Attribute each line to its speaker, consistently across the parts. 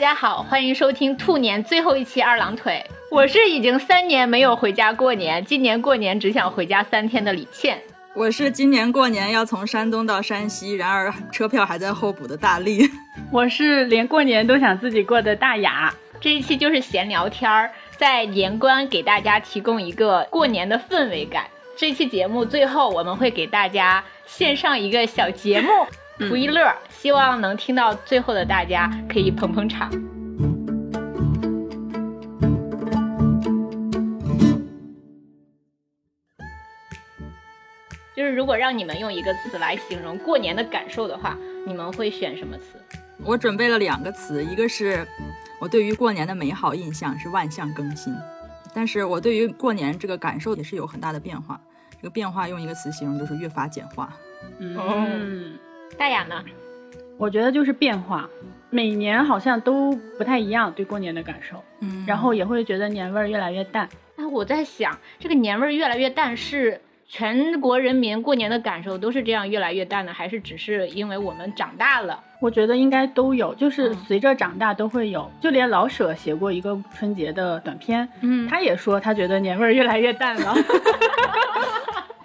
Speaker 1: 家好，欢迎收听兔年最后一期二郎腿。我是已经三年没有回家过年，今年过年只想回家三天的李倩。
Speaker 2: 我是今年过年要从山东到山西，然而车票还在候补的大力。
Speaker 3: 我是连过年都想自己过的大雅。
Speaker 1: 这一期就是闲聊天儿，在年关给大家提供一个过年的氛围感。这期节目最后我们会给大家献上一个小节目，图一乐，希望能听到最后的大家可以捧捧场。就是如果让你们用一个词来形容过年的感受的话，你们会选什么词？
Speaker 2: 我准备了两个词，一个是我对于过年的美好印象是万象更新，但是我对于过年这个感受也是有很大的变化。这个变化用一个词形容就是越发简化。
Speaker 3: 嗯，
Speaker 1: 大雅呢？
Speaker 3: 我觉得就是变化，每年好像都不太一样对过年的感受，
Speaker 2: 嗯
Speaker 3: 然后也会觉得年味儿越来越淡。
Speaker 1: 哎，我在想，这个年味儿越来越淡，是全国人民过年的感受都是这样越来越淡呢，还是只是因为我们长大了？
Speaker 3: 我觉得应该都有，就是
Speaker 1: 嗯
Speaker 3: 随着长大都会有。就连老舍写过一个春节的短片，
Speaker 1: 嗯
Speaker 3: 他也说他觉得年味儿越来越淡了。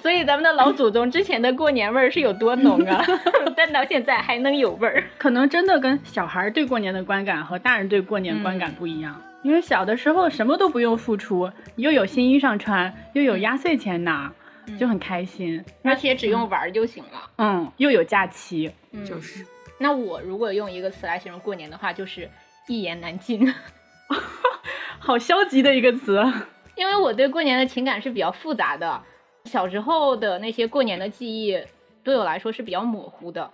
Speaker 1: 所以咱们的老祖宗之前的过年味儿是有多浓啊？ 但到现在还能有味儿。
Speaker 3: 可能真的跟小孩儿对过年的观感和大人对过年观感不一样。因为小的时候什么都不用付出，又有新衣裳穿，又有压岁钱拿，就很开心。
Speaker 1: 而且只用玩儿就行了。
Speaker 3: 嗯，又有假期。
Speaker 1: 嗯
Speaker 2: 就是
Speaker 1: 那我如果用一个词来形容过年的话，就是一言难尽。
Speaker 3: 好消极的一个词，
Speaker 1: 因为我对过年的情感是比较复杂的，小时候的那些过年的记忆对我来说是比较模糊的，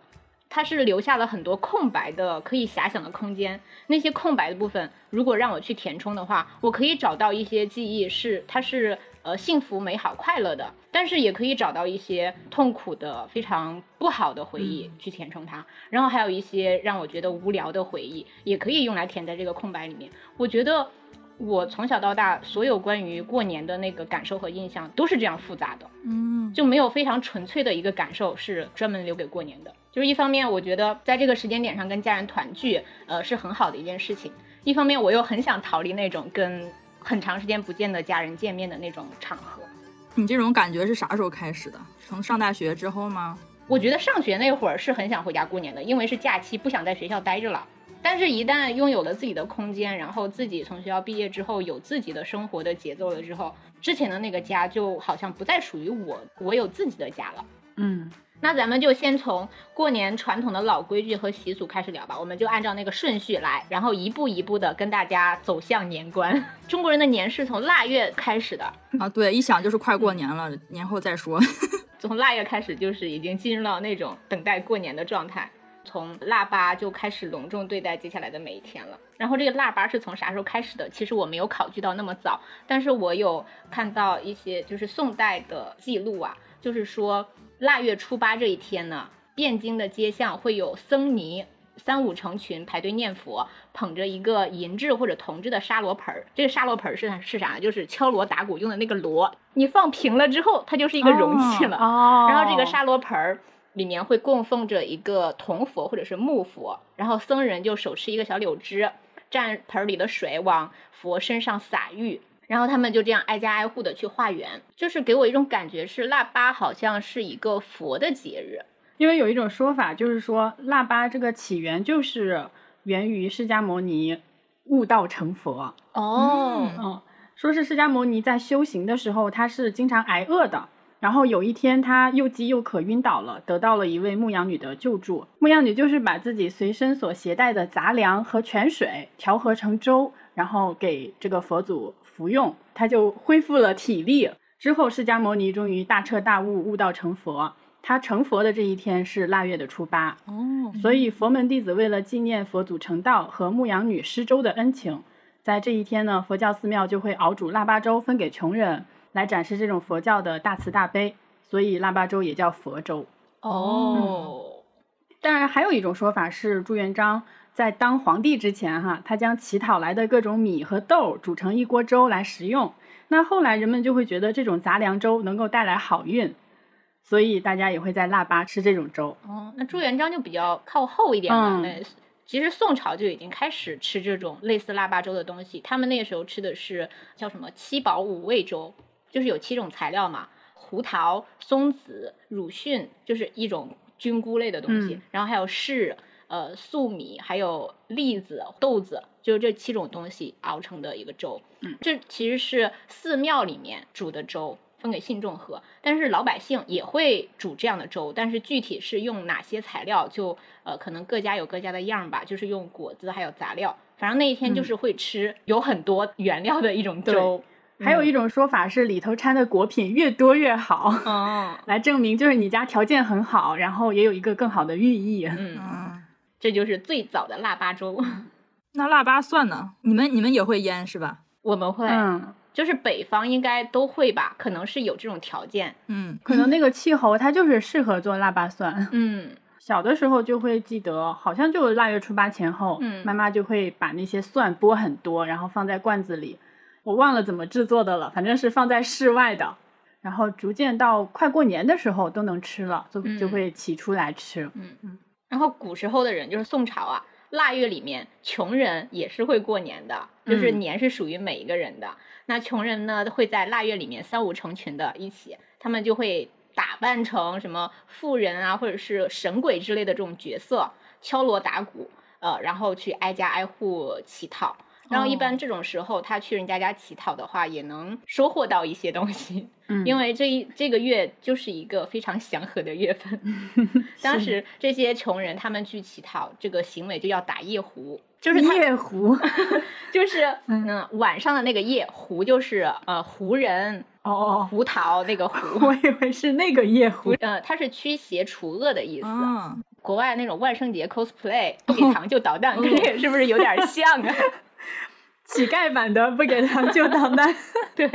Speaker 1: 它是留下了很多空白的可以遐想的空间。那些空白的部分，如果让我去填充的话，我可以找到一些记忆是它是呃幸福、美好、快乐的，但是也可以找到一些痛苦的、非常不好的回忆去填充它。然后还有一些让我觉得无聊的回忆，也可以用来填在这个空白里面。我觉得我从小到大所有关于过年的那个感受和印象都是这样复杂的，
Speaker 2: 嗯，
Speaker 1: 就没有非常纯粹的一个感受是专门留给过年的。就是一方面，我觉得在这个时间点上跟家人团聚，呃，是很好的一件事情；一方面，我又很想逃离那种跟很长时间不见的家人见面的那种场合。
Speaker 2: 你这种感觉是啥时候开始的？从上大学之后 吗？
Speaker 1: 我觉得上学那会儿是很想回家过年的，因为是假期，不想在学校待着了。但是，一旦拥有了自己的空间，然后自己从学校毕业之后有自己的生活的节奏了之后，之前的那个家就好像不再属于我，我有自己的家了。
Speaker 3: 嗯，
Speaker 1: 那咱们就先从过年传统的老规矩和习俗开始聊吧，我们就按照那个顺序来，然后一步一步的跟大家走向年关。 中国人的年是从腊月开始的，
Speaker 2: 啊，对，一想就是快过年了，年后再说。
Speaker 1: 从腊月开始，就是已经进入到那种等待过年的状态。从腊八就开始隆重对待接下来的每一天了。然后这个腊八是从啥时候开始的？其实我没有考据到那么早，但是我有看到一些就是宋代的记录啊，就是说腊月初八这一天呢，汴京的街巷会有僧尼三五成群排队念佛，捧着一个银制或者铜制的沙罗盆儿。这个沙罗盆儿是是啥呢？就是敲锣打鼓用的那个锣，你放平了之后，它就是一个容器了。
Speaker 3: 哦
Speaker 1: 然后这个沙罗盆儿里面会供奉着一个铜佛或者是木佛，然后僧人就手持一个小柳枝，蘸盆儿里的水往佛身上洒浴。然后他们就这样挨家挨户的去化缘，就是给我一种感觉是腊八好像是一个佛的节日，
Speaker 3: 因为有一种说法就是说，腊八这个起源就是源于释迦牟尼悟道成佛。
Speaker 1: 哦
Speaker 3: 嗯，说是释迦牟尼在修行的时候，他是经常挨饿的。然后有一天，他又饥又渴晕倒了，得到了一位牧羊女的救助。牧羊女就是把自己随身所携带的杂粮和泉水调和成粥，然后给这个佛祖服用，他就恢复了体力。之后，释迦牟尼终于大彻大悟，悟道成佛。他成佛的这一天是腊月的初八，
Speaker 2: 哦，
Speaker 3: 所以佛门弟子为了纪念佛祖成道和牧羊女施粥的恩情，在这一天呢，佛教寺庙就会熬煮腊八粥分给穷人，来展示这种佛教的大慈大悲。所以腊八粥也叫佛粥。
Speaker 1: 哦，
Speaker 3: 当然，还有一种说法是朱元璋在当皇帝之前，哈，他将乞讨来的各种米和豆煮成一锅粥来食用。那后来人们就会觉得这种杂粮粥能够带来好运，所以大家也会在腊八吃这种粥。
Speaker 1: 哦，那朱元璋就比较靠后一点了。
Speaker 3: 嗯
Speaker 1: 那其实宋朝就已经开始吃这种类似腊八粥的东西，他们那个时候吃的是叫什么七宝五味粥，就是有七种材料嘛，胡桃、松子、乳蕈，就是一种菌菇类的东西，
Speaker 3: 嗯
Speaker 1: 然后还有柿、呃粟米，还有栗子、豆子，就是这七种东西熬成的一个粥。
Speaker 3: 嗯
Speaker 1: 这其实是寺庙里面煮的粥。分给信众喝，但是老百姓也会煮这样的粥，但是具体是用哪些材料就，呃，可能各家有各家的样儿吧，就是用果子还有杂料，反正那一天就
Speaker 3: 嗯
Speaker 1: 是会吃有很多原料的一种
Speaker 3: 对
Speaker 1: 粥，
Speaker 3: 还有一种说法是里头掺的果品越多越好，
Speaker 1: 嗯
Speaker 3: 来证明就是你家条件很好，然后也有一个更好的寓意。
Speaker 1: 嗯，
Speaker 2: 嗯，
Speaker 1: 这就是最早的腊八粥。
Speaker 3: 嗯
Speaker 2: 那腊八蒜呢？你们你们也会腌是吧？
Speaker 1: 我们会，
Speaker 3: 嗯，
Speaker 1: 就是北方应该都会吧，可能是有这种条件。
Speaker 2: 嗯，
Speaker 3: 可能那个气候它就是适合做腊八蒜。
Speaker 1: 嗯，
Speaker 3: 小的时候就会记得，好像就腊月初八前后，
Speaker 1: 嗯
Speaker 3: 妈妈就会把那些蒜剥很多，然后放在罐子里。我忘了怎么制作的了，反正是放在室外的。然后逐渐到快过年的时候都能吃了，就
Speaker 1: 嗯
Speaker 3: 就会起出来吃。
Speaker 1: 然后古时候的人就是宋朝啊，腊月里面穷人也是会过年的，就是
Speaker 3: 嗯
Speaker 1: 年是属于每一个人的。那穷人呢会在腊月里面三五成群的一起，他们就会打扮成什么妇人啊，或者是神鬼之类的这种角色，敲锣打鼓，呃，然后去挨家挨户乞讨。然后一般这种时候，他去人家家乞讨的话，也能收获到一些东西。
Speaker 3: 嗯，
Speaker 1: 因
Speaker 3: 为
Speaker 1: 为这一这个月就是一个非常祥和的月份。当时这些穷人他们去乞讨，这个行为就要打夜壶，就是他
Speaker 3: 夜 壶
Speaker 1: 就是嗯晚上的那个夜壶就是呃胡人
Speaker 3: 哦哦，
Speaker 1: 胡桃那个
Speaker 3: 我
Speaker 1: 胡。
Speaker 3: 以为是那个夜壶
Speaker 1: 不，呃，它是驱邪除恶的意思。
Speaker 2: 嗯，
Speaker 1: 国外那种万圣节 cosplay，不给糖就捣蛋，跟这个是不是有点像啊？
Speaker 3: 乞丐版的，不给糖就 捣蛋。
Speaker 1: 对，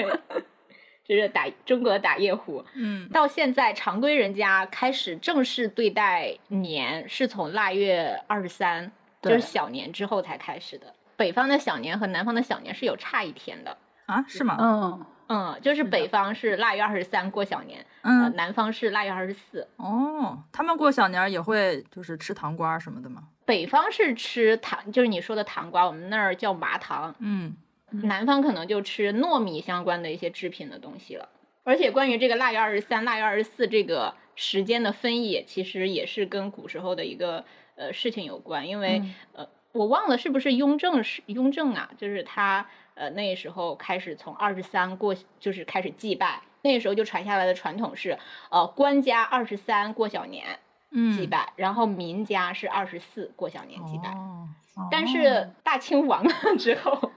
Speaker 1: 就是打中国打夜壶。
Speaker 2: 嗯，
Speaker 1: 到现在，常规人家开始正式对待年，是从腊月二十三，就
Speaker 3: 对
Speaker 1: 是小年之后才开始的。北方的小年和南方的小年是有差一天的。
Speaker 2: 啊，是吗？
Speaker 3: 嗯，
Speaker 1: 嗯，就是北方是腊月二十三过小年，呃，
Speaker 2: 嗯，
Speaker 1: 南方是腊月二十四。
Speaker 2: 哦，他们过小年儿也会就是吃糖瓜儿什么的吗？
Speaker 1: 北方是吃糖，就是你说的糖瓜，我们那儿叫麻糖。
Speaker 2: 嗯，
Speaker 3: 嗯
Speaker 1: 南方可能就吃糯米相关的一些制品的东西了。而且关于这个腊月二十三、腊月二十四这个时间的分野，其实也是跟古时候的一个呃事情有关，因为、
Speaker 3: 嗯
Speaker 1: 呃我忘了是不是雍正是雍正啊，就是他呃那时候开始从二十三过就是开始祭拜，那时候就传下来的传统是呃官家二十三过小年
Speaker 2: 嗯，
Speaker 1: 祭拜，然后民家是二十四过小年祭拜。
Speaker 2: 哦，
Speaker 1: 但
Speaker 3: 哦
Speaker 1: 是大清亡了之后，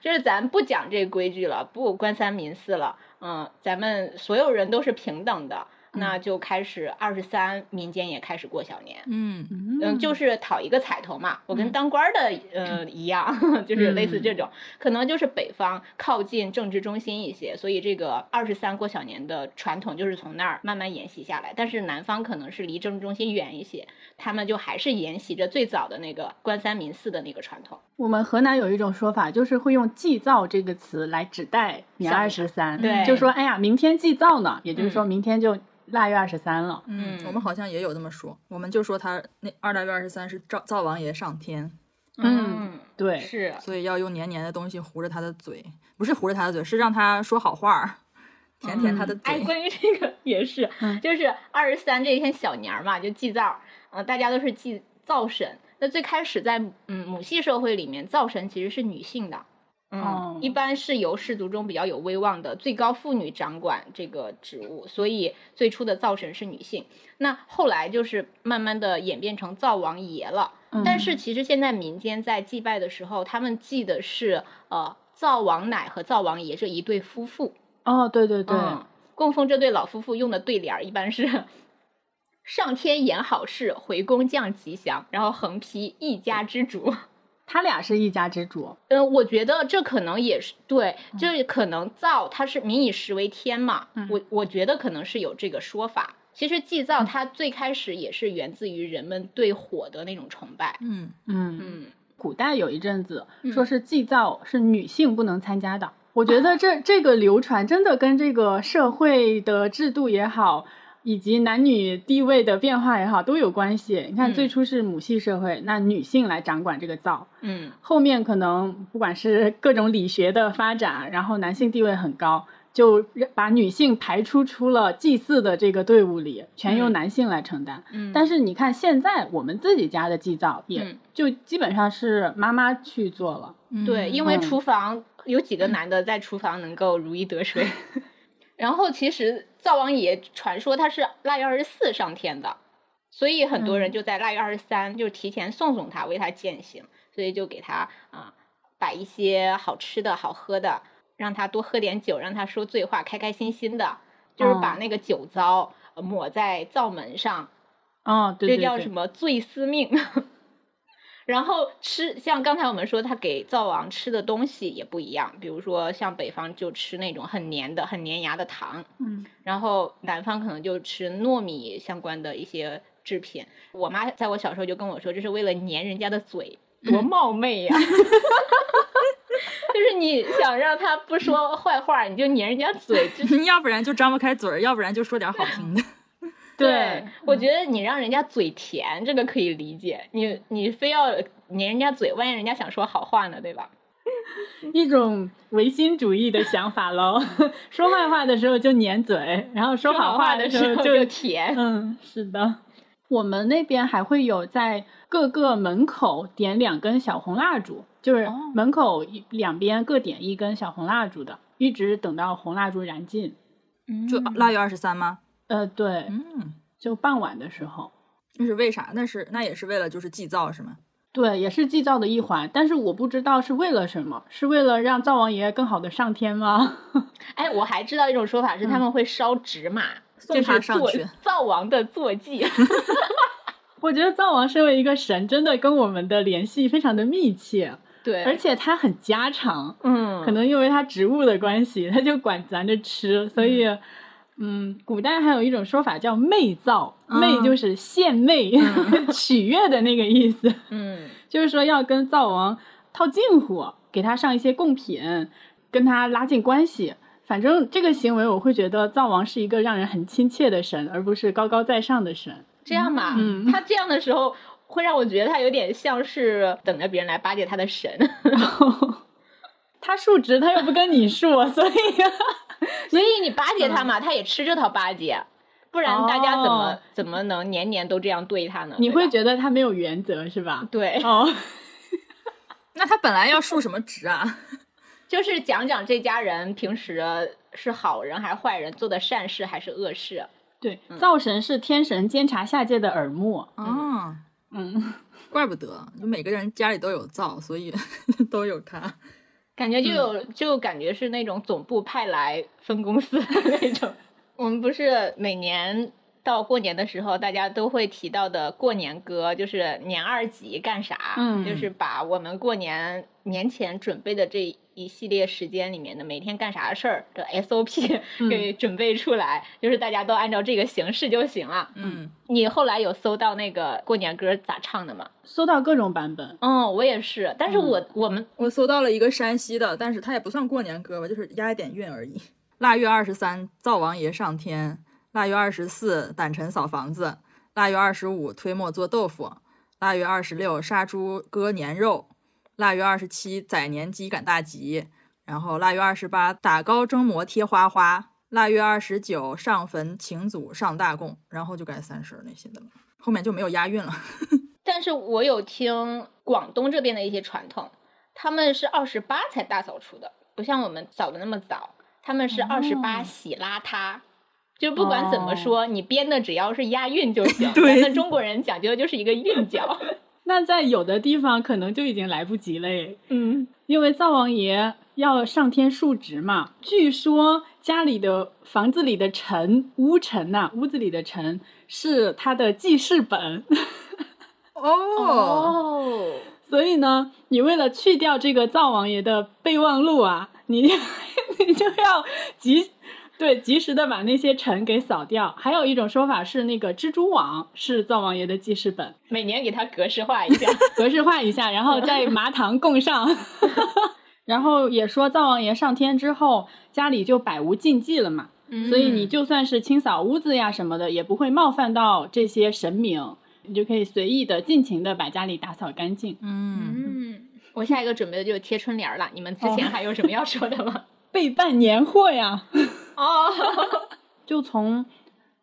Speaker 1: 就是咱不讲这规矩了，不官三民四了，嗯，咱们所有人都是平等的，那就开始二十三，民间也开始过小年。
Speaker 2: 嗯
Speaker 1: 嗯，就是讨一个彩头嘛，我
Speaker 3: 嗯
Speaker 1: 跟当官儿的、呃一样， 就是类似这种，可能就是北方靠近政治中心一些，所以这个二十三过小年的传统就是从那儿慢慢沿袭下来。但是南方可能是离政治中心远一些，他们就还是沿袭着最早的那个官三民四的那个传统。
Speaker 3: 我们河南有一种说法，就是会用“祭灶”这个词来指代年
Speaker 1: 小
Speaker 3: 二
Speaker 1: 年
Speaker 3: 十三，
Speaker 1: 对
Speaker 3: 就说哎呀，明天祭灶呢，也就是说
Speaker 1: 嗯
Speaker 3: 明天就腊月二十三了。
Speaker 2: 嗯，我
Speaker 1: 嗯
Speaker 2: 们好像也有这么说，我们就说他那二大院二十三是灶灶王爷上天，
Speaker 3: 嗯
Speaker 1: 嗯，
Speaker 3: 对，
Speaker 1: 是，
Speaker 2: 所以要用黏黏的东西糊着他的嘴，不是糊着他的嘴，是让他说好话儿，舔舔他的
Speaker 1: 哎，
Speaker 2: 嘴。
Speaker 1: 关于这个也 是，
Speaker 3: 嗯
Speaker 1: 就是二十三这一天小年儿嘛，就祭灶，嗯、大家都是祭灶神。那最开始在嗯母系社会里面，灶神其实是女性的，嗯，
Speaker 3: 哦
Speaker 1: 一般是由氏族中比较有威望的最高妇女掌管这个职务，所以最初的灶神是女性。那后来就是慢慢的演变成灶王爷了。
Speaker 2: 嗯
Speaker 1: 但是其实现在民间在祭拜的时候，他们祭的是呃灶王奶和灶王爷这一对夫妇。
Speaker 3: 哦，对对对，
Speaker 1: 嗯，供奉这对老夫妇用的对联儿一般是 “上天言好事，回宫降吉祥”，然后横批“一家之主”。
Speaker 3: 他俩是一家之主。
Speaker 1: 嗯，我觉得这可能也是对，这可能灶它是民以食为天嘛，
Speaker 3: 嗯
Speaker 1: 我我觉得可能是有这个说法。其实祭灶它最开始也是源自于人们对火的那种崇拜。
Speaker 2: 嗯，
Speaker 3: 嗯，
Speaker 1: 嗯，
Speaker 3: 古代有一阵子
Speaker 1: 嗯
Speaker 3: 说是祭灶是女性不能参加的，我觉得这这个流传真的跟这个社会的制度也好。以及男女地位的变化也好都有关系。你
Speaker 1: 嗯
Speaker 3: 看，最初是母系社会，那女性来掌管这个灶，
Speaker 1: 嗯
Speaker 3: 后面可能不管是各种理学的发展，然后男性地位很高，就把女性排除出了祭祀的这个队伍里，全由
Speaker 1: 嗯
Speaker 3: 男性来承担。
Speaker 1: 嗯，
Speaker 3: 但是你看，现在我们自己家的祭灶也
Speaker 1: 嗯
Speaker 3: 就基本上是妈妈去做了。
Speaker 1: 对，因为
Speaker 3: 嗯
Speaker 1: 厨房有几个男的在厨房能够如鱼得水。
Speaker 3: 嗯
Speaker 1: 然后其实灶王爷传说他是腊月二十四上天的，所以很多人
Speaker 3: 嗯
Speaker 1: 就在腊月二十三就提前送送他，为他践行，所以就给他啊、摆一些好吃的好喝的，让他多喝点酒，让他说醉话，开开心心的，就是把
Speaker 3: 哦
Speaker 1: 那个酒糟呃抹在灶门上，
Speaker 3: 哦，对对
Speaker 1: 这
Speaker 3: 对，
Speaker 1: 叫什么醉司命。 然后吃，像刚才我们说，他给灶王吃的东西也不一样，比如说像北方就吃那种很黏的、很粘牙的糖，
Speaker 3: 嗯
Speaker 1: 然后南方可能就吃糯米相关的一些制品。我妈在我小时候就跟我说，这是为了粘人家的嘴，多
Speaker 3: 嗯
Speaker 1: 冒昧 呀、 就是你想让他不说坏话，你就粘人家嘴，这
Speaker 2: 要不然就张不开嘴儿，要不然就说点好 听的。
Speaker 3: 对，嗯
Speaker 1: 我觉得你让人家嘴甜，这个可以理解。你你非要粘人家嘴，万一人家想说好话呢，对吧？
Speaker 3: 一种唯心主义的想法喽。 说坏话的时候就撵嘴，然后说好
Speaker 1: 话
Speaker 3: 的
Speaker 1: 的
Speaker 3: 时
Speaker 1: 时
Speaker 3: 候
Speaker 1: 候
Speaker 3: 就
Speaker 1: 就甜。
Speaker 3: 嗯，是的。我们那边还会有在各个门口点两根小红蜡烛，就是
Speaker 2: 哦
Speaker 3: 门口一两边各点一根小红蜡烛的，一直等到红蜡烛燃尽。
Speaker 2: 就
Speaker 1: 嗯
Speaker 2: 腊月二十三吗？
Speaker 3: 呃，对，
Speaker 2: 嗯，
Speaker 3: 就傍晚的时候。
Speaker 2: 那是为啥？那是那也是为了就是祭灶是吗？
Speaker 3: 对，也是祭灶的一环，但是我不知道是为了什么，是为了让灶王爷更好的上天吗？
Speaker 1: 哎，我还知道一种说法是他们会烧纸马，
Speaker 2: 送
Speaker 1: 就
Speaker 2: 他
Speaker 1: 是
Speaker 2: 上
Speaker 1: 做
Speaker 2: 去
Speaker 1: 灶王的坐骑。
Speaker 3: 我觉得灶王身为一个神，真的跟我们的联系非常的密切，
Speaker 1: 对，
Speaker 3: 而且他很家常，
Speaker 1: 嗯，
Speaker 3: 可能因为他职务的关系，他就管咱这吃，所以，嗯，古代还有一种说法叫媚灶，
Speaker 2: 嗯
Speaker 3: 媚就是献媚、 取悦的那个意思，
Speaker 1: 嗯
Speaker 3: 就是说要跟灶王套近乎，给他上一些贡品，跟他拉近关系。反正这个行为，我会觉得灶王是一个让人很亲切的神，而不是高高在上的神。
Speaker 1: 这样嘛，
Speaker 3: 嗯
Speaker 1: 他这样的时候会让我觉得他有点像是等着别人来巴结他的神。
Speaker 3: 他述职，他又不跟你述， 所以
Speaker 1: 所以你巴结他嘛，他也吃这套巴结，不然大家怎么、
Speaker 3: 嗯哦
Speaker 1: 怎么能年年都这样对他呢？
Speaker 3: 你
Speaker 1: 对吧
Speaker 3: 会觉得他没有原则，是吧？
Speaker 1: 对，
Speaker 3: 哦，
Speaker 2: 那他本来要述什么职啊？
Speaker 1: 就是讲讲这家人平时是好人还是坏人，做的善事还是恶事。
Speaker 3: 对，灶神是天神监察下界的耳目。
Speaker 2: 啊，
Speaker 3: 嗯，
Speaker 2: 怪不得，就每个人家里都有灶，所以 都有他。
Speaker 1: 感觉就有、
Speaker 3: 嗯
Speaker 1: 就感觉是那种总部派来分公司的那种。 我们不是每年到过年的时候，大家都会提到的过年歌，就是年二级干啥？
Speaker 3: 嗯
Speaker 1: 就是把我们过年年前准备的这一系列时间里面的每天干啥事儿的 SOP
Speaker 3: 嗯
Speaker 1: 给准备出来，就是大家都按照这个形式就行了。
Speaker 2: 嗯，
Speaker 1: 你后来有搜到那个过年歌咋唱的吗？
Speaker 3: 搜到各种版本。
Speaker 1: 嗯，我也是，但是我、我们
Speaker 2: 我搜到了一个山西的，但是它也不算过年歌吧，就是押一点韵而已。腊月二十三，灶王爷上天；腊月二十四，掸尘扫房子；腊月二十五，推磨做豆腐；腊月二十六，杀猪割年肉；腊月二十七，宰年鸡赶大集；然后腊月二十八，打糕蒸馍贴花花；腊月二十九，上坟请祖上大供。然后就该三十儿那些的了，后面就没有押韵了。
Speaker 1: 但是我有听广东这边的一些传统，他们是二十八才大扫除的，不像我们扫的那么早，他们是二十八洗邋遢。就不管怎么说，你编的只要是押韵就 行。
Speaker 2: 对
Speaker 1: 咱们中国人讲究的就是一个韵脚。
Speaker 3: 那在有的地方可能就已经来不及了耶，
Speaker 1: 嗯，
Speaker 3: 因为灶王爷要上天述职嘛。据说家里的房子里的尘，屋尘呐、屋子里的尘是他的记事本，
Speaker 2: 哦，
Speaker 1: 哦，
Speaker 3: 所以呢，你为了去掉这个灶王爷的备忘录啊，你 你就要及对及时的把那些尘给扫掉。还有一种说法是，那个蜘蛛网是灶王爷的记事本，
Speaker 1: 每年给它格式化一 下。
Speaker 3: 格式化一下，然后再麻糖供上。然后也说灶王爷上天之后，家里就百无禁忌了嘛，
Speaker 1: 嗯
Speaker 3: 所以你就算是清扫屋子呀什么的，也不会冒犯到这些神明，你就可以随意的、尽情的把家里打扫干净。
Speaker 2: 嗯，
Speaker 1: 嗯，我下一个准备的就是贴春联儿了。你们之前还有什么要说的吗？
Speaker 3: 备办年货呀，
Speaker 1: 哦，
Speaker 3: 就从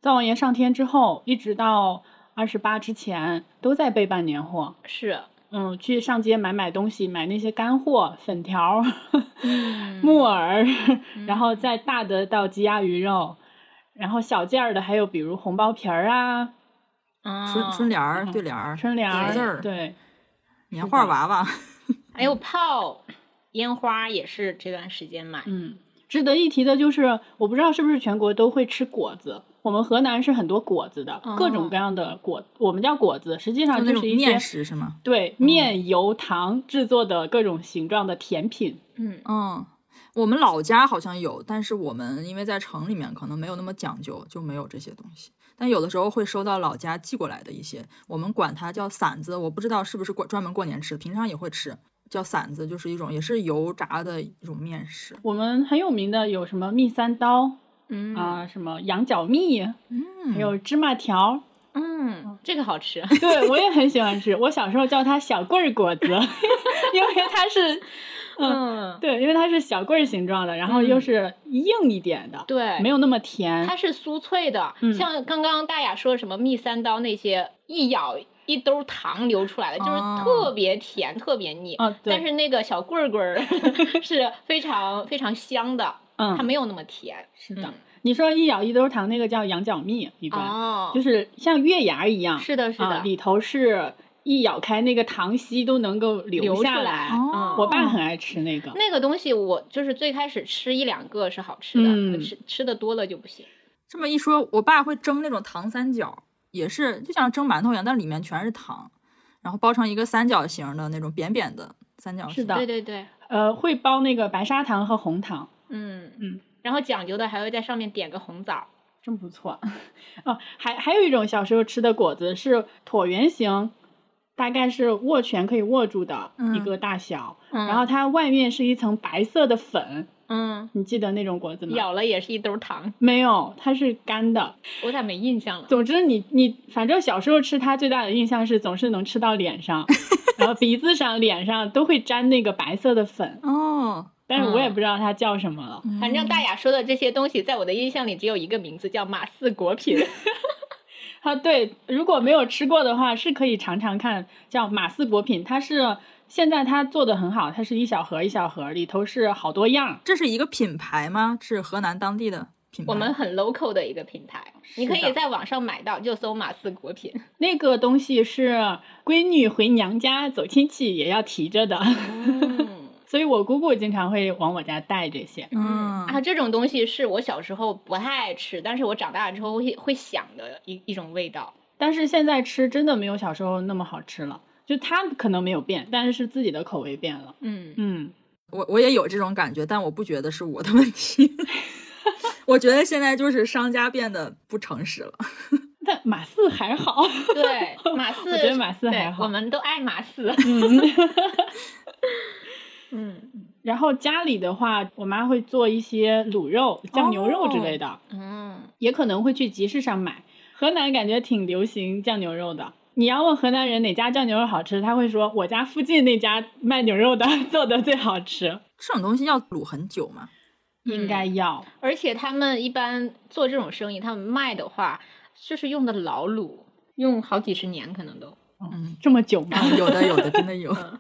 Speaker 3: 灶王爷上天之后，一直到二十八之前，都在备办年货。
Speaker 1: 是，
Speaker 3: 嗯，去上街买买东西，买那些干货、粉条、
Speaker 1: 嗯
Speaker 3: 木耳，
Speaker 2: 嗯
Speaker 3: 然后再大的到鸡鸭鱼肉，然后小件儿的还有比如红包皮儿啊、
Speaker 1: 哦
Speaker 2: 春春联儿、对联儿、
Speaker 3: 哦春联
Speaker 2: 小
Speaker 3: 儿，
Speaker 2: 字儿、
Speaker 3: 对，
Speaker 2: 年画娃娃，
Speaker 1: 还有炮、烟花也是这段时间买。
Speaker 3: 嗯，值得一提的就是，我不知道是不是全国都会吃果子。我们河南是很多果子的，各种各样的果，我们叫果子，实际上
Speaker 2: 哦就那种
Speaker 3: 是一些
Speaker 2: 面食嗯是吗？
Speaker 3: 对面油糖制作的各种形状的甜品。
Speaker 1: 嗯，
Speaker 2: 嗯，我们老家好像有，但是我们因为在城里面，可能没有那么讲究，就没有这些东西。但有的时候会收到老家寄过来的一些，我们管它叫馓子，我不知道是不是过专门过年吃的，平常也会吃，叫馓子，就是一种也是油炸的一种面食。
Speaker 3: 我们很有名的有什么蜜三刀
Speaker 1: 嗯
Speaker 3: 啊、什么羊角蜜，
Speaker 2: 嗯
Speaker 3: 还有芝麻条。
Speaker 1: 嗯，这个好吃。
Speaker 3: 对我也很喜欢吃，我小时候叫它小棍儿 果子， 因为它是
Speaker 1: 嗯，
Speaker 3: 对，因为它是小棍儿形状的，然后又
Speaker 1: 嗯
Speaker 3: 是硬一点的，
Speaker 1: 对，
Speaker 3: 没有那么甜。
Speaker 1: 它是酥脆的，
Speaker 3: 嗯
Speaker 1: 像刚刚大雅说什么蜜三刀那些，一咬一兜糖流出来的，就是
Speaker 2: 哦
Speaker 1: 特别甜，特别腻。
Speaker 3: 啊，对，
Speaker 1: 但是那个小棍儿棍 儿是非常非常香的，
Speaker 3: 嗯
Speaker 1: 它，没有那么甜。嗯
Speaker 3: 是的，你说一咬一兜糖那个叫羊角蜜，一般、
Speaker 1: 哦
Speaker 3: 就，是像月牙一样，
Speaker 1: 是的，是
Speaker 3: 啊，
Speaker 1: 的，
Speaker 3: 里头是一咬开那个糖稀都能够
Speaker 1: 流出
Speaker 3: 下嗯
Speaker 1: 来
Speaker 2: 哦
Speaker 3: 我爸很爱吃那个，
Speaker 1: 那个东西我就是最开始吃一两个是好吃的，
Speaker 3: 嗯
Speaker 1: 吃吃的多了就不行。
Speaker 2: 这么一说，我爸会蒸那种糖三角，也是就像蒸馒头一样，但里面全是糖，然后包成一个三角形的那种扁扁的三角形。
Speaker 3: 是的
Speaker 1: 对对对，
Speaker 3: 呃，会包那个白砂糖和红糖，
Speaker 1: 嗯
Speaker 3: 嗯，
Speaker 1: 然后讲究的还会在上面点个红枣，
Speaker 3: 真不错。哦，还还有一种小时候吃的果子是椭圆形，大概是握拳可以握住的一
Speaker 2: 嗯
Speaker 3: 个大小，
Speaker 1: 嗯
Speaker 3: 然后它外面是一层白色的粉，
Speaker 1: 嗯，
Speaker 3: 你记得那种果子吗？
Speaker 1: 咬了也是一兜糖，
Speaker 3: 没有，它是干的。
Speaker 1: 我咋没印象了？
Speaker 3: 总之你，你反正小时候吃它最大的印象是总是能吃到脸 上，然后鼻子上、脸上都会沾那个白色的粉，
Speaker 2: 哦，
Speaker 3: 但是我也
Speaker 1: 嗯
Speaker 3: 不知道它叫什么了。
Speaker 2: 嗯
Speaker 1: 反正大雅说的这些东西，在我的印象里只有一个名字，叫马四果品。
Speaker 3: 啊，对，如果没有吃过的话，是可以尝尝看，叫马四果品，它是现在它做的很好，它是一小盒儿一小盒儿，里头是好多样儿。
Speaker 2: 这是一个品牌吗？是河南当地的品牌。
Speaker 1: 我们很 local 的一个平台，你可
Speaker 3: 是的
Speaker 1: 以在网上买到，就搜马四果品。
Speaker 3: 那个东西是闺女回娘家走亲戚也要提着的，
Speaker 1: 嗯
Speaker 3: 所以我姑姑经常会往我家带这些。
Speaker 2: 嗯
Speaker 1: 啊，这种东西是我小时候不太爱吃，但是我长大了之后会会想的一一种味道。
Speaker 3: 但是现在吃真的没有小时候那么好吃了，就它可能没有变，但是是自己的口味变了。
Speaker 1: 嗯，
Speaker 3: 嗯，
Speaker 2: 我我也有这种感觉，但我不觉得是我的问题。 我觉得现在就是商家变得不诚实了。
Speaker 3: 但马四还好。
Speaker 1: 对，马四，
Speaker 3: 我觉得马四
Speaker 1: 对
Speaker 3: 还好
Speaker 1: 我们都爱马四。嗯
Speaker 3: 然后家里的话，我妈会做一些卤肉、酱牛肉之类的，
Speaker 1: 嗯，
Speaker 3: 也可能会去集市上买。河南感觉挺流行酱牛肉的。你要问河南人哪家酱牛肉好吃，他会说我家附近那家卖牛肉的做的最好吃，
Speaker 2: 这种东西要卤很久嘛？
Speaker 3: 应该
Speaker 1: 嗯
Speaker 3: 要。
Speaker 1: 而且他们一般做这种生意，他们卖的话，就是用的老卤，用好几十年可能都。
Speaker 3: 这么久吗？
Speaker 2: 嗯有的有的真的有。
Speaker 1: 嗯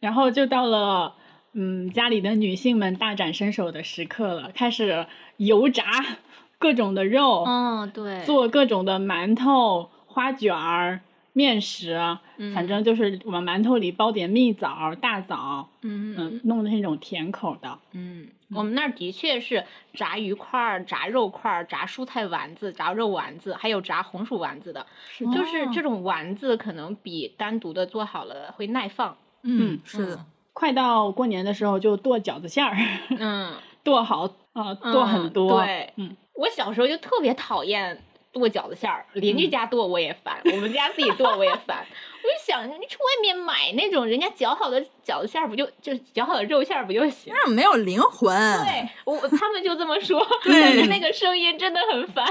Speaker 3: 然后就到了，嗯，家里的女性们大展身手的时刻了，开始油炸各种的肉，
Speaker 1: 哦，对，
Speaker 3: 做各种的馒头、花卷儿、面食，
Speaker 1: 嗯
Speaker 3: 反正就是往馒头里包点蜜枣、大枣，
Speaker 1: 嗯
Speaker 3: 嗯，弄的那种甜口的。
Speaker 1: 嗯，我们那儿的确是炸鱼块儿、炸肉块儿、炸蔬菜丸子、炸肉丸子，还有炸红薯丸子的。
Speaker 3: 是
Speaker 2: 的
Speaker 1: 就是
Speaker 2: 哦
Speaker 1: 这种丸子可能比单独的做好了会耐放。
Speaker 2: 嗯
Speaker 3: 嗯，
Speaker 2: 是的。
Speaker 3: 快到过年的时候就剁饺子馅儿，
Speaker 1: 嗯，
Speaker 3: 剁好啊、呃剁很
Speaker 1: 嗯
Speaker 3: 多。
Speaker 1: 对，
Speaker 3: 嗯，
Speaker 1: 我小时候就特别讨厌剁饺子馅儿，邻居家剁我也烦，我们家自己剁我也烦。 我就想，你去外面买那种人家绞好的饺子馅儿，不就就是绞好的肉馅儿不就行？
Speaker 2: 但是没有灵魂。
Speaker 1: 对我他们就这么说，
Speaker 2: 对
Speaker 1: 但是那个声音真的很烦。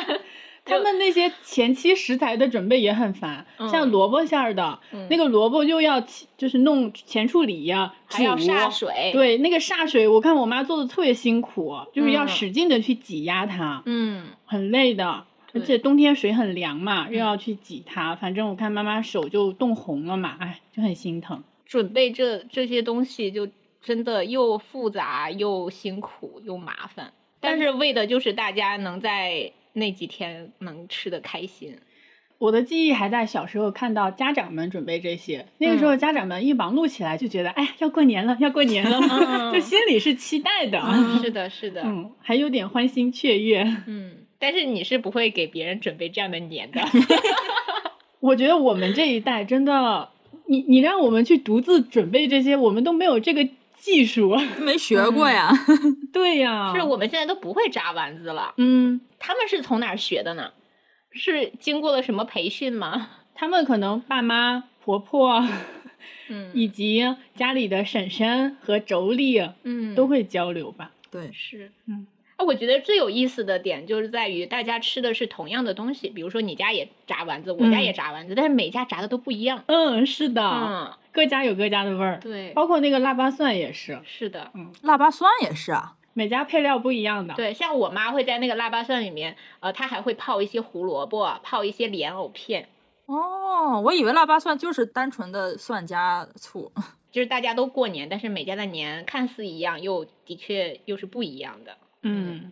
Speaker 3: 他们那些前期食材的准备也很烦，
Speaker 1: 嗯
Speaker 3: 像萝卜馅儿的、
Speaker 1: 嗯
Speaker 3: 那个萝卜又要切就是弄前处理呀、
Speaker 1: 还要
Speaker 3: 煮
Speaker 1: 煞水，
Speaker 3: 对，那个歃水，我看我妈做的特别辛苦，就是要
Speaker 1: 嗯
Speaker 3: 使劲的去挤压它，
Speaker 1: 嗯，
Speaker 3: 很累的。而
Speaker 1: 对
Speaker 3: 且冬天水很凉嘛，又
Speaker 1: 嗯
Speaker 3: 要去挤它，反正我看妈妈手就冻红了嘛，哎，就很心疼。
Speaker 1: 准备这这些东西就真的又复杂又辛苦又麻烦，但是为的就是大家能在那几天能吃的开心。
Speaker 3: 我的记忆还在小时候看到家长们准备这些，那个时
Speaker 1: 嗯
Speaker 3: 候家长们一忙碌起来就觉得，哎呀，要过年了，要过年了，
Speaker 1: 嗯
Speaker 3: 就心里是期待的，
Speaker 1: 是的，是的，嗯
Speaker 3: 嗯，还有点欢欣雀跃。
Speaker 1: 但是你是不会给别人准备这样的年 的，
Speaker 3: 我觉得我们这一代真的，你你让我们去独自准备这些，我们都没有这个技术。
Speaker 2: 没学过呀，
Speaker 1: 嗯
Speaker 3: 对呀、
Speaker 1: 是我们现在都不会炸丸子了。
Speaker 3: 嗯，
Speaker 1: 他们是从哪儿学的呢？是经过了什么培训吗？
Speaker 3: 他们可能爸妈、婆婆
Speaker 1: 嗯
Speaker 3: 以及家里的婶婶和妯娌
Speaker 1: 嗯，
Speaker 3: 都会交流吧。
Speaker 2: 对，
Speaker 1: 是，
Speaker 3: 嗯，
Speaker 1: 哎，我觉得最有意思的点就是在于大家吃的是同样的东西，比如说你家也炸丸子，我家
Speaker 3: 嗯
Speaker 1: 也炸丸子，但是每家炸的都不一样。
Speaker 3: 嗯，是的，
Speaker 1: 嗯，
Speaker 3: 各家有各家的味儿，
Speaker 1: 对，
Speaker 3: 包括那个腊八蒜也是，
Speaker 1: 是的，
Speaker 2: 腊八蒜也是啊，
Speaker 3: 每家配料不一样的。，
Speaker 1: 对，像我妈会在那个腊八蒜里面，呃，她还会泡一些胡萝卜，泡一些莲藕片，
Speaker 2: 哦，我以为腊八蒜就是单纯的蒜加醋，
Speaker 1: 就是大家都过年，但是每家的年看似一样，又的确又是不一样的。
Speaker 3: 嗯。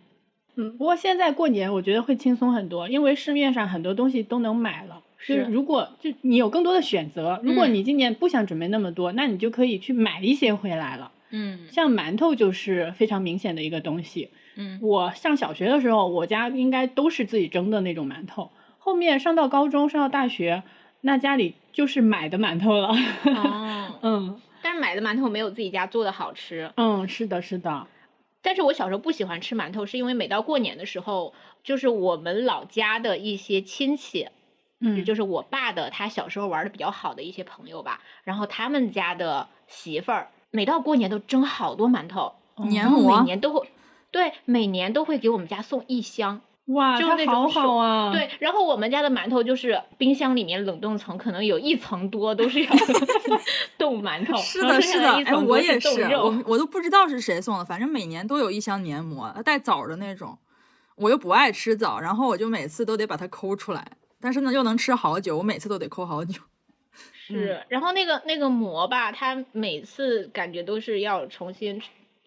Speaker 3: 嗯，不过现在过年我觉得会轻松很多，因为市面上很多东西都能买了。就是
Speaker 1: 是
Speaker 3: 如果就你有更多的选择，如果
Speaker 1: 嗯
Speaker 3: 你今年不想准备那么多，那你就可以去买一些回来了。
Speaker 1: 嗯
Speaker 3: 像馒头就是非常明显的一个东西。
Speaker 1: 嗯
Speaker 3: 我上小学的时候，我家应该都是自己蒸的那种馒头。后面上到高中，上到大学，那家里就是买的馒头了。，
Speaker 1: 哦
Speaker 3: 嗯
Speaker 1: 但是买的馒头没有自己家做的好吃。
Speaker 3: 嗯，是的，是的。
Speaker 1: 但是我小时候不喜欢吃馒头，是因为每到过年的时候，就是我们老家的一些亲戚，
Speaker 3: 嗯，
Speaker 1: 就是我爸的他小时候玩的比较好的一些朋友吧，然后他们家的媳妇儿，每到过年都蒸好多馒头，
Speaker 2: 黏
Speaker 3: 嗯
Speaker 1: 然后每
Speaker 2: 膜。
Speaker 1: 年都会，对，每年都会给我们家送一箱。
Speaker 3: 哇，
Speaker 1: 就是
Speaker 3: 它
Speaker 1: 那
Speaker 3: 好
Speaker 1: 种手
Speaker 3: 好啊。，
Speaker 2: 嗯
Speaker 1: 对，然后我们家的馒头就是冰箱里面冷冻层可能有一层多都是要 冻馒头，
Speaker 2: 是
Speaker 1: 然后
Speaker 2: 的，
Speaker 1: 剩
Speaker 2: 是
Speaker 1: 下
Speaker 2: 的，
Speaker 1: 一
Speaker 2: 哎，
Speaker 1: 层多
Speaker 2: 我也是，
Speaker 1: 冻肉
Speaker 2: 我我都不知道是谁送的，反正每年都有一箱黏膜，带枣的那种。我又不爱吃枣，然后我就每次都得把它抠出来，但是呢又能吃好久，我每次都得抠好久。
Speaker 1: 是，然后那个那个馍吧，它每次感觉都是要重新，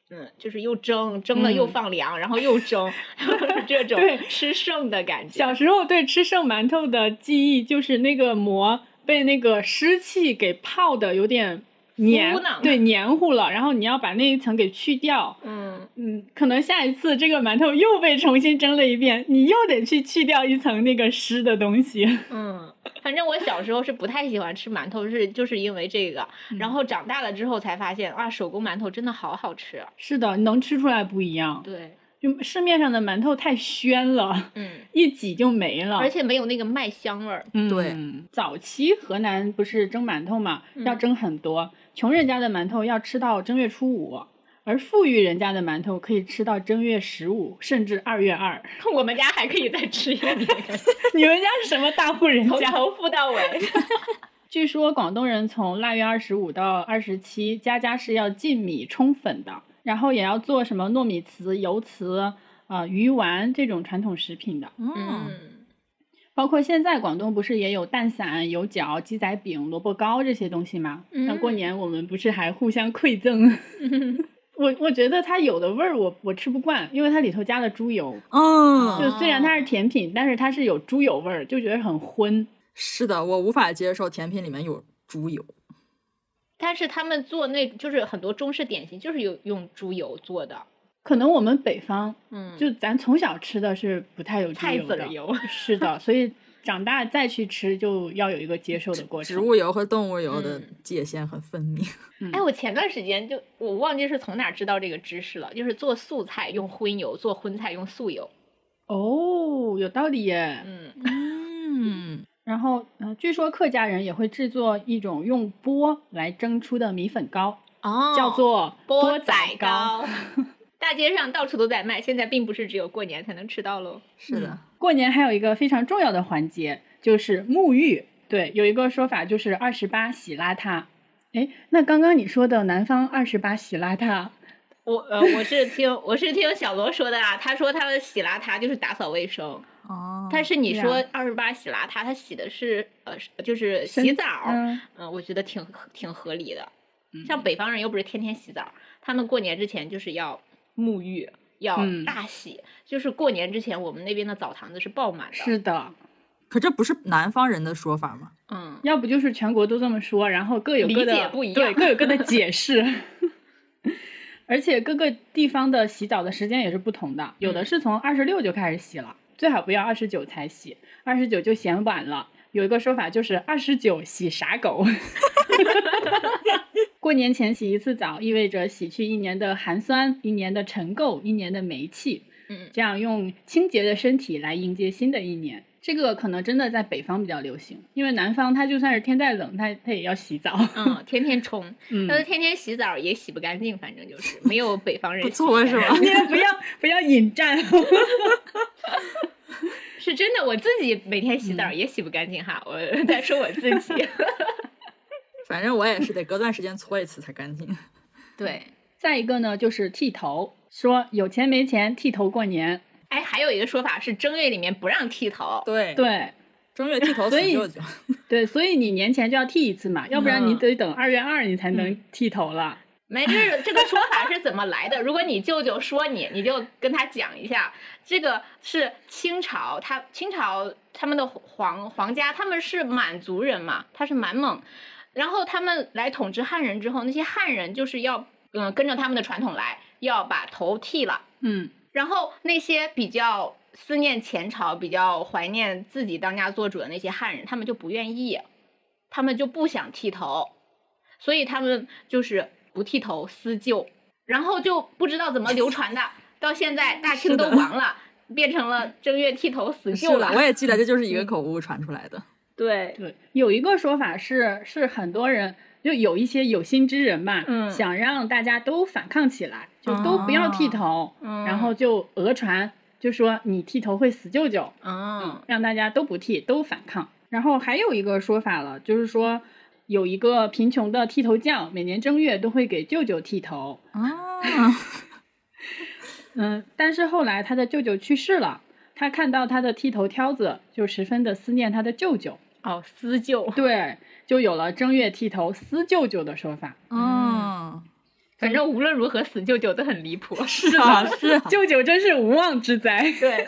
Speaker 1: 嗯，就是又蒸，蒸了又
Speaker 3: 嗯
Speaker 1: 放凉，然后又蒸， 就是这种
Speaker 3: 对
Speaker 1: 吃剩的感觉。
Speaker 3: 小时候对吃剩馒头的记忆就是那个馍被那个湿气给泡的有点黏
Speaker 1: 糊呢，
Speaker 3: 对，黏糊了，然后你要把那一层给去掉。
Speaker 1: 嗯，
Speaker 3: 嗯，可能下一次这个馒头又被重新蒸了一遍，你又得去去掉一层那个湿的东西。
Speaker 1: 嗯，反正我小时候是不太喜欢吃馒头，是就是因为这个，然后长大了之后才发现啊，手工馒头真的好好吃啊。
Speaker 3: 是的，能吃出来不一样。
Speaker 1: 对，
Speaker 3: 就市面上的馒头太暄了，
Speaker 1: 嗯，
Speaker 3: 一挤就没了。
Speaker 1: 而且没有那个麦香味儿。
Speaker 3: 嗯，
Speaker 2: 对，
Speaker 3: 早期河南不是蒸馒头嘛，
Speaker 1: 嗯
Speaker 3: 要蒸很多，穷人家的馒头要吃到正月初五，而富裕人家的馒头可以吃到正月十五，甚至二月二。
Speaker 1: 我们家还可以再吃一年，
Speaker 3: 你们家是什么大户人
Speaker 1: 从
Speaker 3: 家？
Speaker 1: 头敷到尾。
Speaker 3: 据说广东人从腊月二十五到二十七，家家是要浸米冲粉的，然后也要做什么糯米糍、油糍、呃鱼丸这种传统食品的。
Speaker 2: 嗯，
Speaker 1: 嗯，
Speaker 3: 包括现在广东不是也有蛋散、油角、鸡仔饼、萝卜糕这些东西吗？
Speaker 1: 嗯
Speaker 3: 那过年我们不是还互相馈赠？我我觉得它有的味儿我我吃不惯，因为它里头加了猪油，
Speaker 2: 嗯，
Speaker 3: 就虽然它是甜品，但是它是有猪油味儿，就觉得很荤。
Speaker 2: 是的，我无法接受甜品里面有猪油。
Speaker 1: 但是他们做那就是很多中式点心，就是有用猪油做的，
Speaker 3: 可能我们北方
Speaker 1: 嗯，
Speaker 3: 就咱从小吃的是不太有猪
Speaker 1: 菜
Speaker 3: 油
Speaker 1: 籽
Speaker 3: 的
Speaker 1: 儿，油，
Speaker 3: 是的，所以长大再去吃就要有一个接受的过
Speaker 2: 植
Speaker 3: 程。
Speaker 2: 物油和动物油的
Speaker 1: 嗯
Speaker 2: 界限很分明。
Speaker 1: 哎，我前段时间就我忘记是从哪儿知道这个知识了，就是做嗯素菜用荤油，做荤菜用素油。
Speaker 3: 哦，有道理耶。
Speaker 1: 嗯，
Speaker 2: 嗯，
Speaker 3: 然后，呃，据说客家人也会制作一种用钵来蒸出的米粉糕，
Speaker 1: 哦
Speaker 3: 叫做
Speaker 1: 钵
Speaker 3: 仔
Speaker 1: 仔。糕， 大街上到处都在卖，现在并不是只有过年才能吃到喽。
Speaker 2: 是的，
Speaker 3: 过年还有一个非常重要的环节就是沐浴。对，有一个说法就是二十八洗邋遢。哎，那刚刚你说的南方二十八洗邋遢，
Speaker 1: 我呃，我是听我是听小罗说的啊，他说他的洗邋遢就是打扫卫生，
Speaker 2: 哦，
Speaker 1: 但是你
Speaker 3: 对
Speaker 1: 说
Speaker 3: 啊
Speaker 1: 二十八洗邋遢，他洗的是呃是就是
Speaker 3: 身
Speaker 1: 洗澡，
Speaker 3: 嗯，
Speaker 1: 嗯，我觉得挺挺合理的。像北方人又不是天天洗澡，他们过年之前就是要沐浴，要
Speaker 3: 嗯
Speaker 1: 大洗。就是过年之前，我们那边的澡堂子是爆满的。，
Speaker 3: 是的，
Speaker 2: 可这不是南方人的说法吗？
Speaker 1: 嗯，
Speaker 3: 要不就是全国都这么说，然后各有各的
Speaker 1: 理解不一样
Speaker 3: 对，各有各的解释。而且各个地方的洗澡的时间也是不同的，有的
Speaker 1: 嗯
Speaker 3: 是从二十六就开始洗了，最好不要二十九才洗，二十九就嫌晚了。有一个说法就是二十九洗傻狗。 过年前洗一次澡，意味着洗去一年的寒酸、一年的尘垢、一年的霉气。
Speaker 1: 嗯
Speaker 3: 这样用清洁的身体来迎接新的一年。这个可能真的在北方比较流行，因为南方它就算是天再冷，它它也要洗澡。
Speaker 1: 嗯，天天冲，
Speaker 3: 嗯
Speaker 1: 但是天天洗澡也洗不干净，反正就是没有北方人
Speaker 2: 不错
Speaker 1: 洗
Speaker 2: 是
Speaker 1: 干
Speaker 2: 吧
Speaker 1: 净？
Speaker 3: 你也不要不要引战，
Speaker 1: 是真的，我自己每天洗澡也洗不干净哈，我 在说我自己。
Speaker 2: 反正我也是得隔段时间搓一次才干净。
Speaker 1: 对，
Speaker 3: 再一个呢，就是剃头，说有钱没钱剃头过年。
Speaker 1: 哎，还有一个说法是正月里面不让剃头。
Speaker 2: 对，
Speaker 3: 对
Speaker 2: 正月剃头
Speaker 3: 所
Speaker 2: 死
Speaker 3: 以
Speaker 2: 舅舅。
Speaker 3: 对，所以你年前就要剃一次嘛，要不然你
Speaker 1: 嗯
Speaker 3: 得等二月二你才能
Speaker 1: 嗯
Speaker 3: 剃头了。
Speaker 1: 没，这是这个说法是怎么来的？如果你舅舅说你，你就跟他讲一下，这个是清朝，他清朝他们的皇皇家，他们是满族人嘛，他是满蒙，然后他们来统治汉人之后，那些汉人就是要嗯、呃跟着他们的传统来，要把头剃了，
Speaker 3: 嗯
Speaker 1: 然后那些比较思念前朝、比较怀念自己当家做主的那些汉人，他们就不愿意，他们就不想剃头，所以他们就是不剃头思旧，然后就不知道怎么流传 的，到现在大清都亡了，变成了正月剃头死
Speaker 2: 是嗯
Speaker 1: 旧
Speaker 2: 的，我也记得这就是一个口误传出来的。
Speaker 1: 对，
Speaker 3: 对，有一个说法是，是很多人就有一些有心之人嘛，
Speaker 1: 嗯
Speaker 3: 想让大家都反抗起来，就都不要剃头，
Speaker 1: 嗯
Speaker 3: 然后就讹传，就说你剃头会死舅舅，
Speaker 1: 嗯，
Speaker 3: 让大家都不剃，都反抗。然后还有一个说法了，就是说有一个贫穷的剃头匠，每年正月都会给舅舅剃头，
Speaker 2: 啊，
Speaker 3: 嗯，但是后来他的舅舅去世了，他看到他的剃头挑子，就十分的思念他的舅舅。
Speaker 1: 哦，思旧，
Speaker 3: 对，就有了正月剃头思舅舅的说法。
Speaker 2: 嗯，
Speaker 1: 反正无论如何死舅舅都很离谱，
Speaker 2: 是啊，是 啊，
Speaker 3: 舅舅真是无妄之灾。
Speaker 1: 对，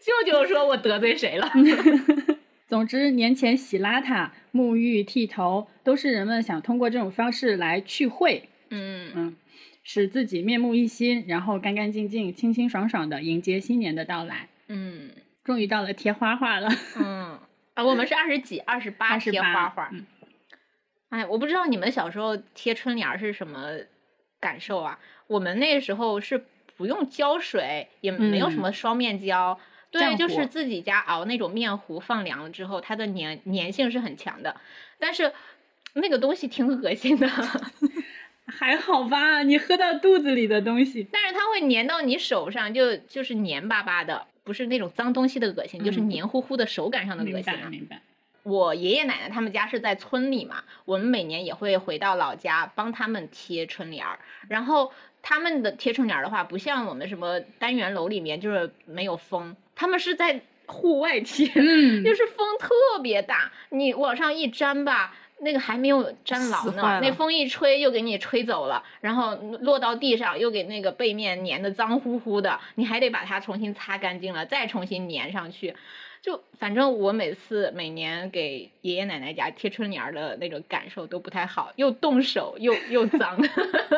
Speaker 1: 舅舅说我得罪谁了？
Speaker 3: 总之，年前洗邋遢、沐浴、剃头，都是人们想通过这种方式来去秽，
Speaker 1: 嗯，
Speaker 3: 嗯，使自己面目一新，然后干干净净、清清爽爽的迎接新年的到来。
Speaker 1: 嗯。
Speaker 3: 终于到了贴花花了，
Speaker 1: 嗯，啊，我们是二十几、二十八
Speaker 3: 二十
Speaker 1: 啊贴
Speaker 3: 八
Speaker 1: 花花。
Speaker 3: 嗯
Speaker 1: 哎，我不知道你们小时候贴春联儿是什么感受啊？我们那时候是不用胶水，也没有什
Speaker 3: 嗯
Speaker 1: 么双面胶，对，
Speaker 3: 浆
Speaker 1: 就
Speaker 3: 糊
Speaker 1: 是自己家熬那种面糊，放凉了之后，它的粘粘性是很强的。但是那个东西挺恶心的，
Speaker 3: 还好吧？你喝到肚子里的东西，
Speaker 1: 但是它会粘到你手上，就就是黏巴巴的，不是那种脏东西的恶心，就是
Speaker 3: 嗯
Speaker 1: 黏糊糊的手感上的恶
Speaker 3: 明
Speaker 1: 心
Speaker 3: 白
Speaker 1: 啊。
Speaker 3: 明白。
Speaker 1: 我爷爷奶奶他们家是在村里嘛，我们每年也会回到老家帮他们贴春联儿。然后他们的贴春联儿的话，不像我们什么单元楼里面就是没有风，他们是在户外贴，
Speaker 3: 嗯，
Speaker 1: 就是风特别大，你往上一粘吧。那个还没有粘牢
Speaker 2: 死
Speaker 1: 呢
Speaker 2: 坏，
Speaker 1: 那
Speaker 2: 了
Speaker 1: 风一吹又给你吹走了，然后落到地上又给那个背面粘的脏乎乎的，你还得把它重新擦干净了，再重新粘上去。就反正我每次每年给爷爷奶奶家贴春联儿的那种感受都不太好，又冻手又又脏。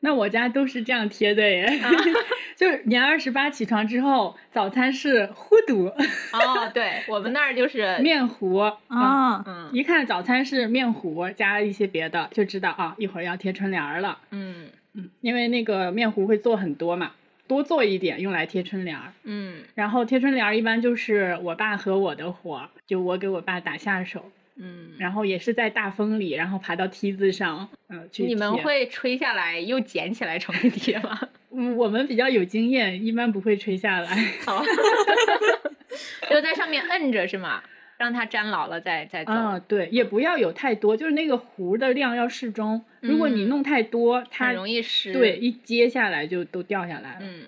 Speaker 3: 那我家都是这样贴的耶，
Speaker 1: 啊
Speaker 3: 就是年二十八起床之后，早餐是糊肚、
Speaker 1: 哦，对 我们那儿就是
Speaker 3: 面糊嗯
Speaker 2: 啊，
Speaker 1: 嗯
Speaker 3: 一看早餐是面糊加一些别的，就知道啊，一会儿要贴春联儿了。
Speaker 1: 嗯
Speaker 3: 嗯，因为那个面糊会做很多嘛，多做一点用来贴春联儿。
Speaker 1: 嗯
Speaker 3: 然后贴春联儿一般就是我爸和我的活儿，就我给我爸打下手，
Speaker 1: 嗯，
Speaker 3: 然后也是在大风里，然后爬到梯子上，嗯、去
Speaker 1: 你们
Speaker 3: 贴
Speaker 1: 会吹下来又捡起来重新贴吗？
Speaker 3: 嗯，我们比较有经验，一般不会吹 下来。
Speaker 1: 好，就在上面摁着是吗？让它粘牢了再再走。
Speaker 3: 啊，对，也不要有太多，就是那个糊的量要适中。如果你
Speaker 1: 嗯
Speaker 3: 弄太多，它
Speaker 1: 很容易湿。
Speaker 3: 对，一揭下来就都掉下来了。
Speaker 1: 嗯，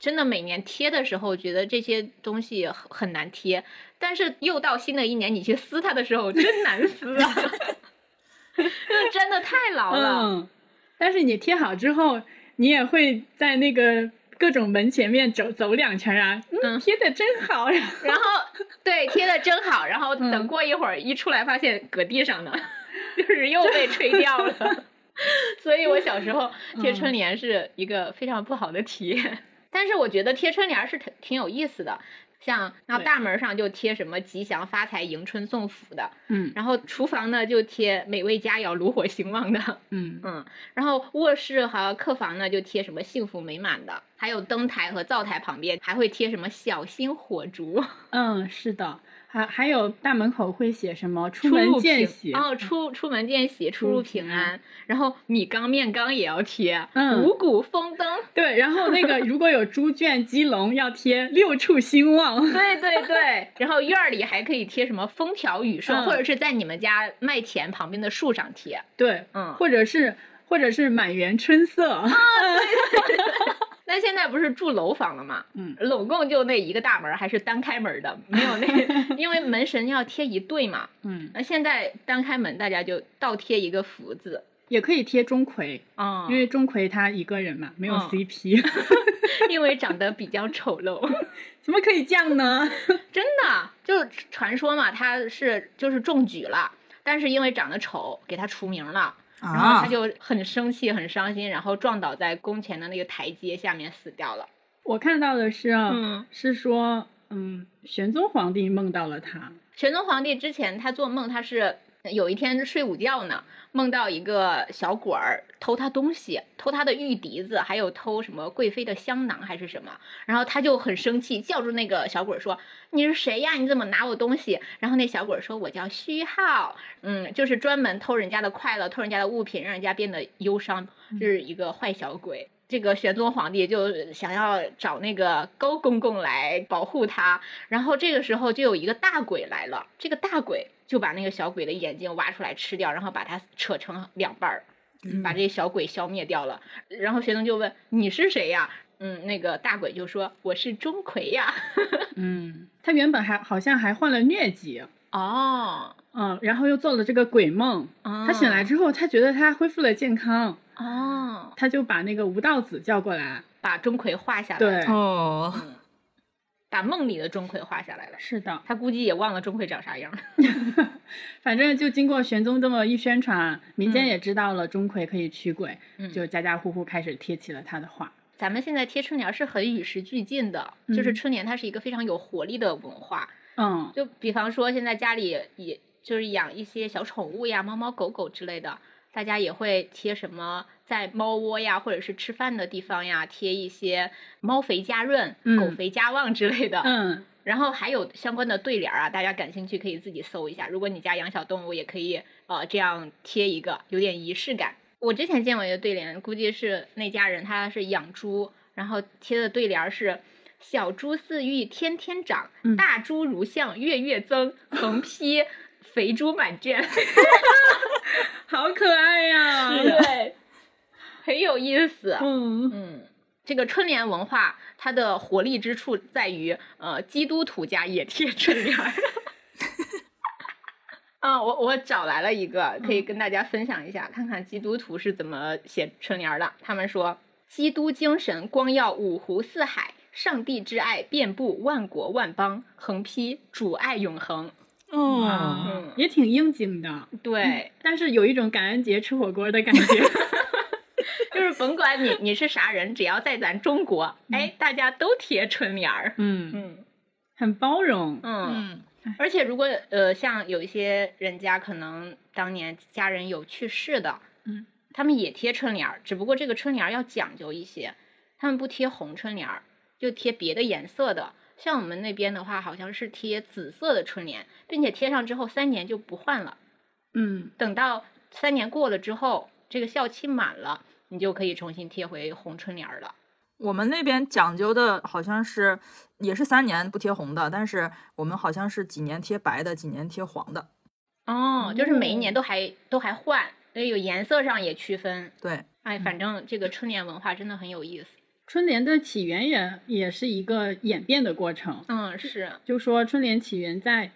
Speaker 1: 真的每年贴的时候，觉得这些东西很很难贴，但是又到新的一年，你去撕它的时候，真难撕 啊！因为真的太牢了。
Speaker 3: 嗯，但是你贴好之后，你也会在那个各种门前面走走两圈啊，
Speaker 1: 嗯
Speaker 3: 嗯，贴的真 好，然后
Speaker 1: 然后对贴的真好，然后
Speaker 3: 嗯
Speaker 1: 等过一会儿一出来，发现搁地上呢， 就是又被吹掉了。 所以我小时候
Speaker 3: 嗯
Speaker 1: 贴春联是一个非常不好的体验，但是我觉得贴春联是挺挺有意思的。像那
Speaker 3: 对
Speaker 1: 大门上就贴什么吉祥发财迎春送福的，
Speaker 3: 嗯
Speaker 1: 然后厨房呢就贴美味佳肴、炉火兴旺的，
Speaker 3: 嗯
Speaker 1: 嗯，然后卧室和客房呢就贴什么幸福美满的，还有灯台和灶台旁边还会贴什么小心火烛，
Speaker 3: 嗯，是的，还还有大门口会写什么
Speaker 1: 出
Speaker 3: 出
Speaker 1: 入
Speaker 3: 门
Speaker 1: 平
Speaker 3: 见喜，
Speaker 1: 哦，出出门见喜，出
Speaker 3: 出
Speaker 1: 入
Speaker 3: 入
Speaker 1: 平
Speaker 3: 平
Speaker 1: 安，然后米缸面缸也要贴，
Speaker 3: 嗯
Speaker 1: 五谷丰 登，
Speaker 3: 对，然后那个如果有猪圈、鸡笼要贴六畜兴旺，
Speaker 1: 对对对，然后院儿里还可以贴什么风调雨顺，
Speaker 3: 嗯
Speaker 1: 或者是在你们家麦田旁边的树上贴，
Speaker 3: 对，
Speaker 1: 嗯，
Speaker 3: 或者是或者是满园春色，
Speaker 1: 哦那现在不是住楼房了吗？
Speaker 3: 嗯，
Speaker 1: 拢共就那一个大门儿，还是单开门儿的，没有 那，因为门神要贴一对嘛。
Speaker 3: 嗯，
Speaker 1: 那现在单开门，大家就倒贴一个福字。
Speaker 3: 也可以贴钟馗，
Speaker 1: 啊
Speaker 3: 因为钟馗他一个人嘛，没有
Speaker 1: 嗯
Speaker 3: CP，、
Speaker 1: 因为长得比较丑陋，
Speaker 3: 怎么可以这样呢？
Speaker 1: 真的就传说嘛，他是就是中举了，但是因为长得丑，给他除名了，然后
Speaker 2: 啊
Speaker 1: 他，就很生气、很伤心，然后撞倒在宫前的那个台阶下面死掉了。
Speaker 3: 我看到的是啊，
Speaker 1: 嗯
Speaker 3: 是说，嗯，玄宗皇帝梦到了他，
Speaker 1: 玄宗皇帝之前他做梦，他是有一天睡午觉呢，梦到一个小鬼儿偷他东西，偷他的玉笛子，还有偷什么贵妃的香囊还是什么，然后他就很生气，叫住那个小鬼儿说：“你是谁呀？你怎么拿我东西？”然后那小鬼儿说：“我叫虚号，嗯，就是专门偷人家的快乐，偷人家的物品，让人家变得忧伤，就是一个坏小鬼。”这个玄宗皇帝就想要找那个高公公来保护他，然后这个时候就有一个大鬼来了，这个大鬼就把那个小鬼的眼睛挖出来吃掉，然后把它扯成两半儿，
Speaker 2: 嗯
Speaker 1: 把这小鬼消灭掉了。然后玄宗就问：“你是谁呀？”嗯，那个大鬼就说：“我是钟馗 呀。
Speaker 3: 嗯，他原本还好像还患了疟疾，”
Speaker 1: 哦，
Speaker 3: 嗯，然后又做了这个鬼梦，
Speaker 1: 他
Speaker 3: 他醒来之后，他觉得他恢复了健康，
Speaker 1: 哦，
Speaker 3: 他就把那个吴道子叫过来，
Speaker 1: 把钟馗画下来，
Speaker 3: 对，，
Speaker 2: 哦，
Speaker 1: 把梦里的钟馗画下来了。
Speaker 3: 是的，
Speaker 1: 他估计也忘了钟馗长啥样了。
Speaker 3: 反正就经过玄宗这么一宣传，民间
Speaker 1: 嗯
Speaker 3: 也知道了钟馗可以驱鬼，
Speaker 1: 嗯
Speaker 3: 就家家户户开始贴起了他的画。
Speaker 1: 咱们现在贴春联是很与时俱进的，就是
Speaker 3: 嗯
Speaker 1: 春联它是一个非常有活力的文化。
Speaker 3: 嗯，
Speaker 1: 就比方说，现在家里也就是养一些小宠物呀，猫猫狗狗之类的，大家也会贴什么在猫窝呀，或者是吃饭的地方呀，贴一些猫肥家润、
Speaker 3: 嗯
Speaker 1: 狗肥家旺之类的。
Speaker 3: 嗯，
Speaker 1: 然后还有相关的对联儿啊，大家感兴趣可以自己搜一下。如果你家养小动物，也可以呃这样贴一个，有点仪式感。我之前见过一个对联，估计是那家人他是养猪，然后贴的对联儿是“小猪似玉天天长，
Speaker 3: 嗯
Speaker 1: 大猪如象月月增”，横批“肥猪满卷
Speaker 3: 好可爱”，呀、
Speaker 1: 对，很有意思。
Speaker 3: 嗯，
Speaker 1: 嗯，这个春联文化它的活力之处在于，呃，基督徒家也贴春联儿。啊，我我找来了一个，可以跟大家分享一下，看看基督徒是怎么写春联儿的。他们说，基督精神光耀五湖四海，上帝之爱遍布万国万邦，横批主爱永恒。
Speaker 2: 哦，
Speaker 3: 啊，也挺应景的。
Speaker 1: 对，
Speaker 3: 但是有一种感恩节吃火锅的感 觉。
Speaker 1: 就是甭管你你是啥人，只要在咱中国，哎，大家都贴春联儿。
Speaker 3: 嗯，
Speaker 1: 嗯
Speaker 3: 很包容。
Speaker 1: 嗯。
Speaker 2: 嗯，
Speaker 1: 而且如果呃，像有一些人家可能当年家人有去世的，
Speaker 3: 嗯，
Speaker 1: 他们也贴春联儿，只不过这个春联儿要讲究一些，他们不贴红春联儿，就贴别的颜色的。像我们那边的话，好像是贴紫色的春联，并且贴上之后三年就不换了。
Speaker 3: 嗯，
Speaker 1: 等到三年过了之后，这个校期满了，你就可以重新贴回红春联儿了。
Speaker 2: 我们那边讲究的好像是也是三年不贴红的，但是我们好像是几年贴白的，几年贴黄的。
Speaker 1: 哦，就是每一年都还、都还换，所以有颜色上也区分。
Speaker 2: 对，
Speaker 3: 嗯
Speaker 1: 哎，反正这个春联文化真的很有意思。
Speaker 3: 春联的起源也也是一个演变的过程。
Speaker 1: 嗯，是，
Speaker 3: 就说春联起源在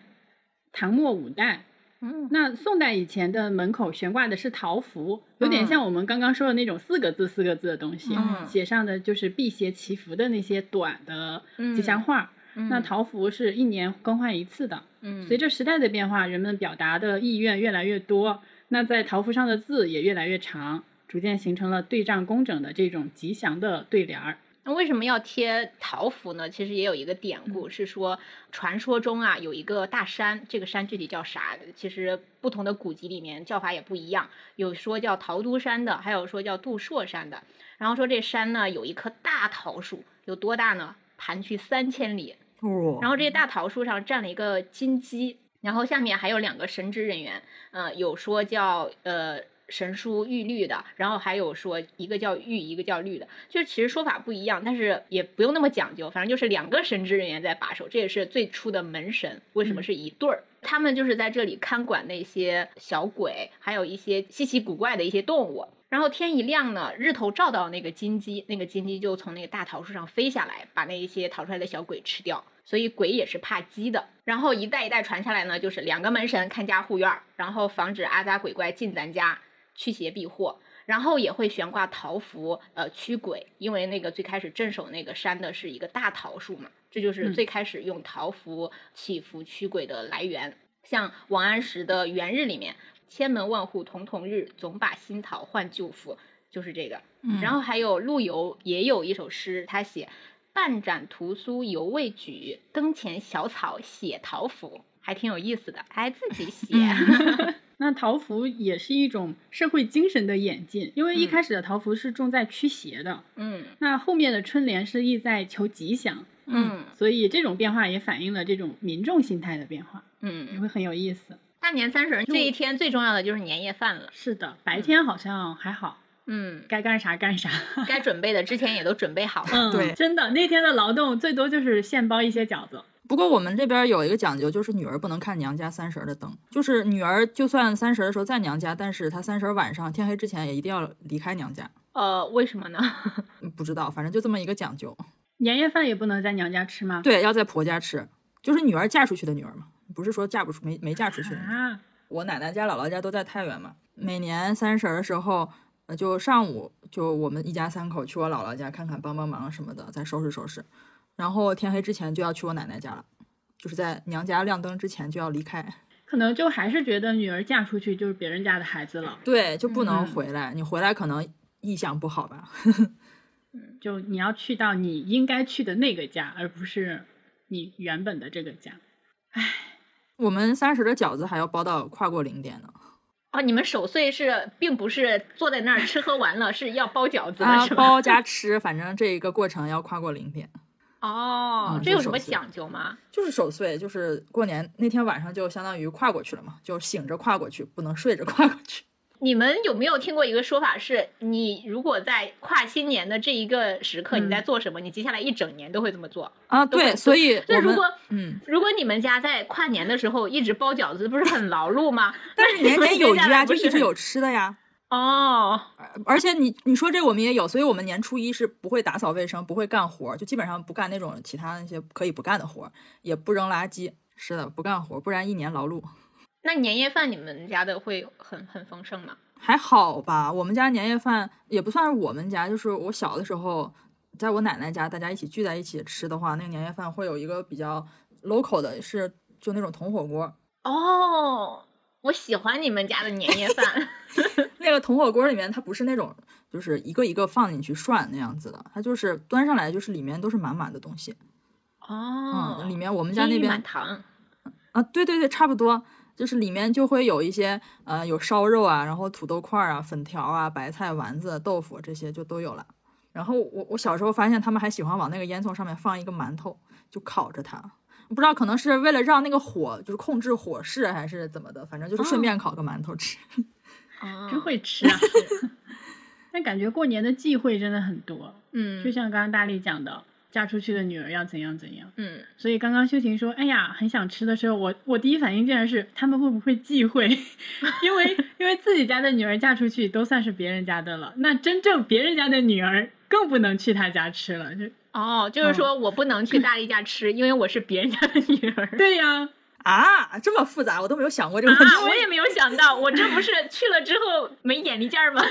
Speaker 3: 唐末五代，
Speaker 1: 嗯，
Speaker 3: 那宋代以前的门口悬挂的是桃符，有点
Speaker 1: 嗯
Speaker 3: 像我们刚刚说的那种四个字四个字的东西，
Speaker 1: 嗯
Speaker 3: 写上的就是辟邪祈福的那些短的吉祥话。
Speaker 1: 嗯
Speaker 3: 那桃符是一年更换一次的。
Speaker 1: 嗯，
Speaker 3: 随着时代的变化，人们表达的意愿越来越多，那在桃符上的字也越来越长，逐渐形成了对仗工整的这种吉祥的对联儿。
Speaker 1: 那为什么要贴桃符呢？其实也有一个典
Speaker 3: 嗯
Speaker 1: 故，是说传说中啊有一个大山，这个山具体叫啥？其实不同的古籍里面叫法也不一样，有说叫桃都山的，还有说叫杜朔山的。然后说这山呢有一棵大桃树，有多大呢？盘踞三千里，
Speaker 2: 哦
Speaker 1: 然后这大桃树上站了一个金鸡，然后下面还有两个神职人员，呃，有说叫呃神书玉律的，然后还有说一个叫玉，一个叫律的，就是其实说法不一样，但是也不用那么讲究，反正就是两个神职人员在把守，这也是最初的门神为什么是一对儿。他们就是在这里看管那些小鬼，还有一些稀奇古怪的一些动物。然后天一亮呢，日头照到那个金鸡，那个金鸡就从那个大桃树上飞下来，把那一些逃出来的小鬼吃掉。所以鬼也是怕鸡的。然后一代一代传下来呢，就是两个门神看家护院儿，然后防止阿杂鬼怪进咱家，驱邪避祸。然后也会悬挂桃符，呃，驱鬼，因为那个最开始镇守那个山的是一个大桃树嘛，这就是
Speaker 3: 嗯
Speaker 1: 最开始用桃符祈福驱鬼的来源。像王安石的《元日》里面，“千门万户曈曈日，总把新桃换旧符”，就是这个。
Speaker 2: 嗯
Speaker 1: 然后还有陆游也有一首诗，他写“半盏屠苏犹未举，灯前小草写桃符”，还挺有意思的，还自己写。
Speaker 3: 那桃符也是一种社会精神的演进，因为一
Speaker 1: 嗯
Speaker 3: 开始的桃符是重在驱邪的，
Speaker 1: 嗯
Speaker 3: 那后面的春联是意在求吉祥，
Speaker 1: 嗯
Speaker 3: 所以这种变化也反映了这种民众心态的变化，也
Speaker 1: 嗯，
Speaker 3: 会很有意思。
Speaker 1: 大年三十儿这一天最重要的就是年夜饭了。
Speaker 3: 是的，白天好像还好，
Speaker 1: 嗯，
Speaker 3: 该干啥干啥。
Speaker 1: 该准备的之前也都准备好了。
Speaker 3: 嗯，
Speaker 2: 对
Speaker 3: 真的那天的劳动最多就是现包一些饺子。
Speaker 2: 不过我们这边有一个讲究，就是女儿不能看娘家三十儿的灯，就是女儿就算三十儿的时候在娘家，但是她三十儿晚上天黑之前也一定要离开娘家。
Speaker 1: 呃，为什么呢？
Speaker 2: 嗯不知道，反正就这么一个讲究。
Speaker 3: 年夜饭也不能在娘家吃吗？
Speaker 2: 对，要在婆家吃，就是女儿嫁出去的女儿嘛，不是说嫁不出没没嫁出去的女儿。
Speaker 3: 啊，
Speaker 2: 我奶奶家、姥姥家都在太原嘛。每年三十儿的时候，呃，就上午就我们一家三口去我姥姥家看看、帮帮忙什么的，再收拾收拾。然后天黑之前就要去我奶奶家了，就是在娘家亮灯之前就要离开。
Speaker 3: 可能就还是觉得女儿嫁出去就是别人家的孩子了，
Speaker 2: 对，就不能
Speaker 3: 嗯
Speaker 2: 回来，你回来可能意向不好吧？
Speaker 3: 就你要去到你应该去的那个家，而不是你原本的这个家。
Speaker 2: 我们三十的饺子还要包到跨过零点呢，
Speaker 1: 哦，你们守岁是并不是坐在那儿吃喝玩乐，是要包饺子的
Speaker 2: 啊，
Speaker 1: 是吧？
Speaker 2: 包加吃，反正这一个过程要跨过零点。
Speaker 1: 哦，
Speaker 2: 嗯
Speaker 1: 这
Speaker 2: 就
Speaker 1: 有什
Speaker 2: 守
Speaker 1: 么
Speaker 2: 岁
Speaker 1: 讲究吗？
Speaker 2: 就是守岁，就是过年那天晚上就相当于跨过去了嘛，就醒着跨过去，不能睡着跨过去。
Speaker 1: 你们有没有听过一个说法是，你如果在跨新年的这一个时刻
Speaker 3: 嗯
Speaker 1: 你在做什么，你接下来一整年都会这么做？
Speaker 2: 啊，
Speaker 1: 都会
Speaker 2: 对，所以
Speaker 1: 所以
Speaker 2: 我
Speaker 1: 如
Speaker 2: 们
Speaker 1: 果
Speaker 2: 嗯，
Speaker 1: 如果你们家在跨年的时候一直包饺子，不是很劳碌吗？ 但是
Speaker 2: 年年有余啊，就
Speaker 1: 就
Speaker 2: 一直有吃的呀。
Speaker 1: 哦，
Speaker 2: 而且你你说这我们也有，所以我们年初一是不会打扫卫生，不会干活，就基本上不干那种其他那些可以不干的活，也不扔垃圾。是的，不干活，不然一年劳碌。
Speaker 1: 那年夜饭你们家的会很很丰盛吗？
Speaker 2: 还好吧，我们家年夜饭也不算是我们家，就是我小的时候，在我奶奶家，大家一起聚在一起吃的话，那个年夜饭会有一个比较 local 的是，就那种铜火锅。
Speaker 1: 哦，我喜欢你们家的年夜 饭。
Speaker 2: 那个铜火锅里面，它不是那种就是一个一个放进去涮那样子的，它就是端上来就是里面都是满满的东西。
Speaker 1: 哦
Speaker 2: 嗯，，里面我们
Speaker 1: 金
Speaker 2: 家那
Speaker 1: 玉满
Speaker 2: 边
Speaker 1: 堂。
Speaker 2: 啊，对对对，差不多，就是里面就会有一些呃有烧肉啊，然后土豆块儿啊、粉条啊、白菜、丸子、豆腐这些就都有了。然后我我小时候发现他们还喜欢往那个烟囱上面放一个馒头，就烤着它。不知道可能是为了让那个火就是控制火势还是怎么的，反正就是顺便烤个馒头吃。
Speaker 1: 啊
Speaker 3: 真会吃啊！但感觉过年的忌讳真的很多，
Speaker 1: 嗯，
Speaker 3: 就像刚刚大力讲的，嫁出去的女儿要怎样怎样。
Speaker 1: 嗯，
Speaker 3: 所以刚刚秀琴说：“哎呀，很想吃的时候，我我第一反应竟然是他们会不会忌讳？ 因为因为自己家的女儿嫁出去都算是别人家的了，那真正别人家的女儿更不能去他家吃了。就
Speaker 1: 哦，
Speaker 2: 嗯
Speaker 1: 就是说我不能去大力家吃，因为我是别人家的女儿。
Speaker 3: 对呀、
Speaker 2: 啊，这么复杂，我都没有想过这个问题。
Speaker 1: 啊，我也没有想到，我这不是去了之后没眼力见儿吗？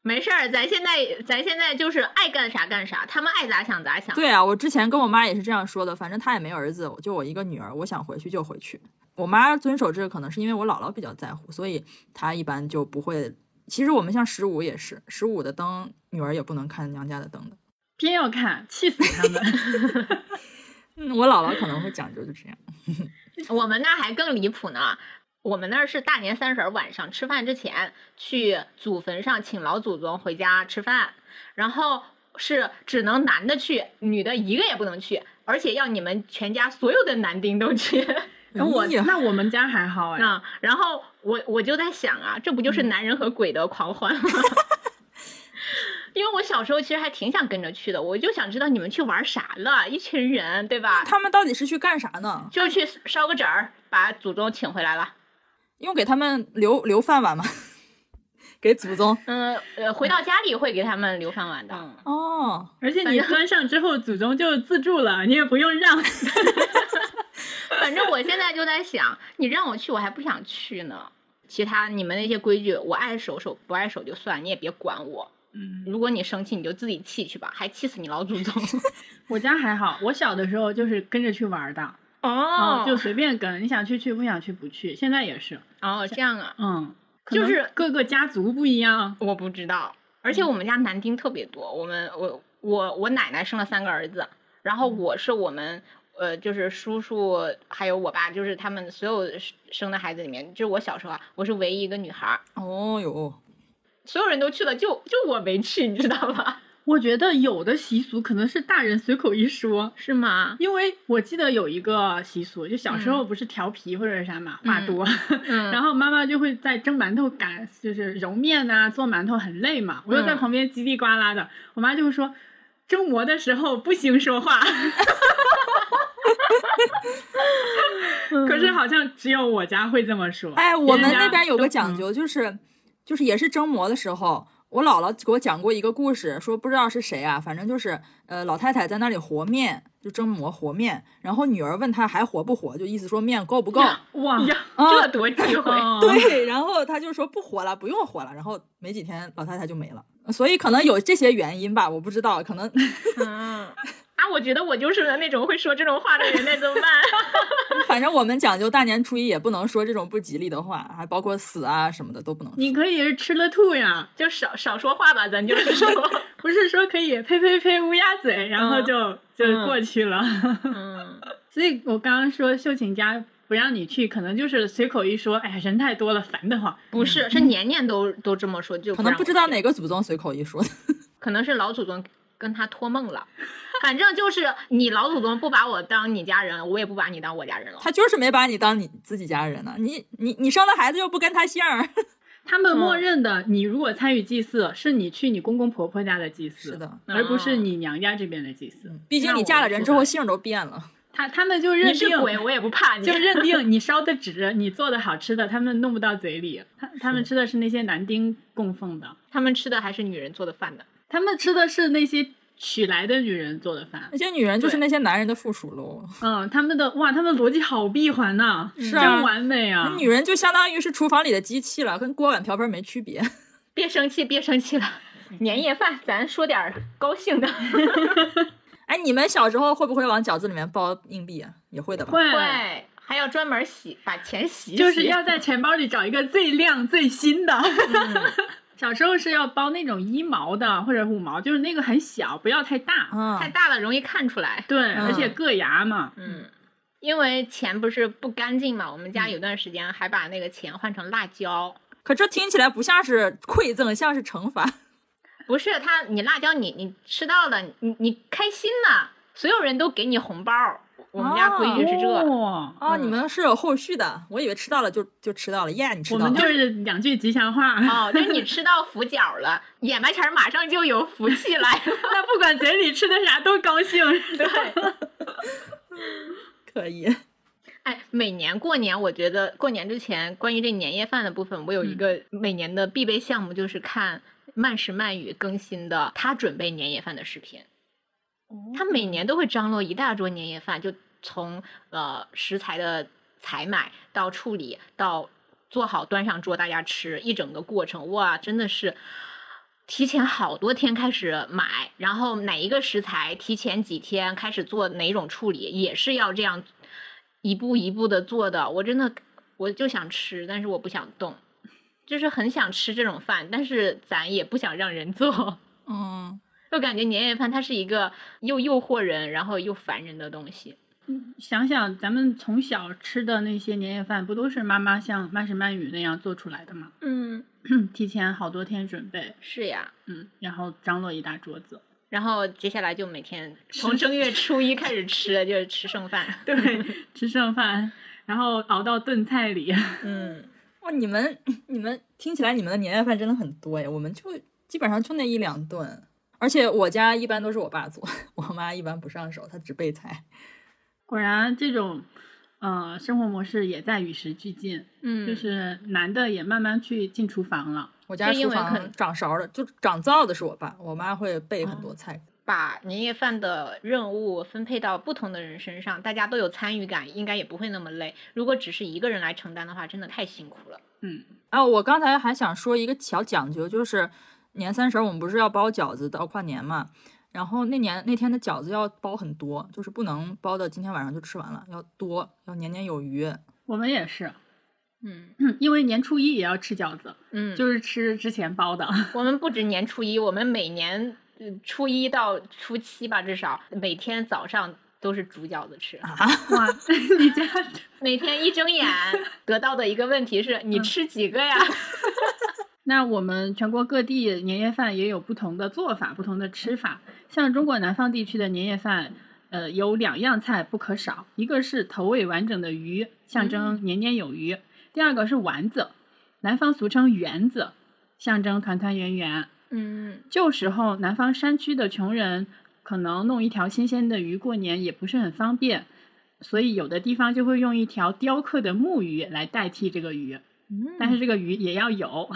Speaker 1: 没事儿，咱现在咱现在就是爱干啥干啥，他们爱咋想咋想。
Speaker 2: 对啊，我之前跟我妈也是这样说的，反正她也没儿子，我就我一个女儿，我想回去就回去。我妈遵守这个，可能是因为我姥姥比较在乎，所以她一般就不会。其实我们像十五也是，十五的灯女儿也不能看娘家的灯的。
Speaker 3: 偏要看，气死 他们！
Speaker 2: 嗯，我姥姥可能会讲究就这样。
Speaker 1: 我们那儿还更离谱呢，我们那儿是大年三十儿晚上吃饭之前去祖坟上请老祖宗回家吃饭，然后是只能男的去，女的一个也不能去，而且要你们全家所有的男丁都去。
Speaker 3: 然后我
Speaker 2: 哎呀
Speaker 3: 那我们家还好哎，
Speaker 1: 啊，然后我我就在想啊，这不就是男人和鬼的狂欢吗？ 因为我小时候其实还挺想跟着去的，我就想知道你们去玩啥了，一群人对吧？
Speaker 2: 他们到底是去干啥呢？
Speaker 1: 就去烧个纸儿，把祖宗请回来了。
Speaker 2: 用给他们留留饭碗吗？ 给祖宗？
Speaker 1: 嗯，呃，回到家里会给他们留饭碗的。
Speaker 2: 哦，
Speaker 3: 而且
Speaker 1: 反
Speaker 3: 你
Speaker 1: 正
Speaker 3: 端上之后，祖宗就自助了，你也不用让。
Speaker 1: 反正我现在就在想，你让我去，我还不想去呢。其他你们那些规矩，我爱守守，不爱守就算，你也别管我。
Speaker 3: 嗯，
Speaker 1: 如果你生气，你就自己气去吧，还气死你老祖宗。
Speaker 3: 我家还好，我小的时候就是跟着去玩儿的，嗯
Speaker 1: 哦
Speaker 3: 就随便跟，你想去去，不想去不去。现在也是，
Speaker 1: 哦，这样啊。
Speaker 3: 嗯，
Speaker 1: 就
Speaker 3: 就是是各个家族不一样。
Speaker 1: 我不知道，而且我们家男丁特别多。我们我我我奶奶生了三个儿子，然后我是我们呃就是叔叔还有我爸，就是他们所有生生的孩子里面，就是我小时候啊，我是唯一一个女孩儿，
Speaker 2: 哦哟，
Speaker 1: 所有人都去了，就就我没去，你知道吧？
Speaker 3: 我觉得有的习俗可能是大人随口一说，
Speaker 1: 是吗？
Speaker 3: 因为我记得有一个习俗，就小时
Speaker 2: 嗯
Speaker 3: 候不是调皮或者是啥嘛，话多，
Speaker 1: 嗯，
Speaker 3: 然后妈妈就会在蒸馒头擀，就是揉面呐、做馒头很累嘛，我就在
Speaker 1: 嗯
Speaker 3: 旁边叽里呱啦的，我妈就会说。蒸馍的时候不行 说话，可是好像只有我家会这么 说。
Speaker 2: 嗯哎，
Speaker 3: 别
Speaker 2: 我们
Speaker 3: 人家
Speaker 2: 那边有
Speaker 3: 都
Speaker 2: 个讲
Speaker 1: 嗯
Speaker 2: 究，就是就是也是蒸馍的时候，我姥姥给我讲过一个故事，说不知道是谁啊，反正就是呃老太太在那里和面，就蒸馍和面，然后女儿问她还活不活，就意思说面够不够，
Speaker 3: 哇，
Speaker 1: 呀，
Speaker 2: 啊
Speaker 1: 这多机会！
Speaker 3: 哦
Speaker 2: 对，然后她就说不活了，不用活了，然后没几天老太太就没了，所以可能有这些原因吧，我不知道，可能
Speaker 1: 嗯， 啊，我觉得我就是那种会说这种话的人，那怎么办？
Speaker 2: 反正我们讲究大年初一也不能说这种不吉利的话，还包括死啊什么的都不能说。
Speaker 3: 你可以是吃了吐呀，
Speaker 1: 就少少说话吧，咱就是说，
Speaker 3: 不是说可以呸呸呸乌鸦嘴，然后就、就过去了。
Speaker 1: 嗯，
Speaker 3: 所以我刚刚说秀琴家不让你去，可能就是随口一说，哎呀人太多了，烦得慌。
Speaker 1: 不是，是年年都都这么说，就
Speaker 2: 可能
Speaker 1: 让嗯
Speaker 2: 不
Speaker 1: 我
Speaker 2: 知道
Speaker 1: 去
Speaker 2: 哪个祖宗随口一说的，
Speaker 1: 可能是老祖宗跟他托梦了，反正就是你老祖宗不把我当你家人，我也不把你当我家人了。
Speaker 2: 他就是没把你当你自己家人呢、你你你生了孩子又不跟他姓儿，
Speaker 3: 他们默认的，你如果参与祭祀，是你去你公公婆婆家的祭祀，
Speaker 2: 是的，
Speaker 3: 而不是你娘家这边的祭祀。
Speaker 2: 毕竟你嫁了人之后姓儿都变了。
Speaker 3: 他他们就认
Speaker 1: 你是
Speaker 3: 定
Speaker 1: 鬼，我也不怕你。
Speaker 3: 就认定你烧的纸，你做的好吃的，他们弄不到嘴里，他他们吃的是那些男丁供奉的，
Speaker 1: 他们吃的还是女人做的饭呢。
Speaker 3: 他们吃的是那些娶来的女人做的饭。
Speaker 2: 那些女人就是
Speaker 1: 对
Speaker 2: 那些男人的附属喽，
Speaker 3: 嗯，他们的哇，他们逻辑好闭环呐、
Speaker 2: 是啊
Speaker 3: 真完美啊！
Speaker 2: 那女人就相当于是厨房里的机器了，跟锅碗瓢盆没区别。
Speaker 1: 别生气，别生气了。
Speaker 2: 嗯
Speaker 1: 年夜饭，咱说点儿高兴的。
Speaker 2: 哎，你们小时候会不会往饺子里面包硬币啊？也会的吧？
Speaker 3: 会，
Speaker 1: 对，还要专门洗，把钱洗一洗。
Speaker 3: 就是要在钱包里找一个最亮最新的。 小时候是要包那种一毛的或者五毛，就是那个很小，不要太大。
Speaker 2: 啊
Speaker 1: 太，大了容易看出来。
Speaker 3: 对，而且硌牙嘛。
Speaker 1: 嗯，因为钱不是不干净嘛，我们家有段时间还把那个钱换成辣椒。
Speaker 2: 可这听起来不像是馈赠，像是惩罚。
Speaker 1: 不是他，你辣椒你你吃到了，你你开心了，所有人都给你红包。我们家规矩是这，
Speaker 3: 哦
Speaker 2: 哦，
Speaker 1: 嗯
Speaker 2: 你们是有后续的，我以为吃到了就就吃到了，耶，你吃
Speaker 3: 我
Speaker 2: 到
Speaker 3: 们
Speaker 2: 了
Speaker 3: 就。是两句吉祥话。
Speaker 1: 哦，就是你吃到福角了，眼巴前儿马上就有福气来了。
Speaker 3: 那不管嘴里吃的啥都高兴，
Speaker 1: 对，
Speaker 2: 可以，
Speaker 1: 哎，每年过年，我觉得过年之前关于这年夜饭的部分，我有一个每年的必备项目，就是看慢食慢语更新的他准备年夜饭的视频。他每年都会张罗一大桌年夜饭，就从呃食材的采买到处理到做好端上桌大家吃一整个过程，哇，真的是提前好多天开始买，然后哪一个食材提前几天开始做哪种处理，也是要这样一步一步的做的。我真的我就想吃，但是我不想动，就是很想吃这种饭，但是咱也不想让人做。
Speaker 2: 嗯，
Speaker 1: 就感觉年夜饭它是一个又诱惑人，然后又烦人的东西。
Speaker 3: 想想咱们从小吃的那些年夜饭，不都是妈妈像慢食慢语那样做出来的吗？
Speaker 1: 嗯，
Speaker 3: 提前好多天准备，
Speaker 1: 是呀。
Speaker 3: 嗯，然后张罗一大桌子。
Speaker 1: 然后接下来就每天从正月初一开始吃，就是吃剩饭。
Speaker 3: 对， 吃剩饭，然后熬到炖菜里。
Speaker 1: 嗯，
Speaker 2: 哇，你们你们听起来你们的年夜饭真的很多呀，我们就基本上就那一两顿，而且我家一般都是我爸做， 我妈一般不上手，她只备菜。
Speaker 3: 果然，这种呃生活模式也在与时俱进，
Speaker 1: 嗯
Speaker 3: 就是男的也慢慢去进厨房了。
Speaker 2: 我家
Speaker 1: 就因
Speaker 2: 厨
Speaker 1: 为可
Speaker 2: 房
Speaker 1: 能
Speaker 2: 掌勺的，就掌灶的是我爸，我妈会备
Speaker 1: 哦
Speaker 2: 很多菜。
Speaker 1: 把年夜饭的任务分配到不同的人身上，大家都有参与感，应该也不会那么累。如果只是一个人来承担的话，真的太辛苦了。
Speaker 3: 嗯，
Speaker 2: 啊，我刚才还想说一个小讲究，就是年三十儿我们不是要包饺子到跨年嘛，然后那年那天的饺子要包很多，就是不能包到今天晚上就吃完了，要多，要年年有余。
Speaker 3: 我们也是，
Speaker 1: 嗯
Speaker 3: 因为年初一也要吃饺子，
Speaker 1: 嗯，
Speaker 3: 就是吃之前包的。
Speaker 1: 我们不止年初一，我们每年呃初一到初七吧，至少每天早上都是煮饺子吃。
Speaker 3: 哇， 你家
Speaker 1: 每天一睁 眼得到的一个问题是你吃几个 呀？
Speaker 3: 那我们全国各地年夜饭也有不同的做法、不同的吃法。像中国南方地区的年夜饭，呃，有两样菜不可少，一个是头尾完整的鱼，象征年年有余；第二个是丸子，南方俗称圆子，象征团团圆圆。
Speaker 1: 嗯，
Speaker 3: 旧时候，南方山区的穷人可能弄一条新鲜的鱼过年也不是很方便，所以有的地方就会用一条雕刻的木鱼来代替这个鱼，
Speaker 1: 嗯
Speaker 3: 但是这个鱼也要有，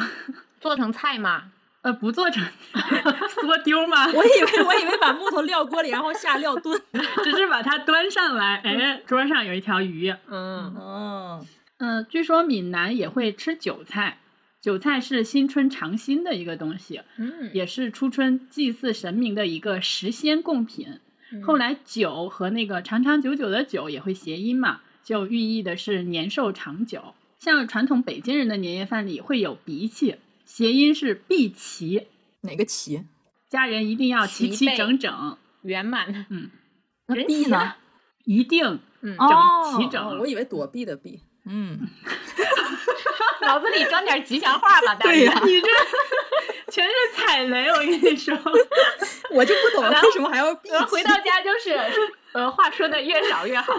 Speaker 1: 做成菜嘛，
Speaker 3: 呃，不做成缩丢吗？
Speaker 2: 我以为我以为把木头撂锅里，然后下料炖。
Speaker 3: 只是把它端上来，哎，桌上有一条鱼。
Speaker 1: 嗯，
Speaker 2: 嗯，
Speaker 3: 嗯、据说闽南也会吃韭菜，韭菜是新春尝新的一个东西，
Speaker 1: 嗯
Speaker 3: 也是初春祭祀神明的一个食鲜贡品。
Speaker 1: 嗯
Speaker 3: 后来酒和那个长长久久的久也会谐音嘛，就寓意的是年寿长久。像传统北京人的年夜饭里会有荸荠，谐音是荸荠，
Speaker 2: 哪个齐？
Speaker 3: 家人一定要
Speaker 1: 齐
Speaker 3: 齐齐
Speaker 1: 备
Speaker 3: 整整，嗯
Speaker 1: 圆满，
Speaker 2: 那
Speaker 1: 人啊
Speaker 2: 避
Speaker 1: 齐
Speaker 2: 呢
Speaker 1: 了？
Speaker 3: 一定
Speaker 1: 嗯，
Speaker 3: 整
Speaker 2: 哦
Speaker 3: 齐整
Speaker 2: 哦我以为躲避的避。嗯，
Speaker 1: 脑子里装点吉祥话 吧，大
Speaker 2: 对呀
Speaker 1: 家。
Speaker 3: 你这全是踩雷，我跟你说。
Speaker 2: 我就不懂
Speaker 1: 然后
Speaker 2: 为什么还要避
Speaker 1: 呃 回
Speaker 2: 齐
Speaker 1: 到家就是，呃，话说的越少越好。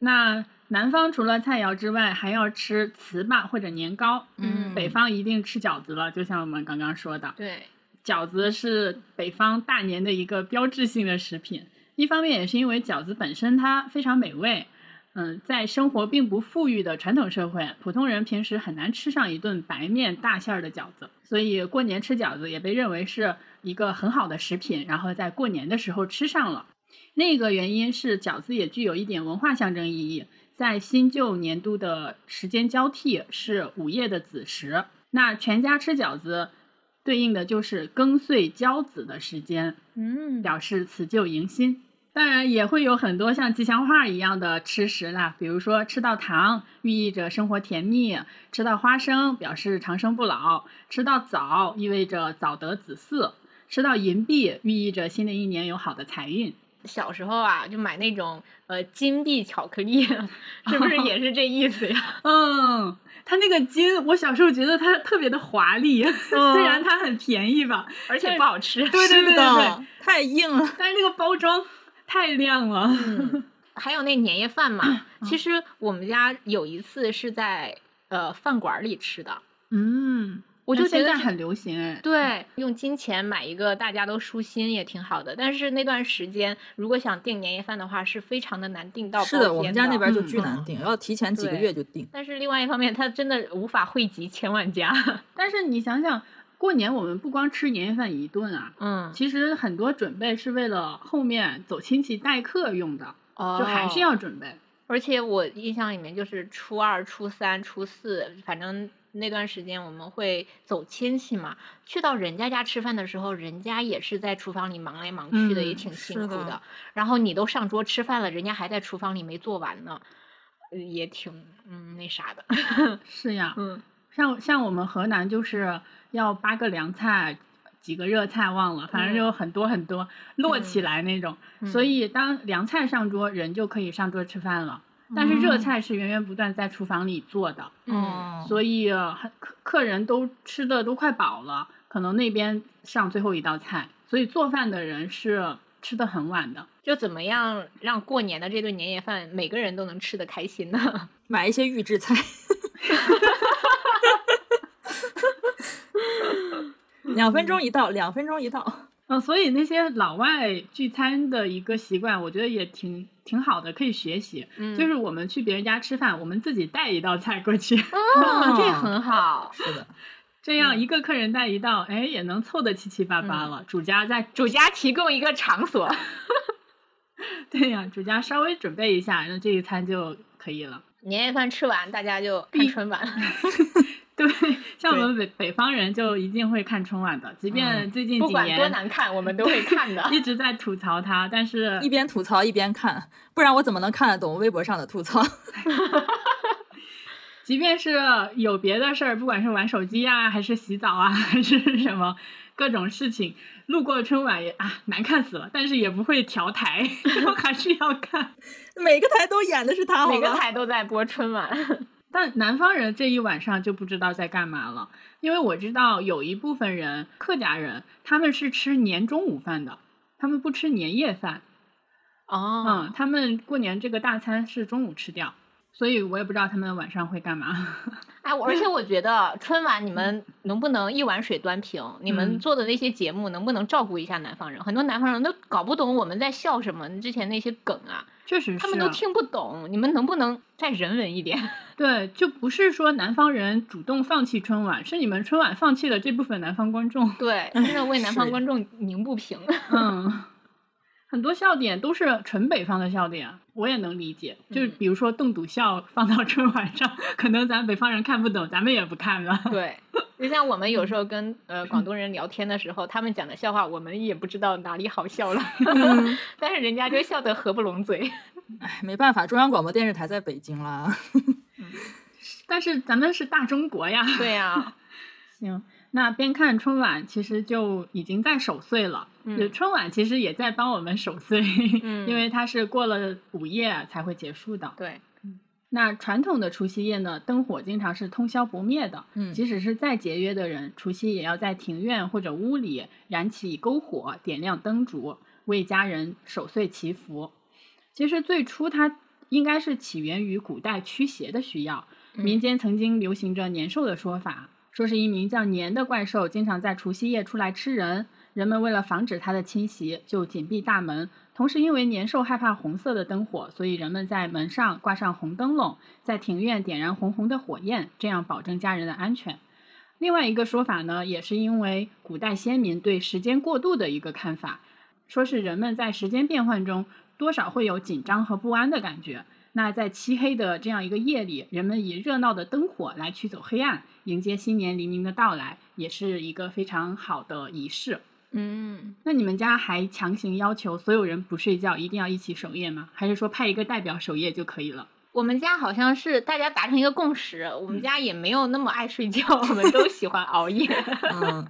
Speaker 3: 那南方除了菜肴之外，还要吃糍粑或者年糕。
Speaker 2: 嗯
Speaker 3: 北方一定吃饺子了，就像我们刚刚说的，
Speaker 1: 对，
Speaker 3: 饺子是北方大年的一个标志性的食品。一方面也是因为饺子本身它非常美味，嗯，在生活并不富裕的传统社会，普通人平时很难吃上一顿白面大馅儿的饺子，所以过年吃饺子也被认为是一个很好的食品，然后在过年的时候吃上了。另一个原因是饺子也具有一点文化象征意义，在新旧年度的时间交替是午夜的子时，那全家吃饺子对应的就是更岁交子的时间，
Speaker 1: 嗯，
Speaker 3: 表示辞旧迎新。当然也会有很多像吉祥话一样的吃食啦，比如说吃到糖寓意着生活甜蜜，吃到花生表示长生不老，吃到枣意味着早得子嗣，吃到银币寓意着新的一年有好的财运。
Speaker 1: 小时候啊，就买那种呃金币巧克 力，是不是也是这意思 呀？
Speaker 3: 嗯，它那个金，我小时候觉得它特别的华丽， 虽然它很便宜吧，
Speaker 1: 而且不好吃。
Speaker 3: 对对对对对，
Speaker 2: 太硬了。
Speaker 3: 但是那个包装太亮了。
Speaker 1: 还有那年夜饭嘛，其实我们家有一次是在呃饭馆里吃的，
Speaker 3: 嗯，
Speaker 1: 我就觉
Speaker 3: 现
Speaker 1: 得
Speaker 3: 在
Speaker 1: 是
Speaker 3: 很流行哎。
Speaker 1: 对，用金钱买一个大家都舒心也挺好的。但是那段时间，如果想订年夜饭的话，是非常的难订到。
Speaker 2: 是的，我们家那。边就
Speaker 3: 嗯
Speaker 2: 巨难订，要提前几个
Speaker 1: 对
Speaker 2: 月就订。
Speaker 1: 但是另外一方面，它真的无法惠及千万家。
Speaker 3: 但是你想想，过年我们不光吃年夜饭一顿啊，
Speaker 1: 嗯，
Speaker 3: 其实很多准备是为了后面走亲戚待客用的，就
Speaker 1: 就
Speaker 3: 还是。要准备。
Speaker 1: 而且我印象里面，就是初二、初三、初四，反正那段时间我们会走亲戚嘛。去到人家家吃饭的时候，人家也是在厨房里忙来忙去的，
Speaker 3: 嗯
Speaker 1: 也挺辛
Speaker 2: 是
Speaker 1: 苦
Speaker 2: 的
Speaker 1: 然后你都上桌吃饭了，人家还在厨房里没做完呢，呃也挺嗯那啥的。
Speaker 3: 是呀，
Speaker 1: 嗯，
Speaker 3: 像像我们河南就是要八个凉菜，几个热菜忘了，反
Speaker 1: 嗯
Speaker 3: 正就很多很多、摞起来那种。所以当凉菜上桌，人就可以上桌吃饭了。但是热菜是源源不断在厨房里做的，
Speaker 1: 嗯，
Speaker 2: 哦，
Speaker 3: 所以呃很客客人都吃的都快饱了，可能那边上最后一道菜，所以做饭的人是吃的很晚的。
Speaker 1: 就怎么样让过年的这顿年夜饭每个人都能吃得开心呢？
Speaker 2: 买一些预制 菜。两分钟一到，两分钟一到。
Speaker 3: 嗯，所以那些老外聚餐的一个习惯，我觉得也挺挺好的，可以学习。
Speaker 1: 嗯
Speaker 3: 就是我们去别人家吃饭，我们自己带一道菜过去，
Speaker 2: 嗯
Speaker 1: 哦，这很好。
Speaker 2: 是的，
Speaker 3: 这样一个客人带一道，哎，也能凑得七七八
Speaker 1: 嗯
Speaker 3: 八了。主家再
Speaker 1: 主家提供一个场所，
Speaker 3: 对呀、主家稍微准备一下，那这一餐就可以了。
Speaker 1: 年夜饭吃完，大家就看春晚。
Speaker 3: 对，像我们北北方人就一定会看春晚的，即便最近
Speaker 1: 嗯不
Speaker 3: 几
Speaker 1: 管多
Speaker 3: 年。
Speaker 1: 难看，我们都会看的
Speaker 3: 一直在吐槽它，但是
Speaker 2: 一边吐槽一边看，不然我怎么能看得懂微博上的吐槽？
Speaker 3: 即便是有别的事儿，不管是玩手机啊，还是洗澡啊， 还是什么各种事情，路过春晚也啊难看死了，但是也不会调台， 还是要看。
Speaker 2: 每个台都演的是他，好
Speaker 1: 每个
Speaker 2: 吧？
Speaker 1: 台都在播春晚。
Speaker 3: 但南方人这一晚上就不知道在干嘛了，因为我知道有一部分人，客家人，他们是吃年中午饭的，他们不吃年夜饭，
Speaker 1: 哦，
Speaker 3: 嗯，他们过年这个大餐是中午吃掉，所以我也不知道他们晚上会干嘛。
Speaker 1: 哎，我而且我觉得春晚你们能不能一碗水端平？你们做的那些节目能不能照顾一下南方人？很多南方人都搞不懂我们在笑什么，之前那些梗啊，
Speaker 3: 确实是、
Speaker 1: 他们都听不懂。你们能不能再人文一点？
Speaker 3: 对，就不是说南方人主动放弃春晚，是你们春晚放弃了这部分南方观众。
Speaker 1: 对，真的为南方
Speaker 2: 是
Speaker 1: 观众鸣不平。
Speaker 3: 嗯， 很多笑点都是纯北方的笑点，我也能理解。就是比如说冻笃笑放到春晚上，可能咱北方人看不懂，咱们也不看了。
Speaker 1: 对， 就像我们有时候跟呃广东人聊天的时候，他们讲的笑话，我们也不知道哪里好笑了， 但是人家就笑得合不拢嘴。
Speaker 2: 哎，没办法，中央广播电视台在北京 啦。
Speaker 3: 但是咱们是大中国呀。
Speaker 1: 对呀、
Speaker 3: 行，那边看春晚，其实就已经在守岁了。
Speaker 1: 嗯
Speaker 3: 就春晚其实也在帮我们守岁，
Speaker 1: 嗯
Speaker 3: 因为它是过了午夜才会结束的。
Speaker 1: 对，
Speaker 3: 那传统的除夕夜呢，灯火经常是通宵不灭的。
Speaker 2: 嗯
Speaker 3: 即使是再节约的人，除夕也要在庭院或者屋里燃起篝火，点亮灯烛，为家人守岁祈福。其实最初它应该是起源于古代驱邪的需要，
Speaker 1: 嗯
Speaker 3: 民间曾经流行着年兽的说法，说是一名叫年的怪兽经常在除夕夜出来吃人，人们为了防止它的侵袭，就紧闭大门。同时，因为年兽害怕红色的灯火，所以人们在门上挂上红灯笼，在庭院点燃红红的火焰，这样保证家人的安全。另外一个说法呢，也是因为古代先民对时间过渡的一个看法，说是人们在时间变换中多少会有紧张和不安的感觉。那在漆黑的这样一个夜里，人们以热闹的灯火来驱走黑暗，迎接新年黎明的到来，也是一个非常好的仪式。
Speaker 1: 嗯，
Speaker 3: 那你们家还强行要求所有人不睡觉，一定要一起守夜吗？还是说派一个代表守夜就可以了？
Speaker 1: 我们家好像是大家达成一个共识，我们家也没有那么爱睡觉，我们都喜欢熬夜。
Speaker 2: 嗯，
Speaker 3: 嗯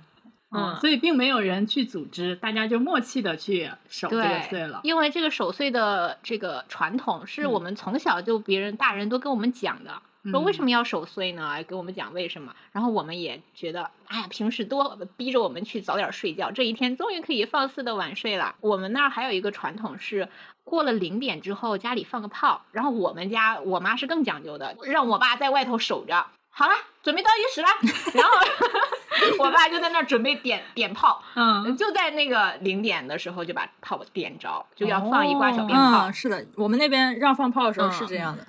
Speaker 1: 嗯，
Speaker 3: 所以并没有人去组织，大家就默契的去守这个岁了。
Speaker 1: 因为这个守岁的这个传统是我们从小就别人、大人都跟我们讲的，说为什
Speaker 3: 么？
Speaker 1: 么要守岁呢？哎给我们讲为什么，然后我们也觉得，哎呀，平时多逼着我们去早点睡觉，这一天终于可以放肆的晚睡了。我们那儿还有一个传统是。过了零点之后，家里放个炮，然后我们家我妈是更讲究的，让我爸在外头守着。好了，准备倒计时了，然后 我爸就在那儿准备点点炮，
Speaker 3: 嗯，
Speaker 1: 就在那个零点的时候就把炮点着，就要放一挂小鞭炮。嗯
Speaker 2: 嗯，是的，我们那边让放炮的时候是这样的，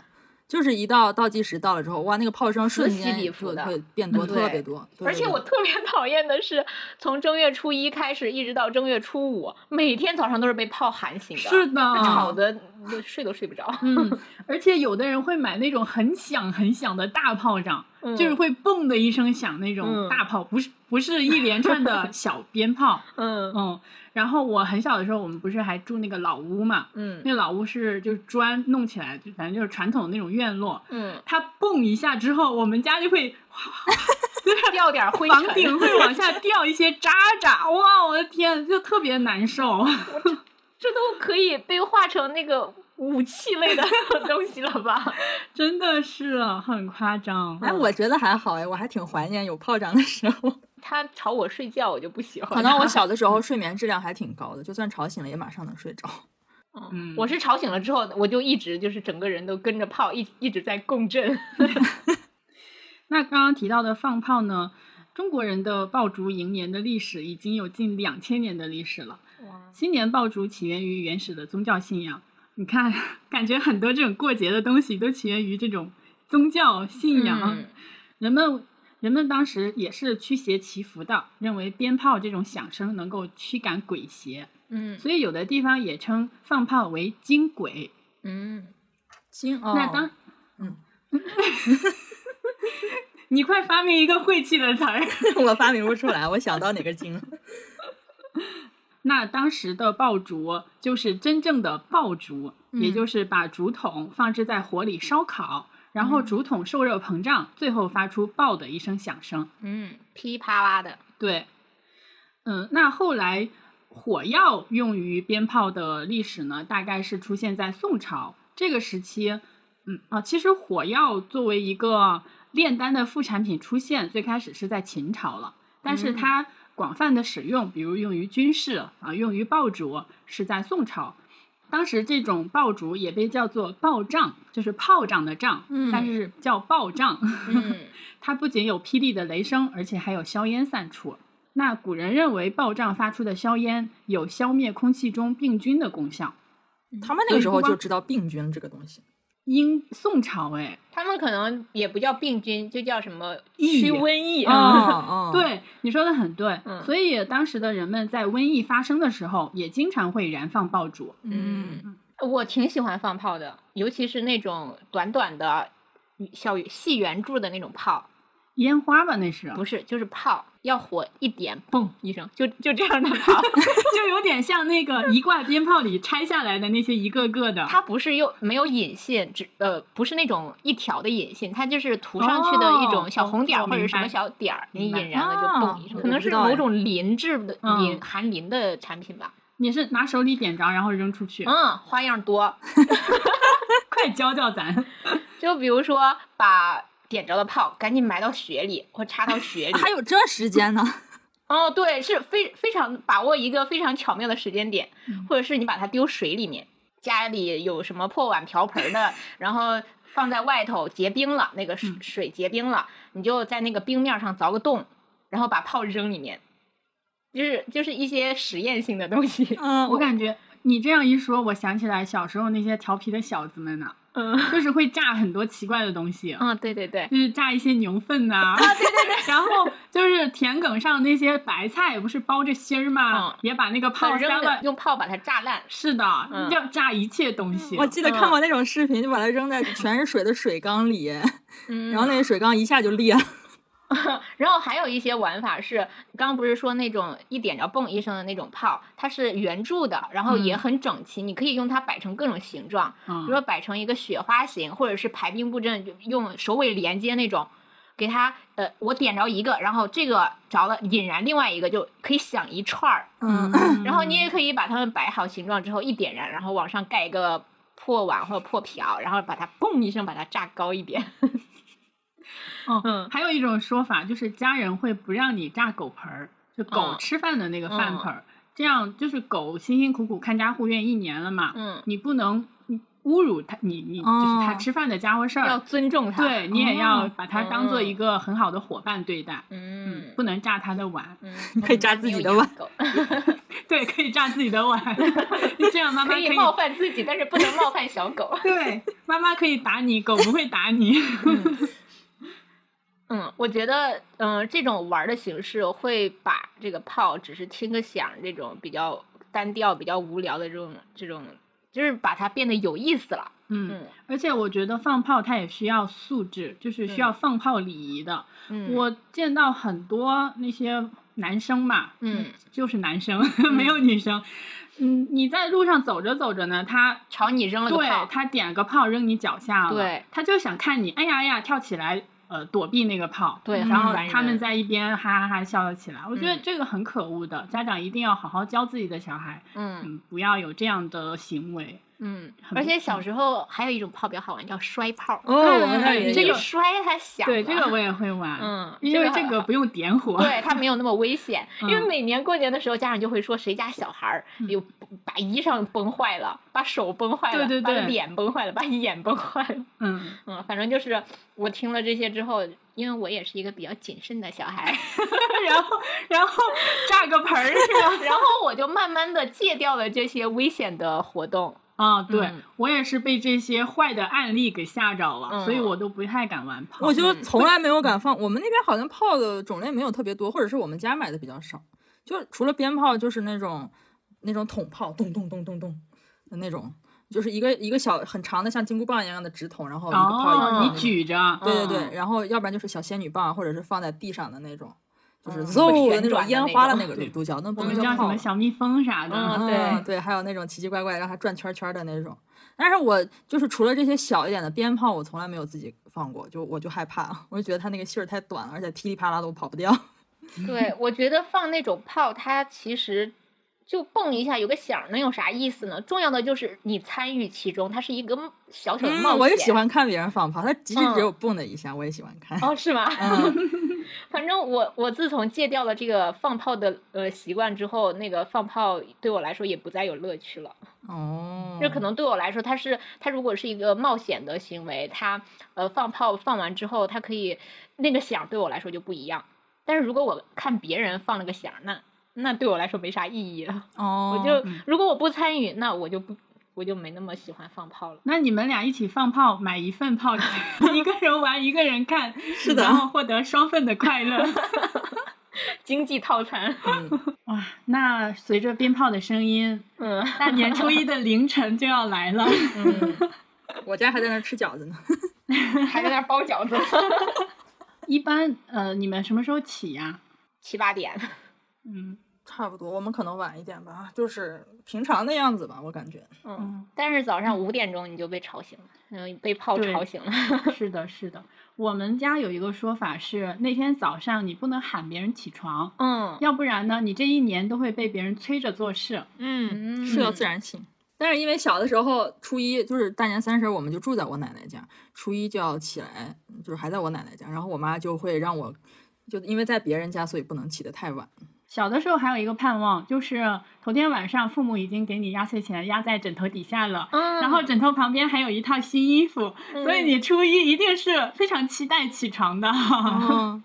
Speaker 2: 就是一到倒计时到了之后，哇，那个炮声瞬
Speaker 1: 此起
Speaker 2: 间
Speaker 1: 彼伏
Speaker 2: 就
Speaker 1: 的
Speaker 2: 会变多，
Speaker 1: 嗯
Speaker 2: 特
Speaker 1: 对
Speaker 2: 别多。对
Speaker 1: 而
Speaker 2: 对
Speaker 1: 且
Speaker 2: 对
Speaker 1: 我特别讨厌的是，从正月初一开始，一直到正月初五，每天早上都是被炮喊醒的，
Speaker 3: 是的，
Speaker 1: 吵的睡都睡 不着。
Speaker 3: 嗯，而且有的人会买那种很响很响的大炮仗，
Speaker 1: 嗯
Speaker 3: 就是会嘣的一声响那种
Speaker 1: 嗯
Speaker 3: 大炮，不是不是一连 串的小鞭炮。
Speaker 1: 嗯
Speaker 3: 嗯，然后我很小的时候，我们不是还住那个老屋嘛？
Speaker 1: 嗯
Speaker 3: 那老屋是就是砖弄起来，就反正就是传统的那种院落。
Speaker 1: 嗯，
Speaker 3: 它蹦一下之后，我们家就会
Speaker 1: 掉点灰
Speaker 3: 房
Speaker 1: 尘，
Speaker 3: 顶会往下掉一些渣渣，哇，我的天，就特别难受。
Speaker 1: 这都可以被化成那个武器 类的东西了吧？
Speaker 3: 真的是啊很夸张。
Speaker 2: 哎，我觉得还好哎，我还挺怀念有炮仗的时 候。
Speaker 1: 他吵我睡觉，我就不喜欢。
Speaker 2: 可能我小的时
Speaker 1: 嗯
Speaker 2: 候睡眠质量还挺高的，就算吵醒了也马上能 睡着。
Speaker 3: 嗯
Speaker 1: 我是吵醒了之后，我就一直就是整个人都跟着炮一一直在共 振。
Speaker 3: 那刚刚提到的放炮呢，中国人的爆竹迎年的历史已经有近两千年的历史了。新年爆竹起源于原始的宗教信仰，你看， 感觉很多这种过节的东西都起源于这种宗教信仰。
Speaker 1: 嗯
Speaker 3: 人们人们当时也是驱邪祈福的，认为鞭炮这种响声能够驱赶鬼邪，
Speaker 1: 嗯
Speaker 3: 所以有的地方也称放炮为惊鬼。
Speaker 1: 嗯。
Speaker 2: 惊哦，
Speaker 3: 那当
Speaker 2: 嗯。
Speaker 3: 你快发明一个晦气的词儿！
Speaker 2: 我发明不出来，我想到哪 个惊了。
Speaker 3: 那当时的爆竹就是真正的爆竹，也
Speaker 2: 嗯
Speaker 3: 就是把竹筒放置在火里烧烤，然
Speaker 2: 嗯
Speaker 3: 后竹筒受热膨胀，最后发出“爆”的一声响声。
Speaker 1: 嗯，噼啪啦 的，
Speaker 3: 对，嗯，那后来火药用于鞭炮的历史呢，大概是出现在宋朝这个时期。嗯啊，其实火药作为一个炼丹的副产品出现，最开始是在秦朝了，但是
Speaker 1: 嗯
Speaker 3: 它广泛的使用，比如用于军事啊，用于爆竹，是在宋朝。当时这种爆竹也被叫做爆仗，就是炮仗的仗，
Speaker 2: 嗯
Speaker 3: 但是叫爆仗。
Speaker 1: 嗯
Speaker 3: 它不仅有霹雳的雷声，而且还有硝烟散出。那古人认为爆仗发出的硝烟有消灭空气中病菌的功效。
Speaker 2: 他们那个时候就知道病菌这个东西，
Speaker 3: 英宋朝哎，
Speaker 1: 他们可能也不叫病菌，就叫什么
Speaker 3: 疫
Speaker 1: 驱瘟疫
Speaker 2: 哦
Speaker 1: 啊，
Speaker 2: 哦，
Speaker 3: 对你说的很对。
Speaker 1: 嗯
Speaker 3: 所以当时的人们在瘟疫发生的时候，也经常会燃放爆竹。
Speaker 2: 嗯，
Speaker 1: 我挺喜欢放炮的，尤其是那种短短的小细圆柱的那种炮，
Speaker 3: 烟花吧，那是
Speaker 1: 不是就是炮，要火一点，
Speaker 3: 嘣
Speaker 1: 一声，就就这样的炮，
Speaker 3: 就有点像那个一挂鞭炮里拆下来的那些一个个的。
Speaker 1: 它不是又没有引线，只呃不是那种一条的引线，它就是涂上去的一
Speaker 3: 哦
Speaker 1: 种小红点
Speaker 3: 我
Speaker 1: 儿或者
Speaker 3: 明
Speaker 1: 什么
Speaker 3: 白
Speaker 1: 小点儿，你
Speaker 3: 明白
Speaker 1: 引燃了就
Speaker 2: 哦
Speaker 1: 嘣一
Speaker 2: 我
Speaker 1: 声，可能
Speaker 2: 不知
Speaker 1: 是
Speaker 2: 道哎
Speaker 1: 某种磷制的
Speaker 3: 嗯
Speaker 1: 磷含磷的产品吧。
Speaker 3: 你是拿手里点着，然后扔出去，
Speaker 1: 嗯，花样多。
Speaker 3: 快教教咱。
Speaker 1: 就比如说，把点着的炮赶紧埋到雪里，或插到雪 里。
Speaker 2: 还有这时间呢？
Speaker 1: 哦，对，是非非常把握一个非常巧妙的时间点，或者是你把它丢水里面，家里有什么破碗瓢盆的，然后放在外头结冰了，那个水水结冰了，你就在那个冰面上凿个洞，然后把炮扔里面。就是就是一些实验性的东 西，
Speaker 2: 嗯，
Speaker 3: 我感觉你这样一说，我想起来小时候那些调皮的小子们呢、
Speaker 1: 嗯
Speaker 3: 就是会炸很多奇怪的东西，
Speaker 1: 嗯，对对对，
Speaker 3: 就是炸一些牛粪呐、
Speaker 1: 对对对，
Speaker 3: 然后就是田埂上那些白菜不是包着芯儿吗？
Speaker 1: 嗯
Speaker 3: 也把那个
Speaker 1: 炮
Speaker 3: 炮
Speaker 1: 扔
Speaker 3: 塞
Speaker 1: 了
Speaker 3: 了，。
Speaker 1: 用炮把它炸烂，
Speaker 3: 是的，
Speaker 1: 嗯
Speaker 3: 要炸一切东西。嗯
Speaker 2: 我记得看过那种视频，就把它扔在全是水的水缸里，
Speaker 1: 嗯
Speaker 2: 然后那个水缸一下就裂了。
Speaker 1: 然后还有一些玩法是，刚刚不是说那种一点着嘣一声的那种炮，它是圆柱的，然后也很整齐，你可以用它摆成各种形状，比如
Speaker 3: 嗯
Speaker 1: 说摆成一个雪花形，或者是排兵布阵，就用首尾连接那种。给它呃，我点着一个，然后这个着了引燃另外一个，就可以响一串儿。
Speaker 2: 嗯，
Speaker 1: 然后你也可以把它们摆好形状之后一点燃，然后往上盖一个破碗或者破瓢，然后把它嘣一声把它炸高一点。
Speaker 3: 哦，
Speaker 1: 嗯
Speaker 3: 还有一种说法就是家人会不让你炸狗盆儿，就狗
Speaker 1: 嗯
Speaker 3: 吃饭的那个饭
Speaker 1: 嗯
Speaker 3: 盆儿，这样就是狗辛辛苦苦看家护院一年了嘛，
Speaker 1: 嗯，
Speaker 3: 你不能侮辱它，你你就是它
Speaker 2: 哦
Speaker 3: 吃饭的家伙事
Speaker 1: 要
Speaker 3: 儿，
Speaker 1: 尊重它。
Speaker 3: 对你也要
Speaker 2: 哦
Speaker 3: 把它当做一
Speaker 1: 嗯
Speaker 3: 个很好的伙伴对待，
Speaker 1: 嗯，
Speaker 3: 不能炸它的碗，
Speaker 1: 嗯，
Speaker 2: 你可以炸自己的碗
Speaker 1: 狗，
Speaker 3: 对，可以炸自己 的碗，这样妈
Speaker 1: 可
Speaker 3: 妈可
Speaker 1: 以冒犯自己，但是不能冒犯小狗。
Speaker 3: 对，妈妈可以打你，狗不会打你。
Speaker 1: 嗯，我觉得，嗯、这种玩儿的形式会把这个炮只是听个响儿这种比较单调、比较无聊的这种这种，就是把它变得有意思了。
Speaker 3: 嗯，
Speaker 1: 嗯
Speaker 3: 而且我觉得放炮它也需要素质，就是需要放炮礼仪的。
Speaker 1: 嗯，
Speaker 3: 我见到很多那些男生嘛，
Speaker 1: 嗯，
Speaker 3: 就是男生，没有女生。嗯，你在路上走着走着呢，他
Speaker 1: 朝你扔了个
Speaker 3: 对
Speaker 1: 炮，
Speaker 3: 他点个炮扔你脚下了，
Speaker 1: 对，
Speaker 3: 他就想看你，哎呀哎呀，跳起来，呃，躲避那个炮，
Speaker 1: 对
Speaker 3: 然
Speaker 1: 很
Speaker 3: 后
Speaker 1: 烦
Speaker 3: 他
Speaker 1: 人
Speaker 3: 们在一边哈哈哈笑了起来。我觉得
Speaker 1: 嗯
Speaker 3: 这个很可恶的，家长一定要好好教自己的小孩，
Speaker 1: 嗯
Speaker 3: 嗯，不要有这样的行为。
Speaker 1: 嗯，
Speaker 3: 很
Speaker 1: 而
Speaker 3: 不
Speaker 1: 且小时候还有一种炮比较好玩，叫摔炮。嗯
Speaker 2: 哦，我们那儿
Speaker 3: 哎
Speaker 2: 也
Speaker 1: 这
Speaker 3: 这
Speaker 1: 个
Speaker 3: 个
Speaker 2: 有
Speaker 1: 摔它响了。
Speaker 3: 对，这个我也会玩，
Speaker 1: 嗯
Speaker 3: 因为
Speaker 1: 这个
Speaker 3: 这个不用点火，
Speaker 1: 对它没有那么危 险，因为
Speaker 3: 嗯
Speaker 1: 每年过年的时候，家长就会说谁家小孩儿
Speaker 3: 嗯
Speaker 1: 有把衣裳崩坏了，把手崩坏了，
Speaker 3: 对对对
Speaker 1: 把脸崩坏了，把眼崩坏了。
Speaker 3: 嗯，
Speaker 1: 嗯，反正就是我听了这些之后，因为我也是一个比较谨慎的小 孩，
Speaker 3: 然后然 后炸个盆儿是吧？
Speaker 1: 然后我就慢慢的戒掉了这些危险的活 动。
Speaker 3: 啊、对、
Speaker 1: 嗯
Speaker 3: 我也是被这些坏的案例给吓着了，
Speaker 1: 嗯
Speaker 3: 所以我都不太敢玩炮。哦
Speaker 2: 我就从来没有敢放。我们那边好像炮的种类没有特别多，或者是我们家买的比较少。就除了鞭炮，就是那种那种筒炮，咚咚咚咚咚的那种，就是一个一个小很长的像金箍棒一样的直筒，然后一个炮一个
Speaker 3: 哦，
Speaker 2: 炮
Speaker 3: 你举着，
Speaker 2: 对对
Speaker 1: 嗯
Speaker 2: 对，然后要不然就是小仙女棒，或者是放在地上的那种，就是
Speaker 1: 嗯
Speaker 2: 嗖
Speaker 1: 会
Speaker 2: 的那
Speaker 1: 旋转
Speaker 2: 种
Speaker 1: 的
Speaker 2: 烟
Speaker 1: 那
Speaker 2: 花的
Speaker 1: 种
Speaker 2: 那个
Speaker 3: 对
Speaker 2: 都叫，那
Speaker 3: 我
Speaker 2: 不
Speaker 3: 们
Speaker 2: 能
Speaker 3: 叫什
Speaker 2: 炮
Speaker 3: 么。小蜜蜂啥的。
Speaker 1: 嗯
Speaker 2: 啊
Speaker 1: 对
Speaker 2: 对，还有那种奇奇怪怪让它转圈圈的那种。但是我就是除了这些小一点的鞭炮，我从来没有自己放过，就我就害怕，我就觉得它那个信儿太短了，而且噼里啪啦的我跑不掉。
Speaker 1: 对，我觉得放那种炮，它其实就蹦一下，有个响儿，能有啥意思呢？重要的就是你参与其中，它是一个小小
Speaker 3: 嗯
Speaker 1: 的冒险。
Speaker 2: 我也喜欢看别人放炮，它即使只有蹦的一下，我也喜欢看。
Speaker 1: 嗯 哦，是吗？
Speaker 2: 嗯，
Speaker 1: 反正我我自从戒掉了这个放炮的呃习惯之后，那个放炮对我来说也不再有乐趣了。
Speaker 2: 哦，
Speaker 1: 这可能对我来说，它是它如果是一个冒险的行为，它呃放炮放完之后，它可以那个响对我来说就不一样。但是如果我看别人放了个响，那那对我来说没啥意义了。
Speaker 2: 哦，
Speaker 1: 我就如果我不参与，那我就不我就没那么喜欢放炮了。
Speaker 3: 那你们俩一起放炮，买一份炮，一个人玩，一个人看，是
Speaker 2: 的
Speaker 3: 然后获得双份的快乐。
Speaker 1: 经济套餐，
Speaker 3: 哇，那随着鞭炮的声音，
Speaker 1: 嗯
Speaker 3: 大年初一的凌晨就要来了。
Speaker 1: 嗯，
Speaker 2: 我家还在那儿吃饺子呢。
Speaker 1: 还在那儿包饺子，
Speaker 3: 一般呃，你们什么时候起呀、
Speaker 1: 七八点。
Speaker 3: 嗯
Speaker 2: 差不多，我们可能晚一点吧，就是平常的样子吧，我感觉。
Speaker 1: 嗯
Speaker 3: 嗯，
Speaker 1: 但是早上五点钟你就被吵醒了，嗯，被炮
Speaker 3: 对
Speaker 1: 吵醒了。
Speaker 3: 是的，是的。我们家有一个说法是，那天早上你不能喊别人起床，
Speaker 1: 嗯
Speaker 3: 要不然呢，你这一年都会被别人催着做事。
Speaker 1: 嗯嗯，
Speaker 2: 睡到自然醒。但是因为小的时候，初一就是大年三十，我们就住在我奶奶家，初一就要起来，就是还在我奶奶家，然后我妈就会让我，就因为在别人家，所以不能起得太晚。
Speaker 3: 小的时候还有一个盼望，就是头天晚上父母已经给你压岁钱压在枕头底下了，
Speaker 1: 嗯，
Speaker 3: 然后枕头旁边还有一套新衣服，所以
Speaker 1: 嗯
Speaker 3: 你初一一定是非常期待起床的。
Speaker 2: 哦，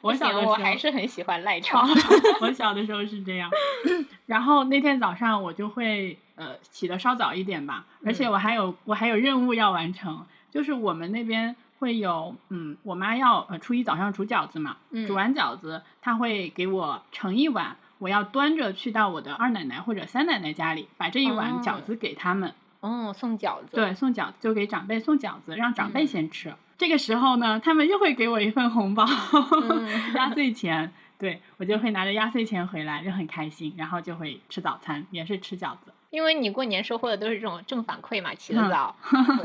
Speaker 3: 我
Speaker 1: 嗯不
Speaker 3: 小的
Speaker 1: 行
Speaker 3: 时候
Speaker 1: 我
Speaker 3: 哦
Speaker 1: 还是很喜欢赖床。
Speaker 3: 我小的时候是这样。 然后那天早上我就会呃起得稍早一点吧，而
Speaker 1: 嗯
Speaker 3: 且我还有、我还有任务要完成，就是我们那边会有嗯，我妈要呃初一早上煮饺子嘛，
Speaker 1: 嗯
Speaker 3: 煮完饺子她会给我盛一碗。我要端着去到我的二奶奶或者三奶奶家里，把这一碗
Speaker 1: 哦
Speaker 3: 饺子给他们。
Speaker 1: 嗯，送饺子。
Speaker 3: 对，送饺就给长辈送饺子，让长辈
Speaker 1: 嗯
Speaker 3: 先吃。这个时候呢，他们又会给我一份红 包，
Speaker 1: 嗯
Speaker 3: 压岁钱。对我就会拿着压岁钱回来，就很开心，然后就会吃早餐，也是吃饺子。
Speaker 1: 因为你过年收获的都是这种正反馈嘛，起得
Speaker 3: 嗯
Speaker 1: 早。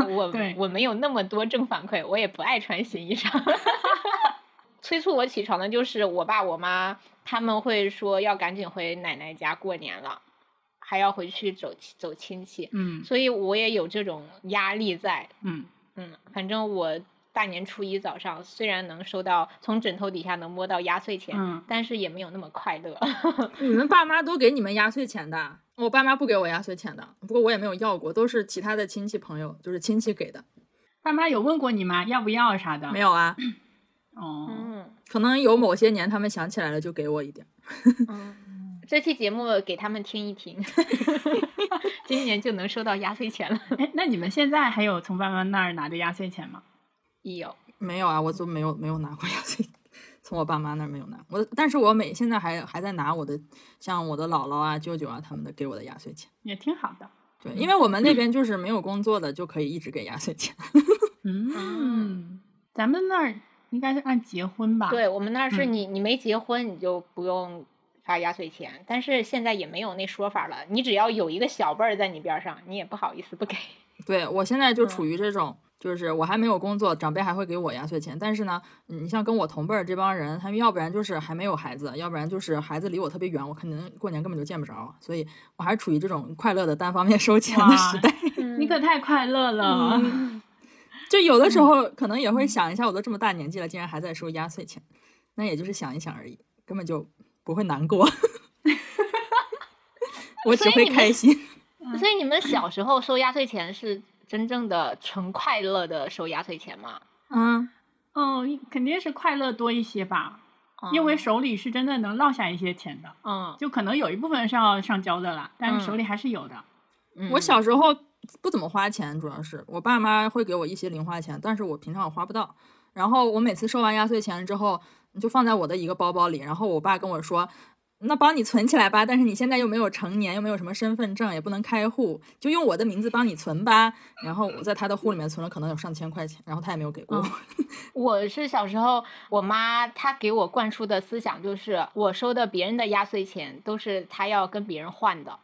Speaker 1: 我
Speaker 3: 对
Speaker 1: 我没有那么多正反馈，我也不爱穿新衣裳。 催促我起床的就是我爸我妈，他们会说要赶紧回奶奶家过年了，还要回去走亲走亲戚，
Speaker 4: 嗯
Speaker 1: 所以我也有这种压力在。
Speaker 4: 嗯，
Speaker 1: 嗯，反正我大年初一早上虽然能收到从枕头底下能摸到压岁钱，
Speaker 4: 嗯
Speaker 1: 但是也没有那么快乐。
Speaker 2: 你们爸妈都给你们压岁钱的？我爸妈不给我压岁钱的，不过我也没有要过，都是其他的亲戚朋友，就是亲戚给的。
Speaker 4: 爸妈有问过你吗？要不要啥的？
Speaker 2: 没有啊，
Speaker 4: 哦，
Speaker 1: 嗯
Speaker 2: 可能有某些年他们想起来了就给我一点。
Speaker 1: 嗯， 这期节目给他们听一听， 今年就能收到压岁钱了。
Speaker 4: 哎，那你们现在还有从爸妈那儿拿着压岁钱吗？
Speaker 1: 有，
Speaker 2: 没有啊，我就没有没有拿过压岁，从我爸妈那儿没有拿。我但是我每现在还还在拿我的，像我的姥姥啊、舅舅啊他们的给我的压岁钱。
Speaker 4: 也挺好的。
Speaker 2: 对，因为我们那边就是没有工作的就可以一直给压岁钱。
Speaker 4: 嗯，咱们那儿应该是按结婚吧？，
Speaker 1: 对我们那儿是
Speaker 4: 嗯
Speaker 1: 你、你没结婚你就不用发压岁钱，但是现在也没有那说法了，你只要有一个小辈儿在你边儿上，你也不好意思 不给。
Speaker 2: 对我现在就处于这种，就是我还没有工作，长辈还会给我压岁钱，但是呢，嗯你像跟我同辈儿这帮人，他们要不然就是还没有孩子，要不然就是孩子离我特别远，我可能过年根本就见不着，所以我还处于这种快乐的单方面收钱的时代。
Speaker 1: 嗯
Speaker 4: 你可太快乐了。
Speaker 2: 就有的时候
Speaker 1: 嗯
Speaker 2: 可能也会想一哎下，我都这么大年纪了，竟然还在收压岁钱，那也就是想一想而已，根本就不会难 过。我只
Speaker 1: 所以
Speaker 2: 会
Speaker 1: 你们
Speaker 2: 开心，
Speaker 1: 所以你们小时候收压岁钱是真正的纯快乐的收压岁钱吗？
Speaker 2: 嗯，
Speaker 4: 嗯，肯定是快乐多一些吧，
Speaker 1: 哦
Speaker 4: 因
Speaker 2: 嗯
Speaker 4: 为手里是真的能落下一些钱的，
Speaker 1: 嗯，
Speaker 4: 就可能有一部分是要上交的啦，但
Speaker 1: 嗯
Speaker 4: 是手里还是有的。
Speaker 2: 我小时候不怎么花钱，主要是我爸妈会给我一些零花钱，但是我平常我花不到。然后我每次收完压岁钱之后，就放在我的一个包包里。然后我爸跟我说：“那帮你存起来吧，但是你现在又没有成年，又没有什么身份证，也不能开户，就用我的名字帮你存吧。”然后我在他的户里面存了可能有上千块钱，然后他也没有给过
Speaker 1: 哦
Speaker 2: 我。
Speaker 1: 我是小时候，我妈她给我灌输的思想就是，我收的别人的压岁钱都是她要跟别人换的，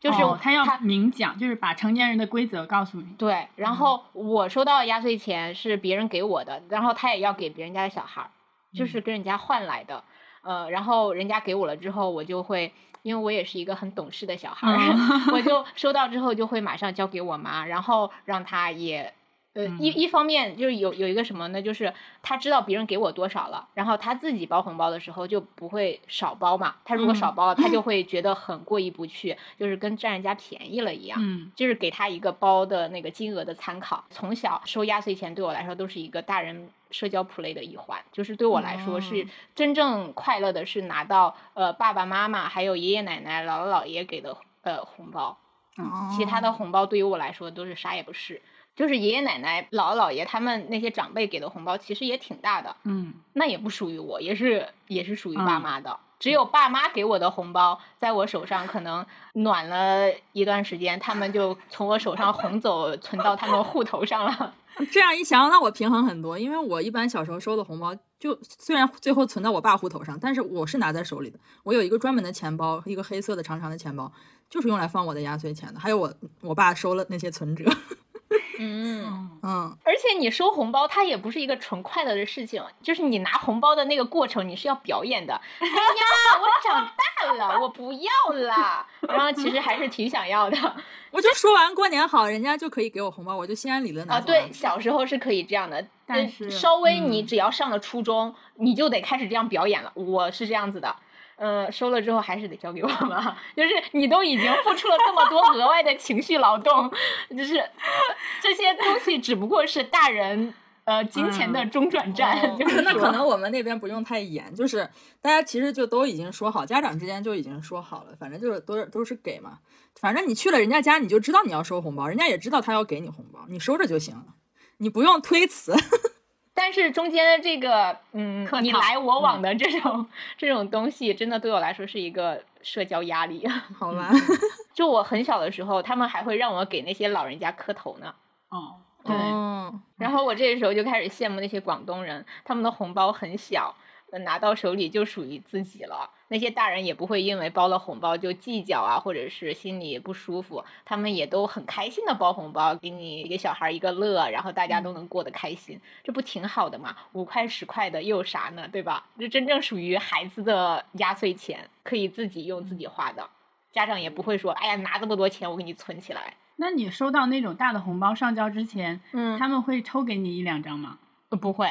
Speaker 1: 就是
Speaker 4: 哦他要
Speaker 1: 她
Speaker 4: 明讲，就是把成年人的规则告诉你。
Speaker 1: 对，然后我收到的压岁钱是别人给我的，然后她也要给别人家的小孩儿，就是跟人家换来的。呃，然后人家给我了之后，我就会，因为我也是一个很懂事的小孩儿， 我就收到之后就会马上交给我妈，然后让她也。呃，一一方面就是有有一个什么呢？就是她知道别人给我多少了，然后她自己包红包的时候就不会少包嘛。她如果少包了，她就会觉得很过意不去，就是跟占人家便宜了一样。
Speaker 4: 嗯，
Speaker 1: 就是给他一个包的那个金额的参考。从小收压岁钱对我来说都是一个大人社交 play 的一环，就是对我来说是真正快乐的是拿到呃爸爸妈妈还有爷爷奶奶姥姥姥爷给的呃红包，哦其他的红包对于我来说都是啥也不是。就是爷爷奶奶、姥姥姥爷他们那些长辈给的红包其实也挺大的，
Speaker 4: 嗯，
Speaker 1: 那也不属于我，也是也是属于
Speaker 4: 嗯
Speaker 1: 爸妈的。只有爸妈给我的红包，在我手上可能暖了一段时间，他们就从我手上红走，存到他们户头上了。
Speaker 2: 这样一想，那我平衡很多，因为我一般小时候收的红包，就虽然最后存到我爸户头上，但是我是拿在手里的。我有一个专门的钱包，一个黑色的长长的钱包，就是用来放我的压岁钱的，还有我我爸收了那些存折。
Speaker 1: 嗯，
Speaker 2: 嗯，
Speaker 1: 而且你收红包，它也不是一个纯快乐的事情，就是你拿红包的那个过程，你是要表演的。 哎呀，我长大了，我不要啦。然后其实还是挺想要的
Speaker 2: 我就说完过年好，人家就可以给我红包，我就心安理得拿
Speaker 1: 啊。
Speaker 2: 走了
Speaker 1: 对，小时候是可以这样的，
Speaker 4: 但
Speaker 1: 呃
Speaker 4: 是
Speaker 1: 稍微你只要上了初中，你就得开始这样表演了。我是这样子的。嗯，收了之后还是得交给我妈， 就是你都已经付出了这么多额外的情绪劳动，就是呃这些东西只不过是大人呃金钱的中转站，
Speaker 2: 哦
Speaker 1: 就是
Speaker 2: 那
Speaker 1: 说
Speaker 2: 可能我们那边不用太严，就是大家其实就都已经说好，家长之间就已经说好了，反正就是都是都是给嘛，反正你去了人家家，你就知道你要收红包，人家也知道他要给你红包，你收着就行了，你不用推辞。
Speaker 1: 但是中间的这个，嗯
Speaker 4: 客，套
Speaker 1: 你来我往的这种、这种东西，真的对我来说是一个社交压力。
Speaker 2: 好吧，
Speaker 1: 就我很小的时候，他们还会让我给那些老人家磕头呢。
Speaker 4: 哦， 对，
Speaker 2: 嗯，
Speaker 1: 然后我这个时候就开始羡慕那些广东人，他们的红包很小，呃拿到手里就属于自己了。那些大人也不会因为包了红包就计较啊，或者是心里不舒服，他们也都很开心的包红包，给你给小孩一个乐，然后大家都能过得开心，这不挺好的嘛？五块十块的又有啥呢，对吧？这真正属于孩子的压岁钱，可以自己用自己花的，家长也不会说，哎呀，拿这么多钱我给你存起来，
Speaker 3: 那你收到那种大的红包上交之前，
Speaker 1: 嗯
Speaker 3: 他们会抽给你一两张吗？
Speaker 1: 呃不会，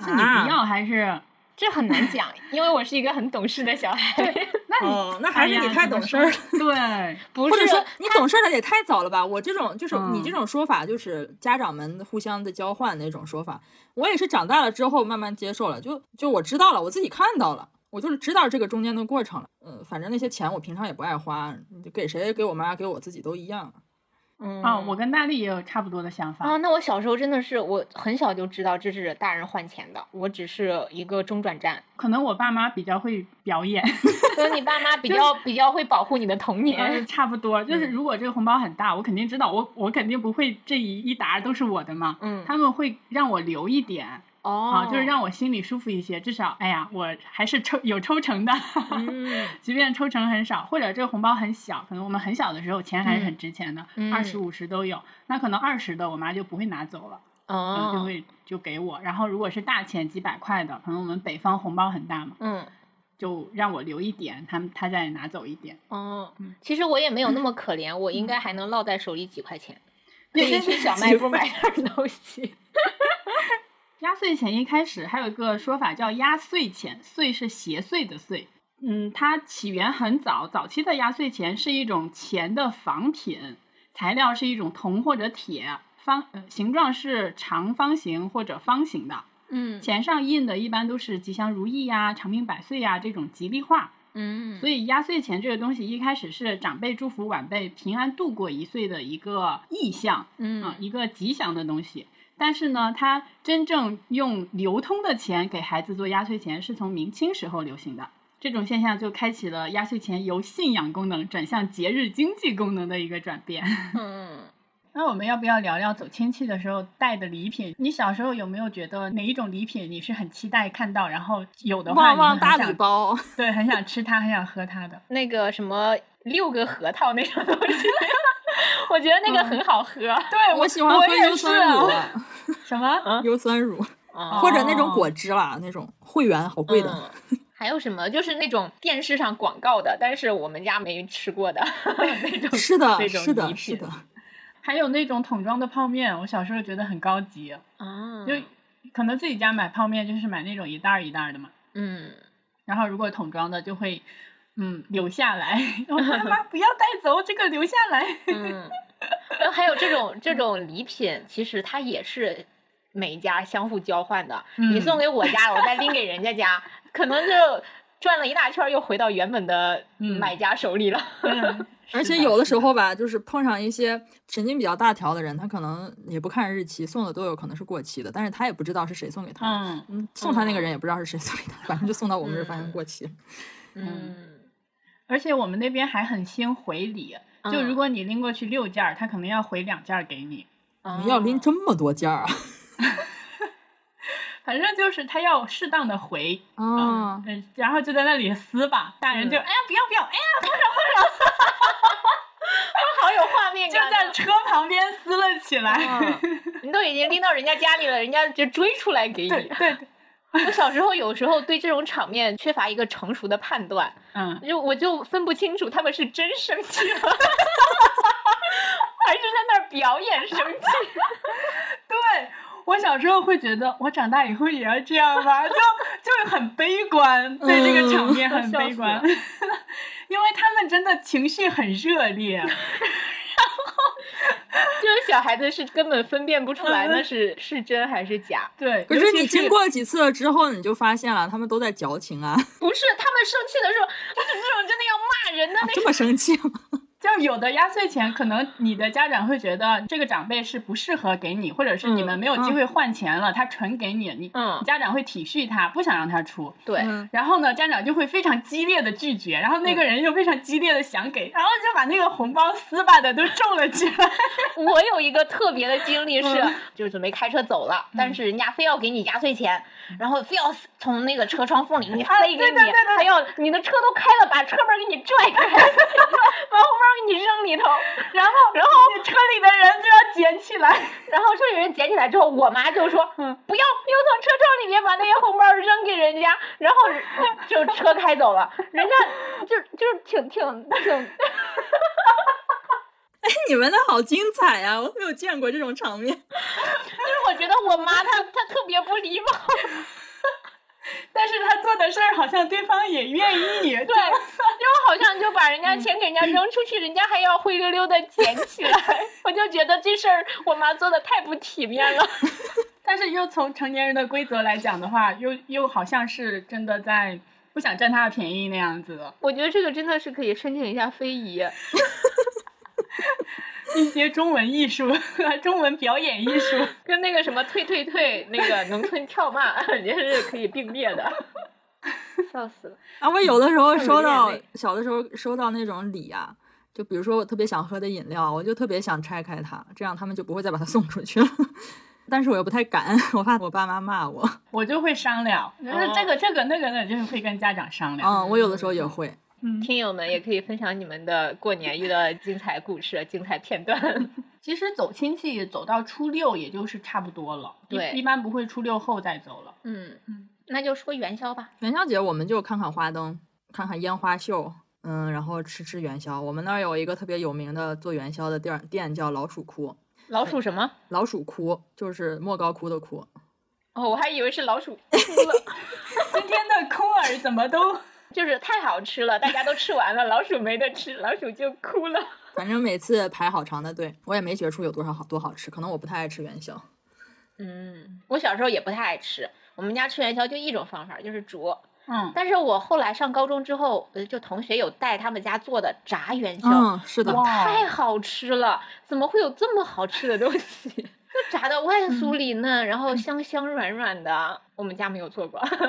Speaker 3: 是你
Speaker 2: 啊
Speaker 3: 不要还是？
Speaker 1: 这很难讲，因为我是一个很懂事的小孩，
Speaker 3: 那你、
Speaker 2: 哦，那还是你太懂事儿了。
Speaker 3: 对，
Speaker 1: 不
Speaker 2: 或者
Speaker 1: 是
Speaker 2: 说你懂事儿的也太早了吧？我这种就是你这
Speaker 3: 嗯
Speaker 2: 种说法，就是家长们互相的交换那种说法。我也是长大了之后慢慢接受了，就就我知道了，我自己看到了，我就是知道这个中间的过程了。嗯、反正那些钱我平常也不爱花，就给谁给我妈给我自己都一样。
Speaker 1: 嗯
Speaker 4: 哦
Speaker 3: 啊、我跟大力也有差不多的想法。
Speaker 2: 嗯
Speaker 1: 啊，那我小时候真的是，我很小就知道这是大人换钱的，我只是一个中转站。
Speaker 3: 可能我爸妈比较会表演，
Speaker 1: 所以你爸妈比较比较会保护你的童
Speaker 3: 呃，
Speaker 1: 年。
Speaker 3: 差不多。
Speaker 1: 嗯
Speaker 3: 就是如果这个红包很大，我肯定知道，我我肯定不会这一一沓都是我的嘛。
Speaker 1: 嗯，
Speaker 3: 他们会让我留一点、
Speaker 1: 哦
Speaker 3: 啊，就是让我心里舒服一些，至少哎呀，我还是抽有抽成的，
Speaker 1: 嗯
Speaker 3: 即便抽成很少，或者这个红包很小，可能我们很小的时候钱还是很值钱的，
Speaker 1: 嗯
Speaker 3: 二十五十都有。那可能二十的我妈就不会拿走了，嗯，就
Speaker 1: 哦，
Speaker 3: 会就给我。然后如果是大钱几百块的，可能我们北方红包很大嘛，
Speaker 1: 嗯
Speaker 3: 就让我留一点，他们他再拿走一点。
Speaker 1: 哦
Speaker 3: 嗯，
Speaker 1: 其实我也没有那么可怜，我应该还能落在手里几块钱，可以去小卖部买点东西。
Speaker 3: 压岁钱一开始还有一个说法叫压岁钱，岁是邪祟的祟。嗯，它起源很早，早期的压岁钱是一种钱的仿品，材料是一种铜或者铁，方、呃、形状是长方形或者方形的。
Speaker 1: 嗯
Speaker 3: 钱上印的一般都是吉祥如意呀、长命百岁呀这种吉利话。
Speaker 1: 嗯，
Speaker 3: 所
Speaker 1: 以
Speaker 3: 以压岁钱这个东西一开始是长辈祝福晚辈平安度过一岁的一个意象。啊，
Speaker 1: 嗯
Speaker 3: 一个吉祥的东西。但是呢，它真正用流通的钱给孩子做压岁钱，是从明清时候流行的。这种现象就开启了压岁钱由信仰功能转向节日经济功能的一个转变。
Speaker 1: 嗯，
Speaker 3: 那我们要不要聊聊走亲戚的时候带的礼品？你小时候有没有觉得哪一种礼品你是很期待看到，然后有的
Speaker 2: 旺
Speaker 3: 话你会
Speaker 2: 旺
Speaker 3: 很
Speaker 2: 大礼
Speaker 3: 想
Speaker 2: 包，
Speaker 3: 对，很想吃它，很想喝它的。
Speaker 1: 那个什么六个核桃那种东西， 我觉得那个很好喝。
Speaker 3: 对
Speaker 2: 我喜欢喝
Speaker 3: 也
Speaker 2: 优
Speaker 3: 是
Speaker 2: 酸乳，嗯
Speaker 3: 啊 什么？
Speaker 2: 优酸乳
Speaker 1: 啊
Speaker 2: 或者那种果汁啦，那种会员好贵的。
Speaker 1: 嗯。还有什么？就是那种电视上广告的，但是我们家没吃过的那种，
Speaker 2: 是 的，
Speaker 1: 那种
Speaker 2: 是
Speaker 1: 礼
Speaker 2: 的，
Speaker 1: 品
Speaker 2: 是的。
Speaker 3: 还有那种桶装的泡面，我小时候觉得很高级。
Speaker 1: 啊，
Speaker 3: 就可能自己家买泡面就是买那种一袋儿一袋儿的嘛，
Speaker 1: 嗯，
Speaker 3: 然后如果桶装的就会，嗯，留下来。 我妈妈不要带走这个，留下来。
Speaker 1: 嗯，然后还有这种这种礼品，其实它也是每家相互交换的。 你
Speaker 3: 嗯
Speaker 1: 送给我家，我再拎给人家家，可能就转了一大圈儿，又回到原本的
Speaker 3: 嗯
Speaker 1: 买家手里了。
Speaker 3: 嗯
Speaker 2: 而且有的时候吧，就是碰上一些神经比较大条的人，他可能也不看日期，送的都有可能是过期的，但是他也不知道是谁送给他的。
Speaker 3: 嗯，
Speaker 2: 嗯，送他那个人也不知道是谁送给他，反正就送到我们这儿，发现过期了。
Speaker 1: 嗯，
Speaker 3: 而且我们那边还很兴回礼，
Speaker 1: 嗯
Speaker 3: 就如果你拎过去六件儿，他可能要回两件儿给你。
Speaker 1: 啊
Speaker 2: 你们要拎这么多件儿 啊？
Speaker 3: 反正就是他要适当的回，
Speaker 2: 啊，
Speaker 3: 嗯，然后就在那里撕吧，大人就、
Speaker 1: 嗯
Speaker 3: 哎呀不要不要，哎呀
Speaker 1: 好有画面
Speaker 3: 就
Speaker 1: 感啊，
Speaker 3: 在车旁边撕了起来。
Speaker 1: 嗯， 你都已经拎到人家家里了，人家就追出来给
Speaker 3: 对
Speaker 1: 你。
Speaker 3: 对，对
Speaker 1: 我小时候有时候对这种场面缺乏一个成熟的判断，
Speaker 3: 嗯，
Speaker 1: 就我就分不清楚他们是真生气了， 还是在那儿表演生气。
Speaker 3: 对我小时候会觉得，我长大以后也要这样吧，就就很悲观，对这个场
Speaker 2: 嗯
Speaker 3: 面很悲观， 因为他们真的情绪很热烈，
Speaker 1: 就是小孩子是根本分辨不出来那是是真还是假。
Speaker 3: 对。
Speaker 2: 可
Speaker 3: 尤
Speaker 2: 是
Speaker 3: 其
Speaker 2: 你
Speaker 3: 是
Speaker 2: 经过几次了之后，你就发现了，他们都在矫情 啊，
Speaker 1: 不是，他们生气的时候就是这种真的要骂人的那
Speaker 2: 这么生气吗？
Speaker 3: 就有的压岁钱，可能你的家长会觉得这个长辈是不适合给你，或者是你
Speaker 2: 嗯
Speaker 3: 们没有机会换钱了，他纯给你，你
Speaker 1: 嗯
Speaker 3: 你家长会体恤他，不想让他出。
Speaker 1: 对。
Speaker 2: 嗯
Speaker 3: 然后呢，家长就会非常激烈的拒绝，然后那个人又非常激烈的想给，然后就把那个红包撕吧的都皱了起来。
Speaker 1: 我有一个特别的经历是，就是准备开车走了，但是人家非要给你压岁钱，然后非要从那个车窗缝里给你塞给你，还要你的车都开了，把车门给你拽开， 把红包给你扔里头，然后然后
Speaker 5: 你车里的人就要捡起来。
Speaker 1: 然后这里人捡起来之后，我妈就说：“不要，不要从车窗里面把那些红包扔给人家。”然后就车开走了，人家就就是挺挺挺，
Speaker 2: 哎你们的好精彩呀、我没有见过这种场面。
Speaker 1: 就是我觉得我妈她她特别不礼貌，
Speaker 5: 但是他做的事儿好像对方也愿 意，对
Speaker 1: 对，就好像就把人家钱给人家扔出去，人家还要灰溜溜的捡起来， 我就觉得这事儿我妈做的太不体面了。
Speaker 3: 但是又从成年人的规则来讲的话，又又好像是真的在不想占他的便宜那样子，
Speaker 1: 我觉得这个真的是可以申请一下非遗。
Speaker 3: 一些中文艺术、中文表演艺术。
Speaker 1: 跟那个什么退退退，那个农村跳骂， 人家是可以并列的。 笑死了！
Speaker 2: 啊，我有的时候
Speaker 1: 有
Speaker 2: 收
Speaker 1: 点
Speaker 2: 到
Speaker 1: 累
Speaker 2: 小的时候收到那种礼啊，就比如说我特别想喝的饮料，我就特别想拆开它，这样他们就不会再把它 送出去了。但是我又不太敢，我怕我爸妈骂我。
Speaker 3: 我就会商
Speaker 5: 哦
Speaker 3: 量，就是这个这个那个的，就是会跟家长商量。
Speaker 2: 嗯，我有的时候也会。
Speaker 1: 听友们也可以分享你们的过年遇到的精彩故事、精彩片段。
Speaker 3: 其实走亲戚走到初六，也就是差不多了，一
Speaker 1: 对
Speaker 3: 一般不会初六后再走了。
Speaker 1: 嗯嗯，那就说元宵吧。
Speaker 2: 元宵节我们就看看花灯，看看烟花秀，嗯，然后吃吃元宵。我们那儿有一个特别有名的做元宵的店儿店叫老鼠窟，
Speaker 1: 老鼠什么？
Speaker 2: 老鼠窟就是莫高窟的窟。
Speaker 1: 哦，我还以为是老 鼠哭了，
Speaker 3: 今天的空耳怎 么都
Speaker 1: 就是太好吃了，大家都吃完了，老鼠没得吃，老鼠就哭了。
Speaker 2: 反正每次排好长的队，我也没觉出有多少好多好吃，可能我不太爱吃元宵。
Speaker 1: 嗯，我小时候也不太爱吃，我们家吃元宵就一种方法，就是煮。
Speaker 3: 嗯，
Speaker 1: 但是我后来上高中之后，呃，就同学有带他们家做的炸元宵，
Speaker 2: 嗯，是的，
Speaker 3: 哇，
Speaker 1: 太好吃了！怎么会有这么好吃的东西？ 就炸的外酥里嫩，然后香香软软的。我们家没有做过，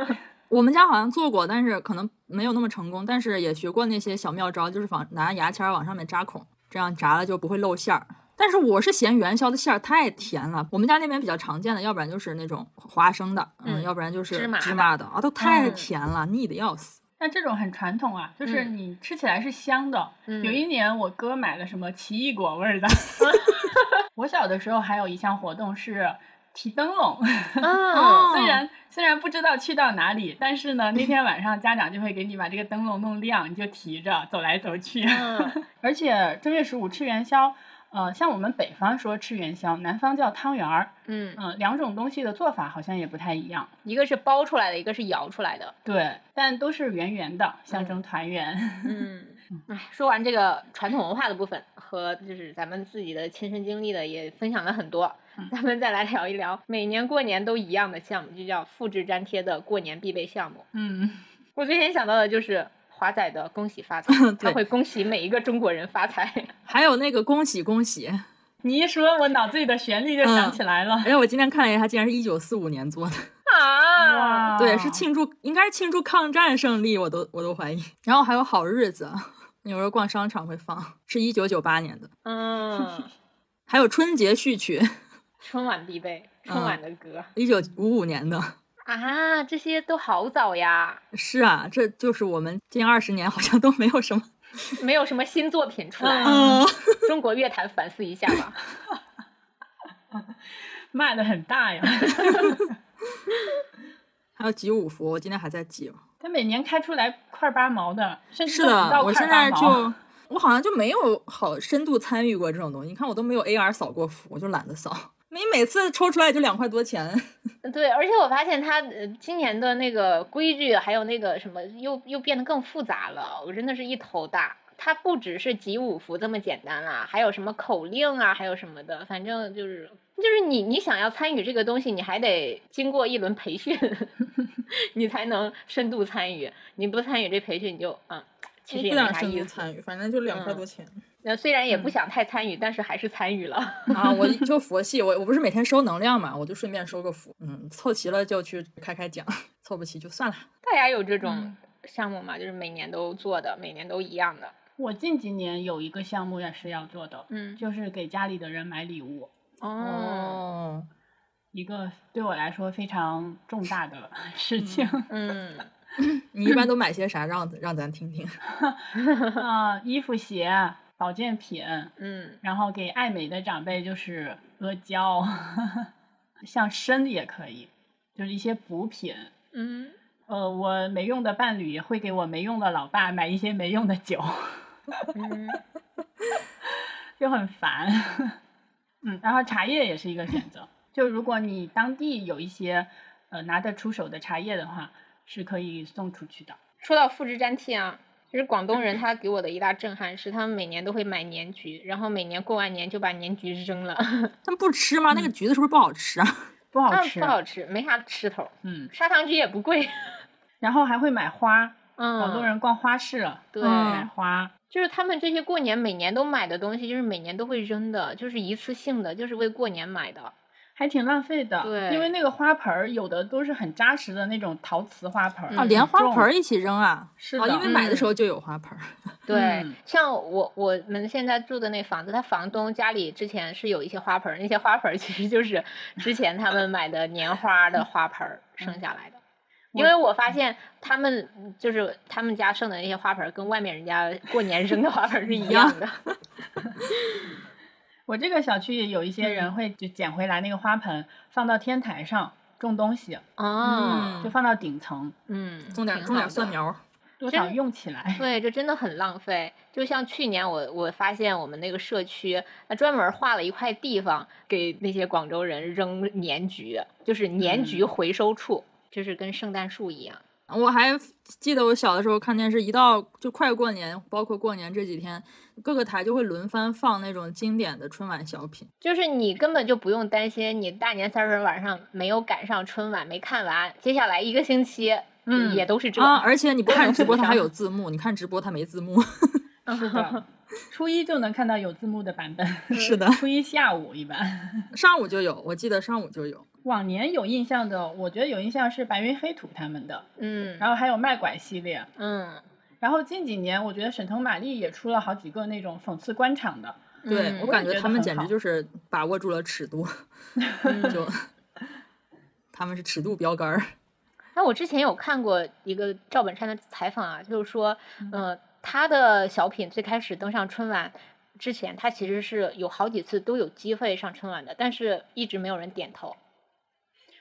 Speaker 2: 我们家好像做过，但是可能没有那么成功，但是也学过那些小妙招，就是往拿牙签儿往上面扎孔，这样炸了就不会露馅儿。但是我是嫌元宵的馅儿太甜了，我们家那边比较常见的，要不然就是那种花生的，嗯，
Speaker 1: 嗯
Speaker 2: 要不然就是
Speaker 1: 芝麻的
Speaker 2: 芝麻的啊，都太
Speaker 1: 嗯
Speaker 2: 甜了，腻的要死。，
Speaker 3: 但这种很传统啊，就是
Speaker 1: 嗯
Speaker 3: 你吃起来是香的。
Speaker 1: 嗯
Speaker 3: 有一年我哥买了什么奇异果味 儿的。 我小的时候还有一项活动是提灯笼，
Speaker 1: 啊，
Speaker 3: 虽然虽然不知道去到哪里，但是呢，那天晚上家长就会给你把这个灯笼弄亮，你就提着走来走去。
Speaker 1: 嗯
Speaker 3: 而且正月十五吃元宵，呃，像我们北方说吃元宵，南方叫汤圆儿，
Speaker 1: 嗯，
Speaker 3: 嗯、两种东西的做法好像也不太一样。
Speaker 1: 一个是包出来的，一个是摇出来的。
Speaker 3: 对，但都是圆圆的，象征团圆。
Speaker 1: 嗯，哎，说完这个传统文化的部分和就是咱们自己的亲身经历的也分享了很多，咱们再来聊一聊每年过年都一样的项目，就叫复制粘贴的过年必备项目。
Speaker 3: 嗯，
Speaker 1: 我最先想到的就是华仔的恭喜发财
Speaker 2: 对
Speaker 1: 他会恭喜每一个中国人发财。
Speaker 2: 还有那个恭喜恭喜，
Speaker 3: 你一说，我脑子里的旋律就
Speaker 2: 嗯
Speaker 3: 想起来了。
Speaker 2: 而且哎我今天看了一下，竟然是一九四五年做的，
Speaker 1: 啊，
Speaker 3: 哇，
Speaker 2: 对，是庆祝，应该是庆祝抗战胜利，我都我都怀疑。然后还有好日子，有时候逛商场会放，是一九九八年的，
Speaker 1: 嗯，
Speaker 2: 还有春节序曲。
Speaker 1: 春晚必备，春晚的歌、
Speaker 2: 一九五五年的，
Speaker 1: 啊，这些都好早呀，
Speaker 2: 是啊，这就是我们近二十年好像都没 有什么，
Speaker 1: 没有什么新作品出来，
Speaker 2: 嗯，
Speaker 1: 中国乐坛反思一下吧。
Speaker 3: 骂的很 大呀。
Speaker 2: 还有集五福，我今天还在集，
Speaker 3: 他每年开出来块八毛的，甚至
Speaker 2: 是
Speaker 3: 都不
Speaker 2: 的
Speaker 3: 到，
Speaker 2: 我
Speaker 3: 块
Speaker 2: 现在
Speaker 3: 八毛
Speaker 2: 就。我好像就没有好深度参与过这种东西，你看我都没有 AR 扫过福，我就懒得扫。 你每次抽出来就两块多钱，
Speaker 1: 对，而且我发现他呃今年的那个规矩，还有那个什么，又又变得更复杂了，我真的是一头大。它不只是集五福这么简单啦、还有什么口令啊，还有什么的，反正就是就是你你想要参与这个东西，你还得经过一轮培训， 你才能深度参与。你不参与这培训，你就嗯，其实
Speaker 2: 不
Speaker 1: 也没
Speaker 2: 想
Speaker 1: 啥
Speaker 2: 深
Speaker 1: 意思。
Speaker 2: 度
Speaker 1: 嗯
Speaker 2: 参与，嗯反正就两块
Speaker 1: 块
Speaker 2: 多
Speaker 1: 多
Speaker 2: 钱、
Speaker 1: 那虽然也不想太参与，但是还是参与了。
Speaker 2: 啊！我就佛系，我我不是每天收能量嘛，我就顺便收个福，嗯，凑齐了就去开开奖，凑不齐就算了。嗯
Speaker 1: 大家有这种项目吗？就是每年都做的，每年都一样的。
Speaker 3: 我近几年有一个项目也是要做的，
Speaker 1: 嗯，
Speaker 3: 就是给家里的人买礼物，
Speaker 1: 哦，
Speaker 2: 嗯
Speaker 3: 一个对我来说非常重大的事情。
Speaker 1: 嗯，
Speaker 2: 你一般都买些啥？让让咱听听。
Speaker 3: 啊、衣服、鞋、保健品，
Speaker 1: 嗯，
Speaker 3: 然后给爱美的长辈就是阿胶， 像参也可以，就是一些补品。
Speaker 1: 嗯，
Speaker 3: 呃，我没用的伴侣也会给我没用的老爸买一些没用的酒，
Speaker 1: 嗯，
Speaker 3: 就很烦。 嗯，然后茶叶也是一个选择，就如果你当地有一些呃拿得出手的茶叶的话，是可以送出去的。
Speaker 1: 说到复制粘贴啊，就是广东人他给我的一大震撼是，他们每年都会买年桔，然后每年过完年就把年桔扔了，
Speaker 2: 他们不吃吗？那个橘子是不是不好吃啊？
Speaker 3: 不好
Speaker 1: 嗯
Speaker 3: 吃，
Speaker 1: 不好吃，没啥吃头，
Speaker 3: 嗯，
Speaker 1: 砂糖橘也不贵，
Speaker 3: 然后还会买花，
Speaker 1: 嗯，
Speaker 3: 广东人逛花市了，嗯
Speaker 1: 对。
Speaker 3: 买花，
Speaker 1: 就是他们这些过年每年都买的东西，就是每年都会扔的，就是一次性的，就是为过年买的。
Speaker 3: 还挺浪费的，
Speaker 1: 对
Speaker 3: 因为那个花盆儿有的都是很扎实的那种陶瓷花盆儿，
Speaker 1: 嗯
Speaker 2: 啊，
Speaker 3: 很
Speaker 2: 连花
Speaker 3: 重
Speaker 2: 盆儿一起扔啊！
Speaker 3: 是的，
Speaker 2: 啊，因为买的时候就有花盆儿。
Speaker 1: 对，
Speaker 3: 嗯
Speaker 1: 像我我们现在住的那房子，他房东家里之前是有一些花盆儿，那些花盆儿其实就是之前他们买的年花的花盆儿剩下来的。因为我发现他们就是他们家剩的那些花盆儿，跟外面人家过年扔的花盆儿是一样的。
Speaker 3: 我这个小区也有一些
Speaker 1: 嗯
Speaker 3: 人会就捡回来那个花盆，放到天台上种东西，
Speaker 1: 哦，
Speaker 3: 就放到顶层，
Speaker 1: 嗯，
Speaker 2: 种点
Speaker 1: 挺
Speaker 2: 种点
Speaker 1: 好
Speaker 2: 蒜
Speaker 1: 的
Speaker 2: 苗儿。
Speaker 3: 多
Speaker 1: 真
Speaker 3: 少用起来。
Speaker 1: 对，这真的很浪费。就像去年我我发现我们那个社区，那专门划了一块地方给那些广州人扔年桔，就是年桔回收处，就是跟圣诞树一样。
Speaker 2: 我还记得我小的时候看电视，一到就快过年，包括过年这几天，各个台就会轮番放那种经典的春晚小品。
Speaker 1: 就是你根本就不用担心，你大年三十晚上没有赶上春晚，没看完，接下来一个星期，
Speaker 3: 嗯
Speaker 1: 也都是这。
Speaker 2: 啊，而且你不看直播，它还有字幕；你看直播，它没字幕。
Speaker 3: 是 的，初一就能看到有字幕的版本，
Speaker 2: 是的，
Speaker 3: 初一下午一般。
Speaker 2: 上午就有，我记得上午就有。
Speaker 3: 往年有印象的，我觉得有印象是白云黑土他们的，
Speaker 1: 嗯
Speaker 3: 然后还有卖拐系列，
Speaker 1: 嗯，
Speaker 3: 然后近几年我觉得沈腾、马丽也出了好几个那种讽刺官场的，
Speaker 2: 对、
Speaker 1: 嗯
Speaker 2: 我感觉他们简直
Speaker 3: 我也觉得很好
Speaker 2: 就是把握住了尺度，
Speaker 1: 嗯
Speaker 2: 就 他们是尺度标杆儿。
Speaker 1: 那哎我之前有看过一个赵本山的采访啊，就是说，呃，他的小品最开始登上春晚之前，他其实是有好几次都有机会上春晚的，但是一直没有人点头。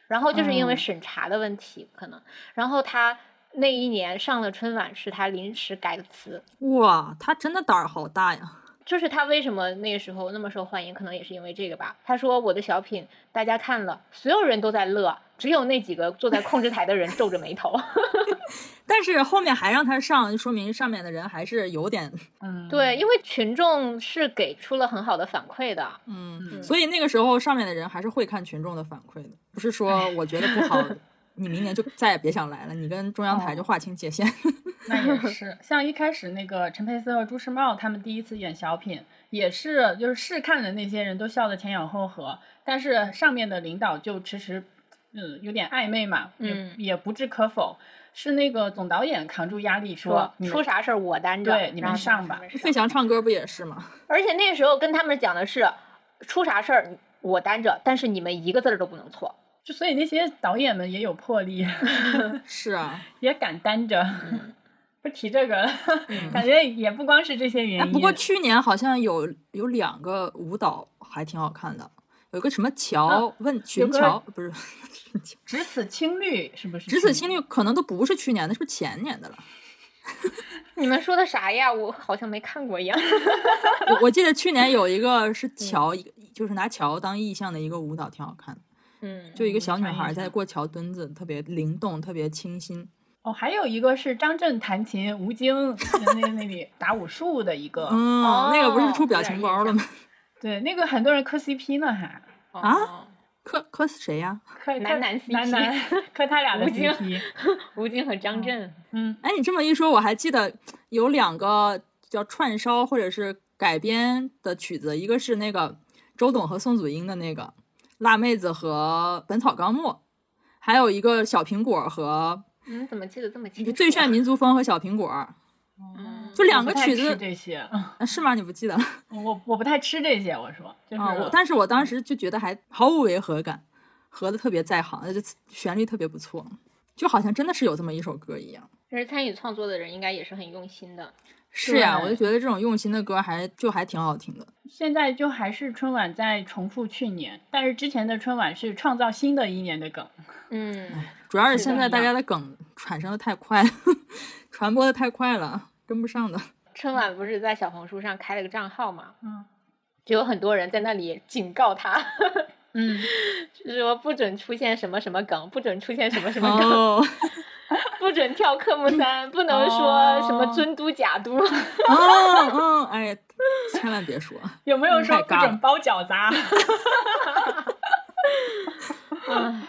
Speaker 1: 然后就是因为
Speaker 3: 嗯
Speaker 1: 审查的问题，可能，然后他那一年上了春晚是他临时改的词，
Speaker 2: 哇，他真的胆儿好大呀！
Speaker 1: 就是他为什么那个时候那么受欢迎，可能也是因为这个吧。他说我的小品大家看了，所有人都在乐，只有那几个坐在控制台的人皱着眉头。
Speaker 2: 但是后面还让他上，就说明上面的人还是有点
Speaker 3: 嗯，
Speaker 1: 对，因为群众是给出了很好的反馈的，
Speaker 2: 嗯，
Speaker 1: 嗯
Speaker 2: 所以那个时候上面的人还是会看群众的反馈的，不是说我觉得不 好，你明年就再也别想来了，你跟中央台就划清界限。
Speaker 3: 哦那也是，像一开始那个陈佩斯和朱时茂他们第一次演小品，也是就是试看的那些人都笑得前仰后合，但是上面的领导就迟迟，嗯，有点暧昧嘛，
Speaker 1: 嗯
Speaker 3: 也也不置可否。是那个总导演扛住压力说
Speaker 1: 说：“
Speaker 3: 你
Speaker 1: 出
Speaker 3: 们
Speaker 1: 啥事儿我担着，
Speaker 3: 对你们
Speaker 1: 然后
Speaker 3: 上吧
Speaker 1: 他们上
Speaker 2: 费翔唱歌不也是吗？
Speaker 1: 而且那个时候跟他们讲的是，出啥事儿我担着，但是你们一个字儿都不能错。
Speaker 3: 就所以那些导演们也有魄力，
Speaker 2: 是啊，
Speaker 3: 也敢担着。
Speaker 2: 嗯
Speaker 3: 不提这个了，感觉也不光是这些原
Speaker 2: 哎，
Speaker 3: 因。
Speaker 2: 不过去年好像有有两个舞蹈还挺好看的，有个什么桥、
Speaker 3: 啊
Speaker 2: 问群
Speaker 3: 个
Speaker 2: 桥不是 群桥
Speaker 3: 只此青绿是不是？
Speaker 2: 只此青绿，可能都不是去年的，是不是前年的了？
Speaker 1: 你们说的啥呀？我好像没看过一样。
Speaker 2: 我我记得去年有一个是桥，
Speaker 3: 嗯
Speaker 2: 一个就是拿桥当意象的一个舞蹈，挺好看的。
Speaker 1: 嗯，
Speaker 2: 哦就一个小女
Speaker 3: 啥意
Speaker 2: 孩
Speaker 3: 象
Speaker 2: 在过桥墩子，特别灵动，特别清新。
Speaker 3: 哦，还有一个是张震弹琴，吴京那那那里打武术的一个，
Speaker 2: 嗯，那个不
Speaker 1: 哦
Speaker 2: 是出表
Speaker 1: 有点
Speaker 2: 情
Speaker 1: 印
Speaker 2: 包了
Speaker 1: 象
Speaker 2: 吗？
Speaker 3: 对，那个很多人磕 CP 呢，还
Speaker 1: 哦
Speaker 2: 啊，磕磕死谁呀、
Speaker 3: 磕
Speaker 1: 男
Speaker 3: 磕
Speaker 1: 男 CP
Speaker 3: 男男磕他俩的
Speaker 1: 吴京
Speaker 3: CP，
Speaker 1: 吴京和张震，
Speaker 3: 嗯，
Speaker 2: 哎，你这么一说，我还记得有两个叫串烧或者是改编的曲子，一个是那个周董和宋祖英的那个《辣妹子》和《本草纲目》，还有一个《小苹果》和
Speaker 1: 嗯，怎么记得这么清
Speaker 2: 《
Speaker 1: 楚？
Speaker 2: 最炫民族风》和《小苹果》。
Speaker 6: 嗯
Speaker 2: 就两个
Speaker 6: 我不太
Speaker 2: 曲子
Speaker 6: 吃这些，嗯
Speaker 2: 啊是吗？你不记得了
Speaker 6: 我我不太吃这些。我说就是，嗯
Speaker 2: 啊？我但是我当时就觉得还毫无违和感，合的特别在行，呃就旋律特别不错，就好像真的是有这么一首歌一样。
Speaker 1: 就是参与创作的人应该也是很用心的。
Speaker 2: 是呀、
Speaker 6: 对
Speaker 2: 我就觉得这种用心的歌还就还挺好听的。
Speaker 6: 现在就还是春晚在重复去年，但是之前的春晚是创造新的一年的梗。
Speaker 1: 嗯，
Speaker 2: 主要是
Speaker 6: 是
Speaker 2: 现
Speaker 6: 的
Speaker 2: 在
Speaker 6: 一
Speaker 2: 大家
Speaker 6: 样
Speaker 2: 的梗产生的太快了， 传播的太快了，跟 不上的。
Speaker 1: 春晚不是在小红书上开了个账号嘛，
Speaker 6: 嗯，
Speaker 1: 就有很多人在那里警告他，
Speaker 6: 嗯，
Speaker 1: 就是说不准出现什么什么梗，不准出现什么什么梗，
Speaker 2: 哦
Speaker 1: 不准跳科目三，不能说什么
Speaker 6: 哦
Speaker 1: 尊嘟假嘟。
Speaker 2: 哦哦，哎，千万别 说，
Speaker 6: 有没有
Speaker 2: 嗯太
Speaker 6: 说不
Speaker 2: 尬了
Speaker 6: 准包饺子 啊？
Speaker 1: 嗯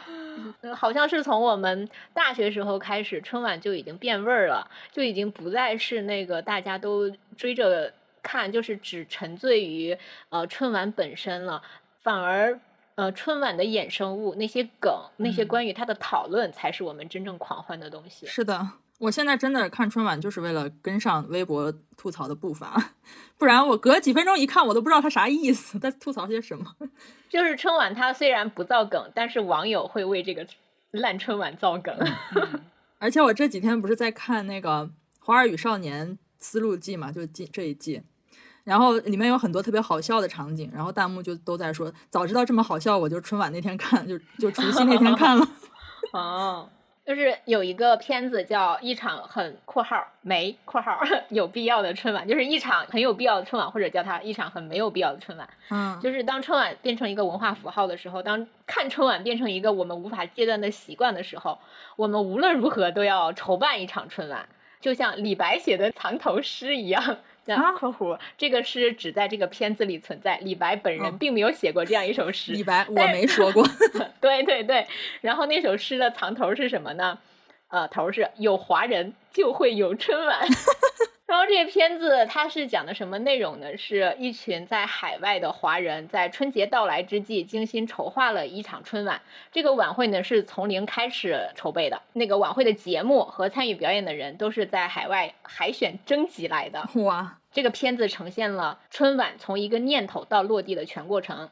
Speaker 1: 好像是从我们大学时候开始，春晚就已经变味儿了，就已经不再是那个大家都追着看，就是只沉醉于呃春晚本身了，反而呃春晚的衍生物那些梗，那些关于它的讨论，才是我们真正狂欢的东西。
Speaker 2: 是的，我现在真的看春晚就是为了跟上微博吐槽的步伐， 不然我隔几分钟一看，我都不知道他啥意思，在吐槽些什么。
Speaker 1: 就是春晚它虽然不造梗，但是网友会为这个烂春晚造梗。
Speaker 2: 而且我这几天不是在看那个《花儿与少年丝路记》嘛，就季这一季，然后里面有很多特别好笑的场景，然后弹幕就都在说，早知道这么好笑，我就春晚那天看，就就除夕那天看了。
Speaker 1: 哦，就是有一个片子叫《一场很（括号没（括号 有必要的春晚》，就是一场很有必要的春晚，或者叫它一场很没有必要的春晚。
Speaker 2: 嗯，
Speaker 1: 就是当春晚变成一个文化符号的时候，当看春晚变成一个我们无法戒断的习惯的时候，我们无论如何都要筹办一场春晚，就像李白写的藏头诗一样。
Speaker 2: 啊
Speaker 1: 那括弧，这个诗只在这个片子里存在，李白本
Speaker 2: 哦
Speaker 1: 人并没有写过这样一首诗。
Speaker 2: 李白我
Speaker 1: 但
Speaker 2: 没说 过，
Speaker 1: 对对对，然后那首诗的藏头是什么呢？呃，头是有华人就会有春晚。 然后这个片子它是讲的什么内容呢？是一群在海外的华人在春节到来之际精心筹划了一场春晚。这个晚会呢是从零开始筹备的，那个晚会的节目和参与表演的人都是在海外海选征集来的。
Speaker 2: 哇，
Speaker 1: 这个片子呈现了春晚从一个念头到落地的全过程，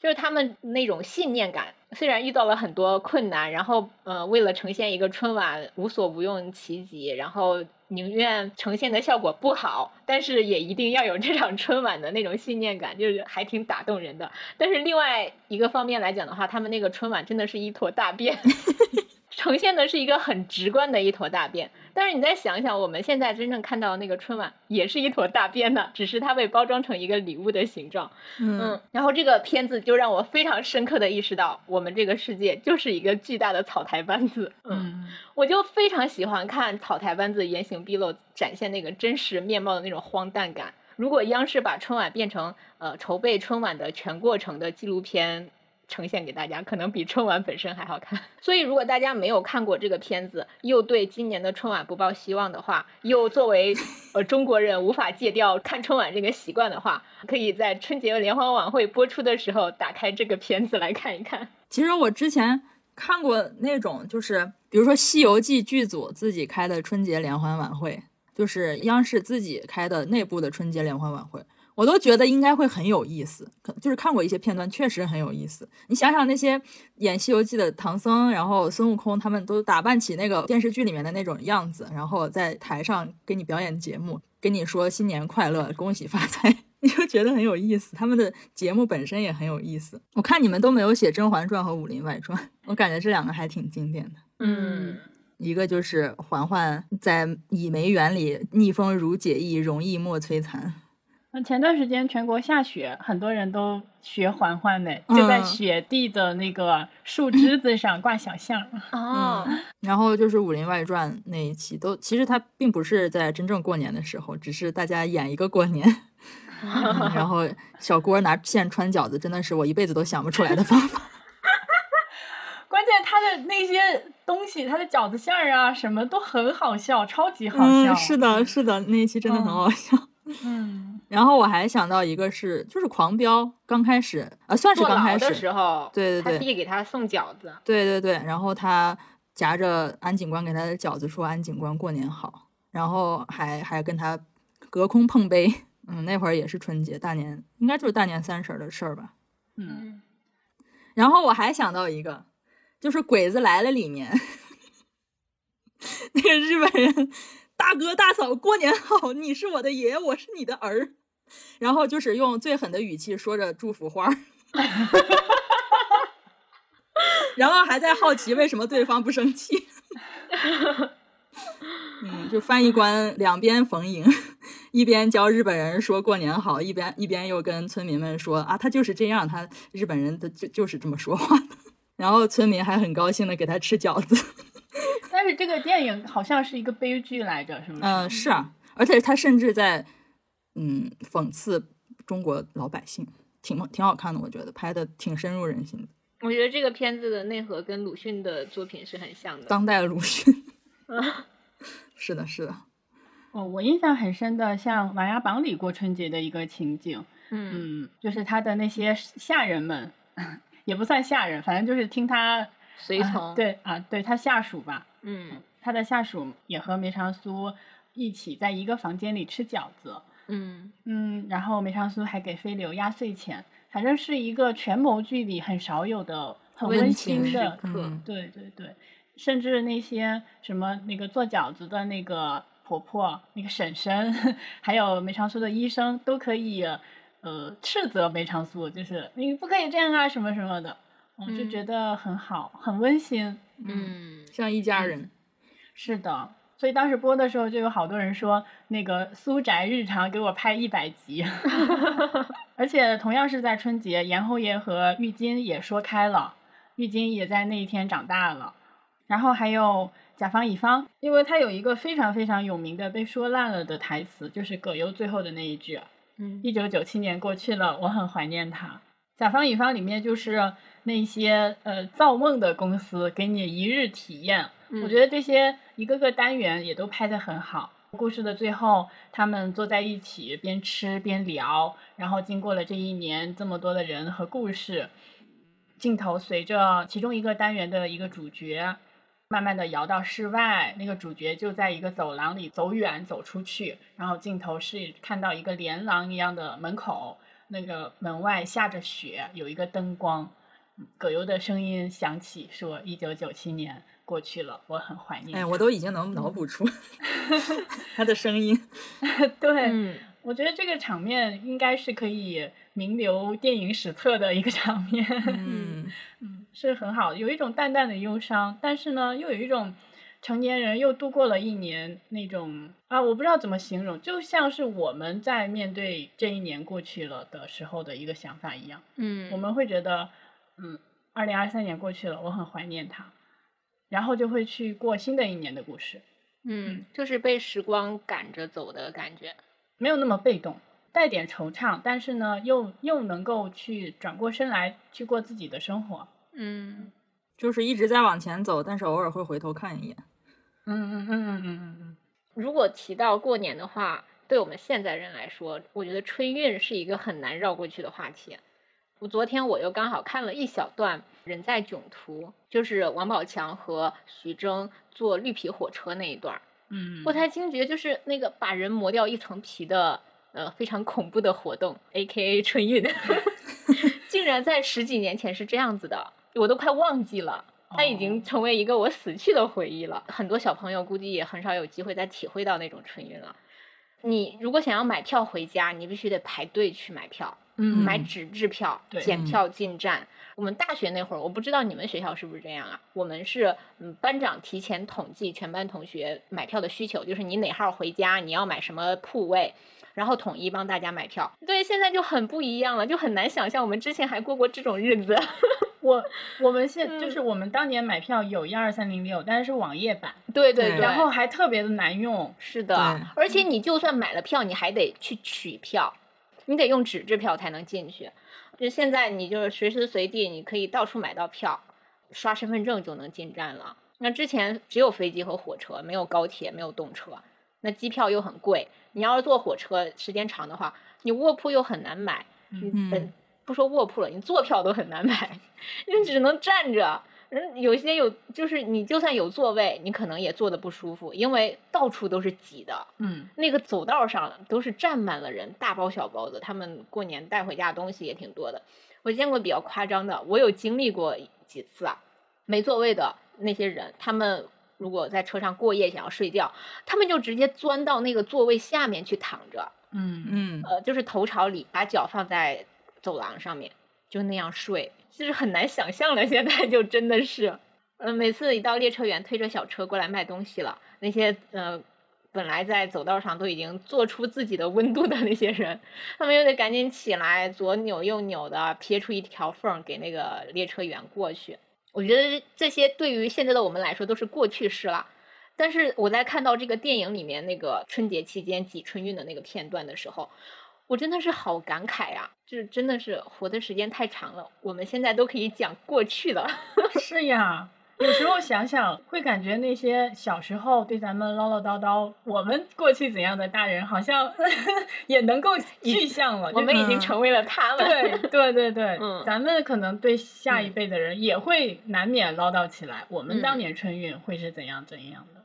Speaker 1: 就是他们那种信念感，虽然遇到了很多困难，然后呃，为了呈现一个春晚无所不用其极，然后宁愿呈现的效果不好，但是也一定要有这场春晚的那种信念感，就是还挺打动人的。但是另外一个方面来讲的话，他们那个春晚真的是一坨大便， 呈现的是一个很直观的一坨大便。但是你再想想，我们现在真正看到的那个春晚也是一坨大便呢，只是它被包装成一个礼物的形状。
Speaker 2: 嗯，
Speaker 1: 嗯，然后这个片子就让我非常深刻的意识到，我们这个世界就是一个巨大的草台班子。嗯，
Speaker 6: 嗯，
Speaker 1: 我就非常喜欢看草台班子原形毕露，展现那个真实面貌的那种荒诞感。如果央视把春晚变成呃筹备春晚的全过程的纪录片呈现给大家，可能比春晚本身还好看。 所以，如果大家没有看过这个片子，又对今年的春晚不抱希望的话，又作为呃中国人无法戒掉看春晚这个习惯的话，可以在春节联欢晚会播出的时候打开这个片子来看一看。
Speaker 2: 其实我之前看过那种，就是比如说《西游记》剧组自己开的春节联欢晚会，就是央视自己开的内部的春节联欢晚会，我都觉得应该会很有意思。可就是看过一些片段，确实很有意思。你想想那些演《西游记》的唐僧，然后孙悟空，他们都打扮起那个电视剧里面的那种样子，然后在台上给你表演节目，跟你说新年快乐，恭喜发财。 你就觉得很有意思，他们的节目本身也很有意思。我看你们都没有写《甄嬛传》和《武林外传》，我感觉这两个还挺经典的。
Speaker 1: 嗯，
Speaker 2: 一个就是嬛嬛在倚梅园里逆风如解意，容易莫摧残。
Speaker 3: 嗯
Speaker 6: 那前段时间全国下雪，很多人都学嬛嬛呢，就在
Speaker 2: 嗯
Speaker 6: 雪地的那个树枝子上挂小象。
Speaker 1: 哦，
Speaker 2: 然后就是《武林外传》那一期，都其实它并不是在真正过年的时候，只是大家演一个过年。 嗯然后小郭拿线穿饺子，真的是我一辈子都想不出来的方法。
Speaker 6: 关键它的那些东西，它的饺子馅儿啊，什么都很好笑，超级好笑。
Speaker 1: 哦
Speaker 2: 嗯，是，的，是的，那一期真的很好笑。
Speaker 6: 嗯，
Speaker 2: 然后我还想到一个是，就是狂飙刚开始啊，算是
Speaker 1: 坐
Speaker 2: 刚
Speaker 1: 牢
Speaker 2: 开
Speaker 1: 的
Speaker 2: 始，
Speaker 1: 时候，
Speaker 2: 对对对
Speaker 1: 他弟给他送饺子。
Speaker 2: 对对对。然后他夹着安警官给他的饺子说：“安警官过年好。”然后还还跟他隔空碰杯。嗯，那会儿也是春节，大年应该就是大年三十儿的事儿吧。
Speaker 7: 嗯，
Speaker 2: 然后我还想到一个，就是《鬼子来了》里面那个日本人大哥大嫂过年好，你是我的爷，我是你的儿，然后就是用最狠的语气说着祝福话儿， 然后还在好奇为什么对方不生气。 嗯，就翻译官两边逢迎，一边教日本人说过年好，一边一边又跟村民们说啊，他就是这样，他日本人他就就是这么说话的。 然后村民还很高兴的给他吃饺子。
Speaker 3: 但是这个电影好像是一个悲剧来着，是不是？
Speaker 2: 嗯、是啊，而且他甚至在嗯讽刺中国老百姓，挺挺好看的，我觉得拍的挺深入人心的，
Speaker 1: 我觉得这个片子的内核跟鲁迅的作品是很像的。
Speaker 2: 当代鲁 迅。
Speaker 3: 啊
Speaker 2: 是的，是的，
Speaker 3: 哦，我印象很深的，像《琅琊榜》里过春节的一个情景，
Speaker 1: 嗯，
Speaker 3: 嗯，就是他的那些下人们， 也不算下人，反正就是听他
Speaker 1: 随从、
Speaker 3: 啊，对啊，对他下属吧，
Speaker 1: 嗯
Speaker 3: 他的下属也和梅长苏一起在一个房间里吃饺子，
Speaker 1: 嗯，
Speaker 3: 嗯，然后梅长苏还给飞流压岁钱，反正是一个权谋剧里很少有的、很温
Speaker 1: 情
Speaker 3: 馨
Speaker 1: 时
Speaker 3: 的，
Speaker 1: 刻，
Speaker 2: 嗯
Speaker 3: 对对对，甚至那些什么那个做饺子的那个婆婆、那个婶婶， 还有梅长苏的医生都可以呃斥责梅长苏，就是你不可以这样啊什么什么的，我就
Speaker 1: 嗯
Speaker 3: 觉得很好，很温馨。
Speaker 1: 嗯
Speaker 2: 像一家人。
Speaker 3: 是的，所以当时播的时候就有好多人说那个《苏宅日常》给我拍一百集，而且同样是在春节，严侯爷和郁金也说开了，郁金也在那一天长大了，然后还有。甲方乙方，因为他有一个非常非常有名的被说烂了的台词，就是葛优最后的那一句，
Speaker 1: 嗯
Speaker 3: 一九九七年过去了，我很怀念他。甲方乙方里面就是那些呃造梦的公司，给你一日体验。
Speaker 1: 嗯
Speaker 3: 我觉得这些一个个单元也都拍得很好。故事的最后，他们坐在一起边吃边聊，然后经过了这一年这么多的人和故事，镜头随着其中一个单元的一个主角慢慢的摇到室外，那个主角就在一个走廊里走远走出去，然后镜头是看到一个连廊一样的门口，那个门外下着雪，有一个灯光，嗯葛优的声音响起，说：“一九九七年过去了，我很怀念。
Speaker 2: 哎，我都已经能脑补出 他的声音。
Speaker 3: 对，
Speaker 1: 嗯
Speaker 3: 我觉得这个场面应该是可以名留电影史册的一个场面。
Speaker 2: 嗯，
Speaker 3: 嗯，是很好，有一种淡淡的忧伤，但是呢，又有一种成年人又度过了一年那种啊，我不知道怎么形容，就像是我们在面对这一年过去了的时候的一个想法一样，
Speaker 1: 嗯，
Speaker 3: 我们会觉得，嗯，二零二三年过去了，我很怀念它，然后就会去过新的一年的故事，
Speaker 1: 嗯，就是被时光赶着走的感觉。
Speaker 3: 没有那么被动，带点惆怅，但是呢，又又能够去转过身来去过自己的生活。
Speaker 1: 嗯
Speaker 2: 就是一直在往前走，但是偶尔会回头看一眼。
Speaker 3: 嗯嗯嗯嗯嗯嗯嗯。
Speaker 1: 如果提到过年的话，对我们现在人来说，我觉得春运是一个很难绕过去的话题。我昨天我又刚好看了一小段《人在囧途》，就是王宝强和徐峥坐绿皮火车那一段儿。
Speaker 3: 嗯
Speaker 1: 我才惊觉，就是那个把人磨掉一层皮的，呃，非常恐怖的活动，A K A 春运， 竟然在十几年前是这样子的，我都快忘记了。它
Speaker 3: 哦
Speaker 1: 已经成为一个我死去的回忆了。很多小朋友估计也很少有机会再体会到那种春运了。你如果想要买票回家，你必须得排队去买票，
Speaker 3: 嗯
Speaker 1: 买纸质票
Speaker 3: 对，
Speaker 1: 检票进站。我们大学那会儿，我不知道你们学校是不是这样啊？我们是，嗯，班长提前统计全班同学买票的需求，就是你哪号回家，你要买什么铺位，然后统一帮大家买票。对，现在就很不一样了，就很难想象我们之前还过过这种日子。
Speaker 3: 我我们现就
Speaker 1: 嗯
Speaker 3: 是我们当年买票有一二三零六，但是是网页版，
Speaker 1: 对对
Speaker 2: 对
Speaker 1: 对，
Speaker 3: 然后还特别的难用。
Speaker 1: 是的
Speaker 2: 对，
Speaker 1: 而且你就算买了票，你还得去取票，你得用纸质票才能进去。就现在，你就是随时随地你可以到处买到票，刷身份证就能进站了。那之前只有飞机和火车，没有高铁，没有动车。那机票又很贵，你要是坐火车时间长的话，你卧铺又很难买。你
Speaker 2: 嗯
Speaker 1: 本不说卧铺了，你坐票都很难买，你只能站着。嗯，有一些有就是你就算有座位，你可能也坐的不舒服，因为到处都是挤的。
Speaker 3: 嗯，
Speaker 1: 那个走道上都是站满了人，大包小包的。他们过年带回家的东西也挺多的。我见过比较夸张的，我有经历过几次啊，没座位的那些人，他们如果在车上过夜想要睡觉，他们就直接钻到那个座位下面去躺着，
Speaker 3: 嗯，
Speaker 2: 嗯，
Speaker 1: 呃，就是头朝里，把脚放在走廊上面，就那样睡，就是很难想象了。现在就真的是，嗯，每次一到列车员推着小车过来卖东西了，那些呃，本来在走道上都已经做出自己的温度的那些人，他们又得赶紧起来，左扭右扭的撇出一条缝儿给那个列车员过去。我觉得这些对于现在的我们来说都是过去式了。但是我在看到这个电影里面那个春节期间挤春运的那个片段的时候，我真的是好感慨呀、就是真的是活的时间太长了，我们现在都可以讲过去了。
Speaker 3: 是呀。有时候想想，会感觉那些小时候对咱们唠唠叨叨，我们过去怎样的大人，好像 也能够具象 了。
Speaker 1: 我们已经
Speaker 2: 嗯
Speaker 1: 成为了他们。
Speaker 3: 对对对对，
Speaker 1: 嗯
Speaker 3: 咱们可能对下一辈的人也会难免唠叨起来，我们
Speaker 1: 嗯
Speaker 3: 当年春运会是怎样怎样的，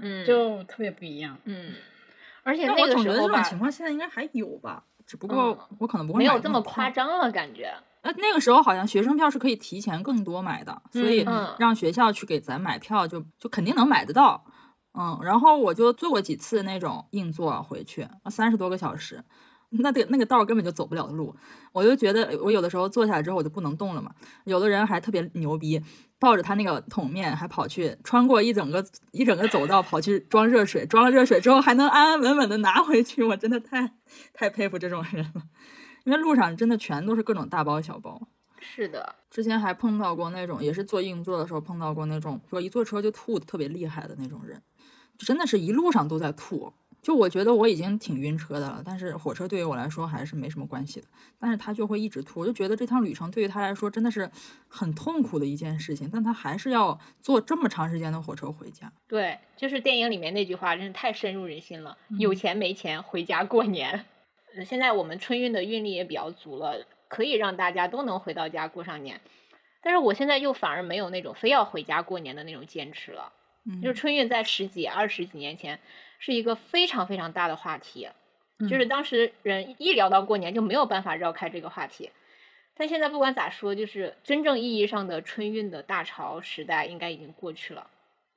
Speaker 1: 嗯，
Speaker 3: 就特别不一样。
Speaker 1: 嗯，而且
Speaker 2: 但
Speaker 1: 那
Speaker 2: 我
Speaker 1: 个
Speaker 2: 总
Speaker 1: 时
Speaker 2: 觉得
Speaker 1: 候
Speaker 2: 这种
Speaker 1: 吧，
Speaker 2: 情况现在应该还有吧，只不过
Speaker 1: 嗯
Speaker 2: 我可能不会
Speaker 1: 没
Speaker 2: 买
Speaker 1: 有这么夸
Speaker 2: 快。
Speaker 1: 张了，感觉。
Speaker 2: 那那个时候好像学生票是可以提前更多买的，所以
Speaker 1: 嗯
Speaker 2: 让学校去给咱买票就就肯定能买得到。嗯，然后我就坐过几次那种硬座回去，啊三十多个小时，那得那个道儿根本就走不了的路。我就觉得我有的时候坐下来之后我就不能动了嘛。有的人还特别牛逼，抱着他那个桶面还跑去穿过一整个一整个走道跑去装热水，装了热水之后还能安安稳稳的拿回去，我真的太太佩服这种人了。因为路上真的全都是各种大包小包，
Speaker 1: 是的，
Speaker 2: 之前还碰到过那种，也是坐硬座的时候碰到过那种，说一坐车就吐的特别厉害的那种人，真的是一路上都在吐。就我觉得我已经挺晕车的了，但是火车对于我来说还是没什么关系的，但是他就会一直吐，我就觉得这趟旅程对于他来说真的是很痛苦的一件事情，但他还是要坐这么长时间的火车回家。
Speaker 1: 对，就是电影里面那句话，真是太深入人心了。有钱没钱，回家过年。呃现在我们春运的运力也比较足了，可以让大家都能回到家过上年。但是我现在又反而没有那种非要回家过年的那种坚持了。
Speaker 2: 嗯，
Speaker 1: 就是春运在十几、二十几年前是一个非常非常大的话题，就是 当时人一聊到过年就没有办法绕开这个话题。但现在不管咋说，就是真正意义上的春运的大潮时代应该已经过去了，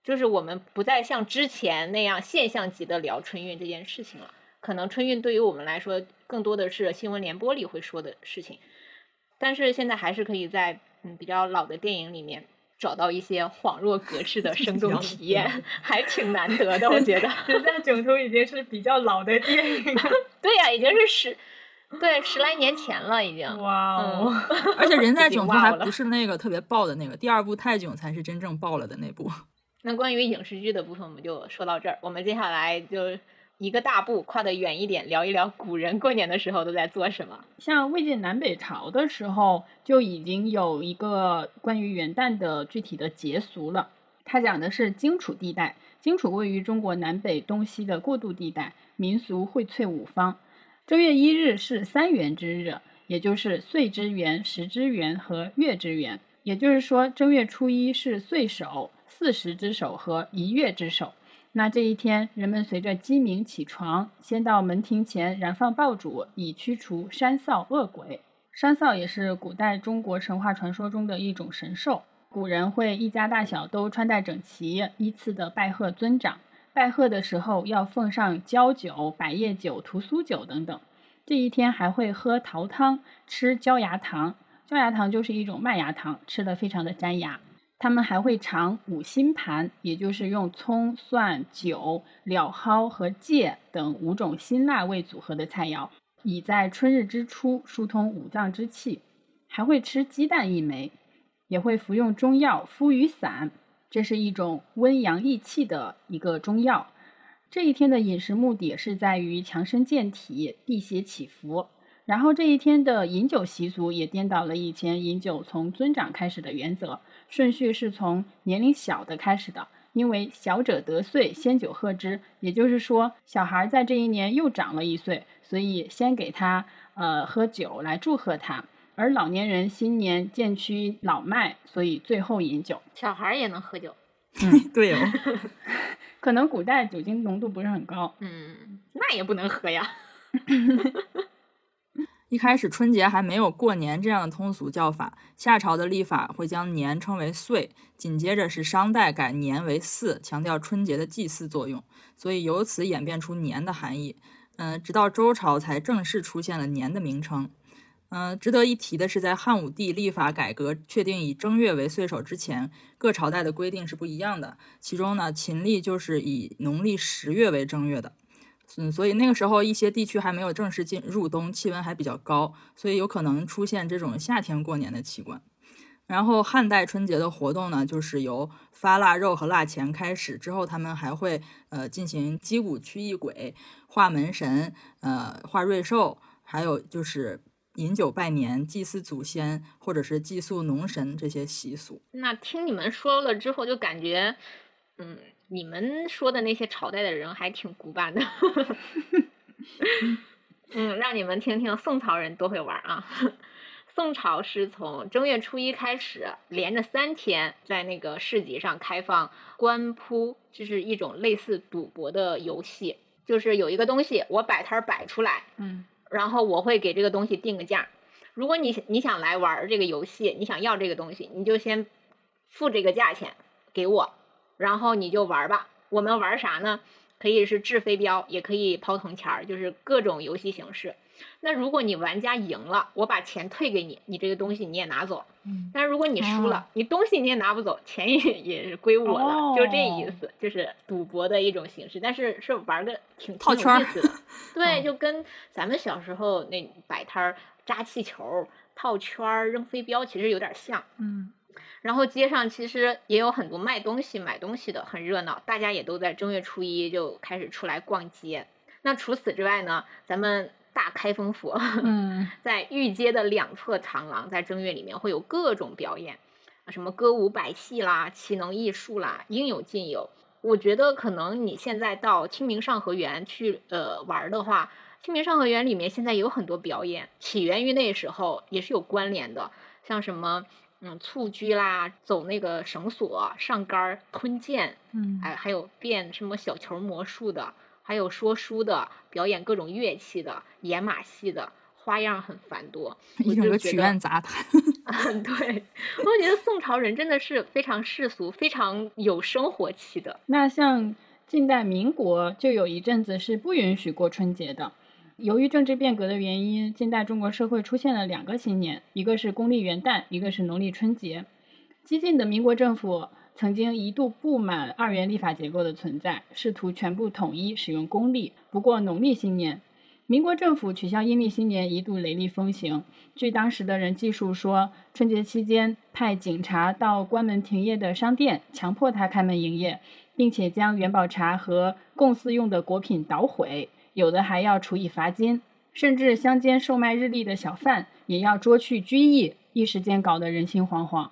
Speaker 1: 就是我们不再像之前那样现象级的聊春运这件事情了。可能春运对于我们来说，更多的是新闻联播里会说的事情，但是现在还是可以在嗯比较老的电影里面找到一些恍若隔世的生动体验， 还挺难得的，我觉得。
Speaker 3: 人家囧途已经是比较老的电影了，
Speaker 1: 对呀、已经是十对十来年前了，已经。
Speaker 3: 哇哦！
Speaker 2: 而且人在
Speaker 1: 已经
Speaker 2: 囧途
Speaker 1: 哇
Speaker 2: 还
Speaker 1: 哦了
Speaker 2: 不是那个特别爆的那个，第二部泰囧才是真正爆了的那部。
Speaker 1: 那关于影视剧的部分，我们就说到这儿。我们接下来就一个大步跨得远一点，聊一聊古人过年的时候都在做什么。
Speaker 3: 像魏晋南北朝的时候，就已经有一个关于元旦的具体的节俗了。它讲的是荆楚地带，荆楚位于中国南北东西的过渡地带，民俗荟萃五方。正月一日是三元之日，也就是岁之元、时之元和月之元。也就是说，正月初一是岁首、四时之首和一月之首。那这一天，人们随着鸡鸣起床，先到门庭前燃放爆竹，以驱除山扫恶鬼。山扫也是古代中国神话传说中的一种神兽，古人会一家大小都穿戴整齐，依次的拜贺尊长。拜贺的时候要奉上交酒、百叶酒、屠苏酒等等。这一天还会喝桃汤，吃椒芽糖。椒芽糖就是一种麦芽糖，吃的非常的粘牙。他们还会尝五辛盘，也就是用葱、蒜、酒、醪蒿和芥等五种辛辣味组合的菜肴，以在春日之初疏通五脏之气。还会吃鸡蛋一枚，也会服用中药敷雨散，这是一种温阳益气的一个中药。这一天的饮食目的是在于强身健体、辟邪祈福。然后这一天的饮酒习俗也颠倒了以前饮酒从尊长开始的原则，顺序是从年龄小的开始的，因为小者得岁，先酒贺之。也就是说，小孩在这一年又长了一岁，所以先给他呃喝酒来祝贺他。而老年人新年渐趋老迈，所以最后饮酒。
Speaker 1: 小孩儿也能喝酒，
Speaker 2: 对哦，
Speaker 3: 可能古代酒精浓度不是很高，
Speaker 1: 嗯，那也不能喝呀。
Speaker 2: 一开始春节还没有过年这样的通俗叫法，夏朝的历法会将年称为岁，紧接着是商代改年为祀，强调春节的祭祀作用，所以由此演变出年的含义。嗯、直到周朝才正式出现了年的名称。嗯、值得一提的是，在汉武帝历法改革确定以正月为岁首之前，各朝代的规定是不一样的。其中呢，秦历就是以农历十月为正月的。嗯，所以那个时候一些地区还没有正式进入冬，气温还比较高，所以有可能出现这种夏天过年的习惯。然后汉代春节的活动呢，就是由发腊肉和腊钱开始，之后他们还会呃进行击鼓驱役鬼、画门神、呃画瑞兽，还有就是饮酒拜年、祭祀祖先或者是祭祀农神这些习俗。
Speaker 1: 那听你们说了之后，就感觉，嗯，你们说的那些朝代的人还挺古板的。嗯，让你们听听宋朝人多会玩儿啊！ 宋朝是从正月初一开始，连着三天在那个市集上开放官铺，这是一种类似赌博的游戏，就是有一个东西我摆摊儿摆出来，
Speaker 3: 嗯，
Speaker 1: 然后我会给这个东西定个价儿。如果你你想来玩儿这个游戏，你想要这个东西，你就先付这个价钱给我，然后你就玩儿吧。我们玩儿啥呢？可以是掷飞镖，也可以抛铜钱儿，就是各种游戏形式。那如果你玩家赢了，我把钱退给你，你这个东西你也拿走。
Speaker 3: 嗯，
Speaker 1: 但如果你输了，你东西你也拿不走，钱也也是归我了，就这意思，就是赌博的一种形式，但是是玩个挺
Speaker 2: 套圈
Speaker 1: 挺
Speaker 2: 儿嗯
Speaker 1: 有意 思的，对，就跟咱们小时候那摆摊儿、扎气球、套圈儿、扔飞镖其实有点像。
Speaker 3: 嗯，
Speaker 1: 然后街上其实也有很多卖东西、买东西的，很热闹，大家也都在正月初一就开始出来逛街。那除此之外呢，咱们大开封 府，
Speaker 3: 嗯，
Speaker 1: 在御街的两侧长廊，在正月里面会有各种表演，啊什么歌舞百戏啦、奇能异术啦，应有尽有。我觉得可能你现在到清明上河园去呃玩儿的话，清明上河园里面现在有很多表演，起源于那时候也是有关联的，像什么嗯蹴鞠啦、走那个绳索、上杆儿、吞剑，
Speaker 3: 嗯
Speaker 1: 哎，还有变什么小球魔术的，还有说书的，表演各种乐器的，演马戏的，花样很繁 多。我
Speaker 2: 一整
Speaker 1: 就
Speaker 2: 个
Speaker 1: 觉
Speaker 2: 曲
Speaker 1: 得
Speaker 2: 苑杂谈，
Speaker 1: 啊， 对，我觉得宋朝人真的是非常世俗、非常有生活气的。
Speaker 3: 那像近代民国就有一阵子是不允许过春节的。由于政治变革的原因，近代中国社会出现了两个新年，一个是公历元旦，一个是农历春节。激进的民国政府曾经一度不满二元立法结构的存在，试图全部统一使用公历。不过农历新年，民国政府取消阴历新年一度雷厉风行。据当时的人记述说，春节期间派警察到关门停业的商店，强迫他开门营业，并且将元宝茶和供祀用的果品捣毁，有的还要处以罚金，甚至乡间售卖日历的小贩也要捉去拘役，一时间搞得人心惶惶。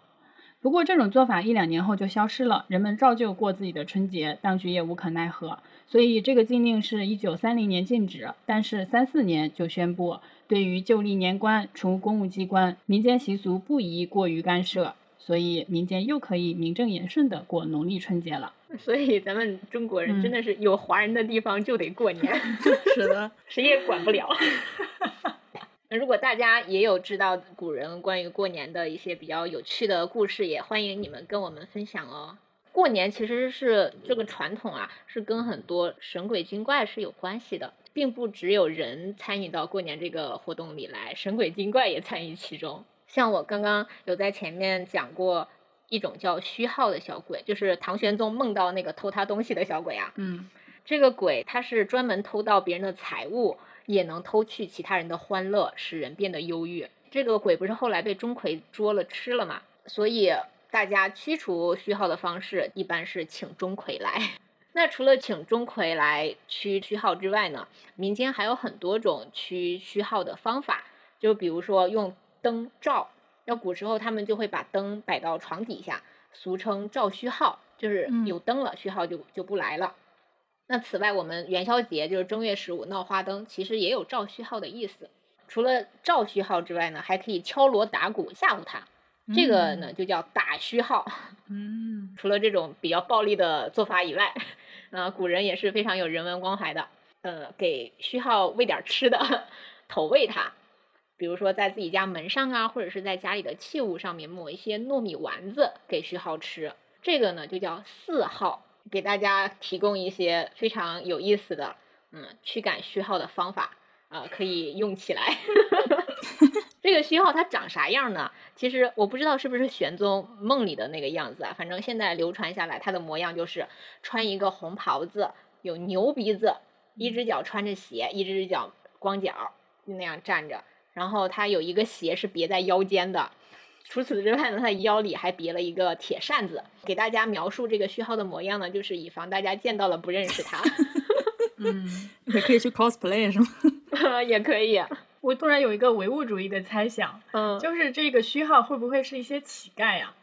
Speaker 3: 不过这种做法一两年后就消失了，人们照旧过自己的春节，当局也无可奈何。所以这个禁令是一九三零年禁止，但是三四年就宣布对于旧历年关，除公务机关，民间习俗不宜过于干涉，所以民间又可以名正言顺的过农历春节了。
Speaker 1: 所以咱们中国人
Speaker 2: 嗯
Speaker 1: 真的是有华人的地方就得过年，
Speaker 2: 是 的，
Speaker 1: 谁也管不了。 如果大家也有知道古人关于过年的一些比较有趣的故事，也欢迎你们跟我们分享哦。过年其实是这个传统啊，是跟很多神鬼精怪是有关系的，并不只有人参与到过年这个活动里来，神鬼精怪也参与其中。像我刚刚有在前面讲过一种叫虚号的小鬼，就是唐玄宗梦到那个偷他东西的小鬼啊。
Speaker 3: 嗯
Speaker 1: 这个鬼他是专门偷盗别人的财物，也能偷去其他人的欢乐，使人变得忧郁。这个鬼不是后来被钟馗捉了吃了嘛？所以大家驱除虚号的方式一般是请钟馗来。 那除了请钟馗来驱虚号之外呢，民间还有很多种驱虚号的方法，就比如说用灯照。那古时候他们就会把灯摆到床底下，俗称照虚号，就是
Speaker 3: 嗯
Speaker 1: 有灯了，虚号就就不来了。那此外，我们元宵节就是正月十五闹花灯，其实也有照虚号的意思。除了照虚号之外呢，还可以敲锣打鼓吓唬他。这个呢就叫打虚号。
Speaker 3: 嗯，
Speaker 1: 除了这种比较暴力的做法以外，呃，古人也是非常有人文光怀的。呃，给虚号喂点儿吃的，投喂它，比如说在自己家门上啊，或者是在家里的器物上面抹一些糯米丸子给虚号吃。这个呢就叫四号，给大家提供一些非常有意思的，嗯，驱赶虚号的方法啊、可以用起来。 这个虚号它长啥样呢？其实我不知道是不是玄宗梦里的那个样子啊，反正现在流传下来，它的模样就是穿一个红袍子，有牛鼻子，一只脚穿着鞋，一只脚光脚那样站着，然后它有一个鞋是别在腰间的。除此之外呢，它的腰里还别了一个铁扇子。给大家描述这个虚号的模样呢，就是以防大家见到了不认识它。
Speaker 3: 嗯
Speaker 2: 也可以去 cosplay 是吗？
Speaker 1: 也可以，
Speaker 3: 我突然有一个唯物主义的猜想，
Speaker 1: 嗯，
Speaker 3: 就是这个虚号会不会是一些乞丐呀、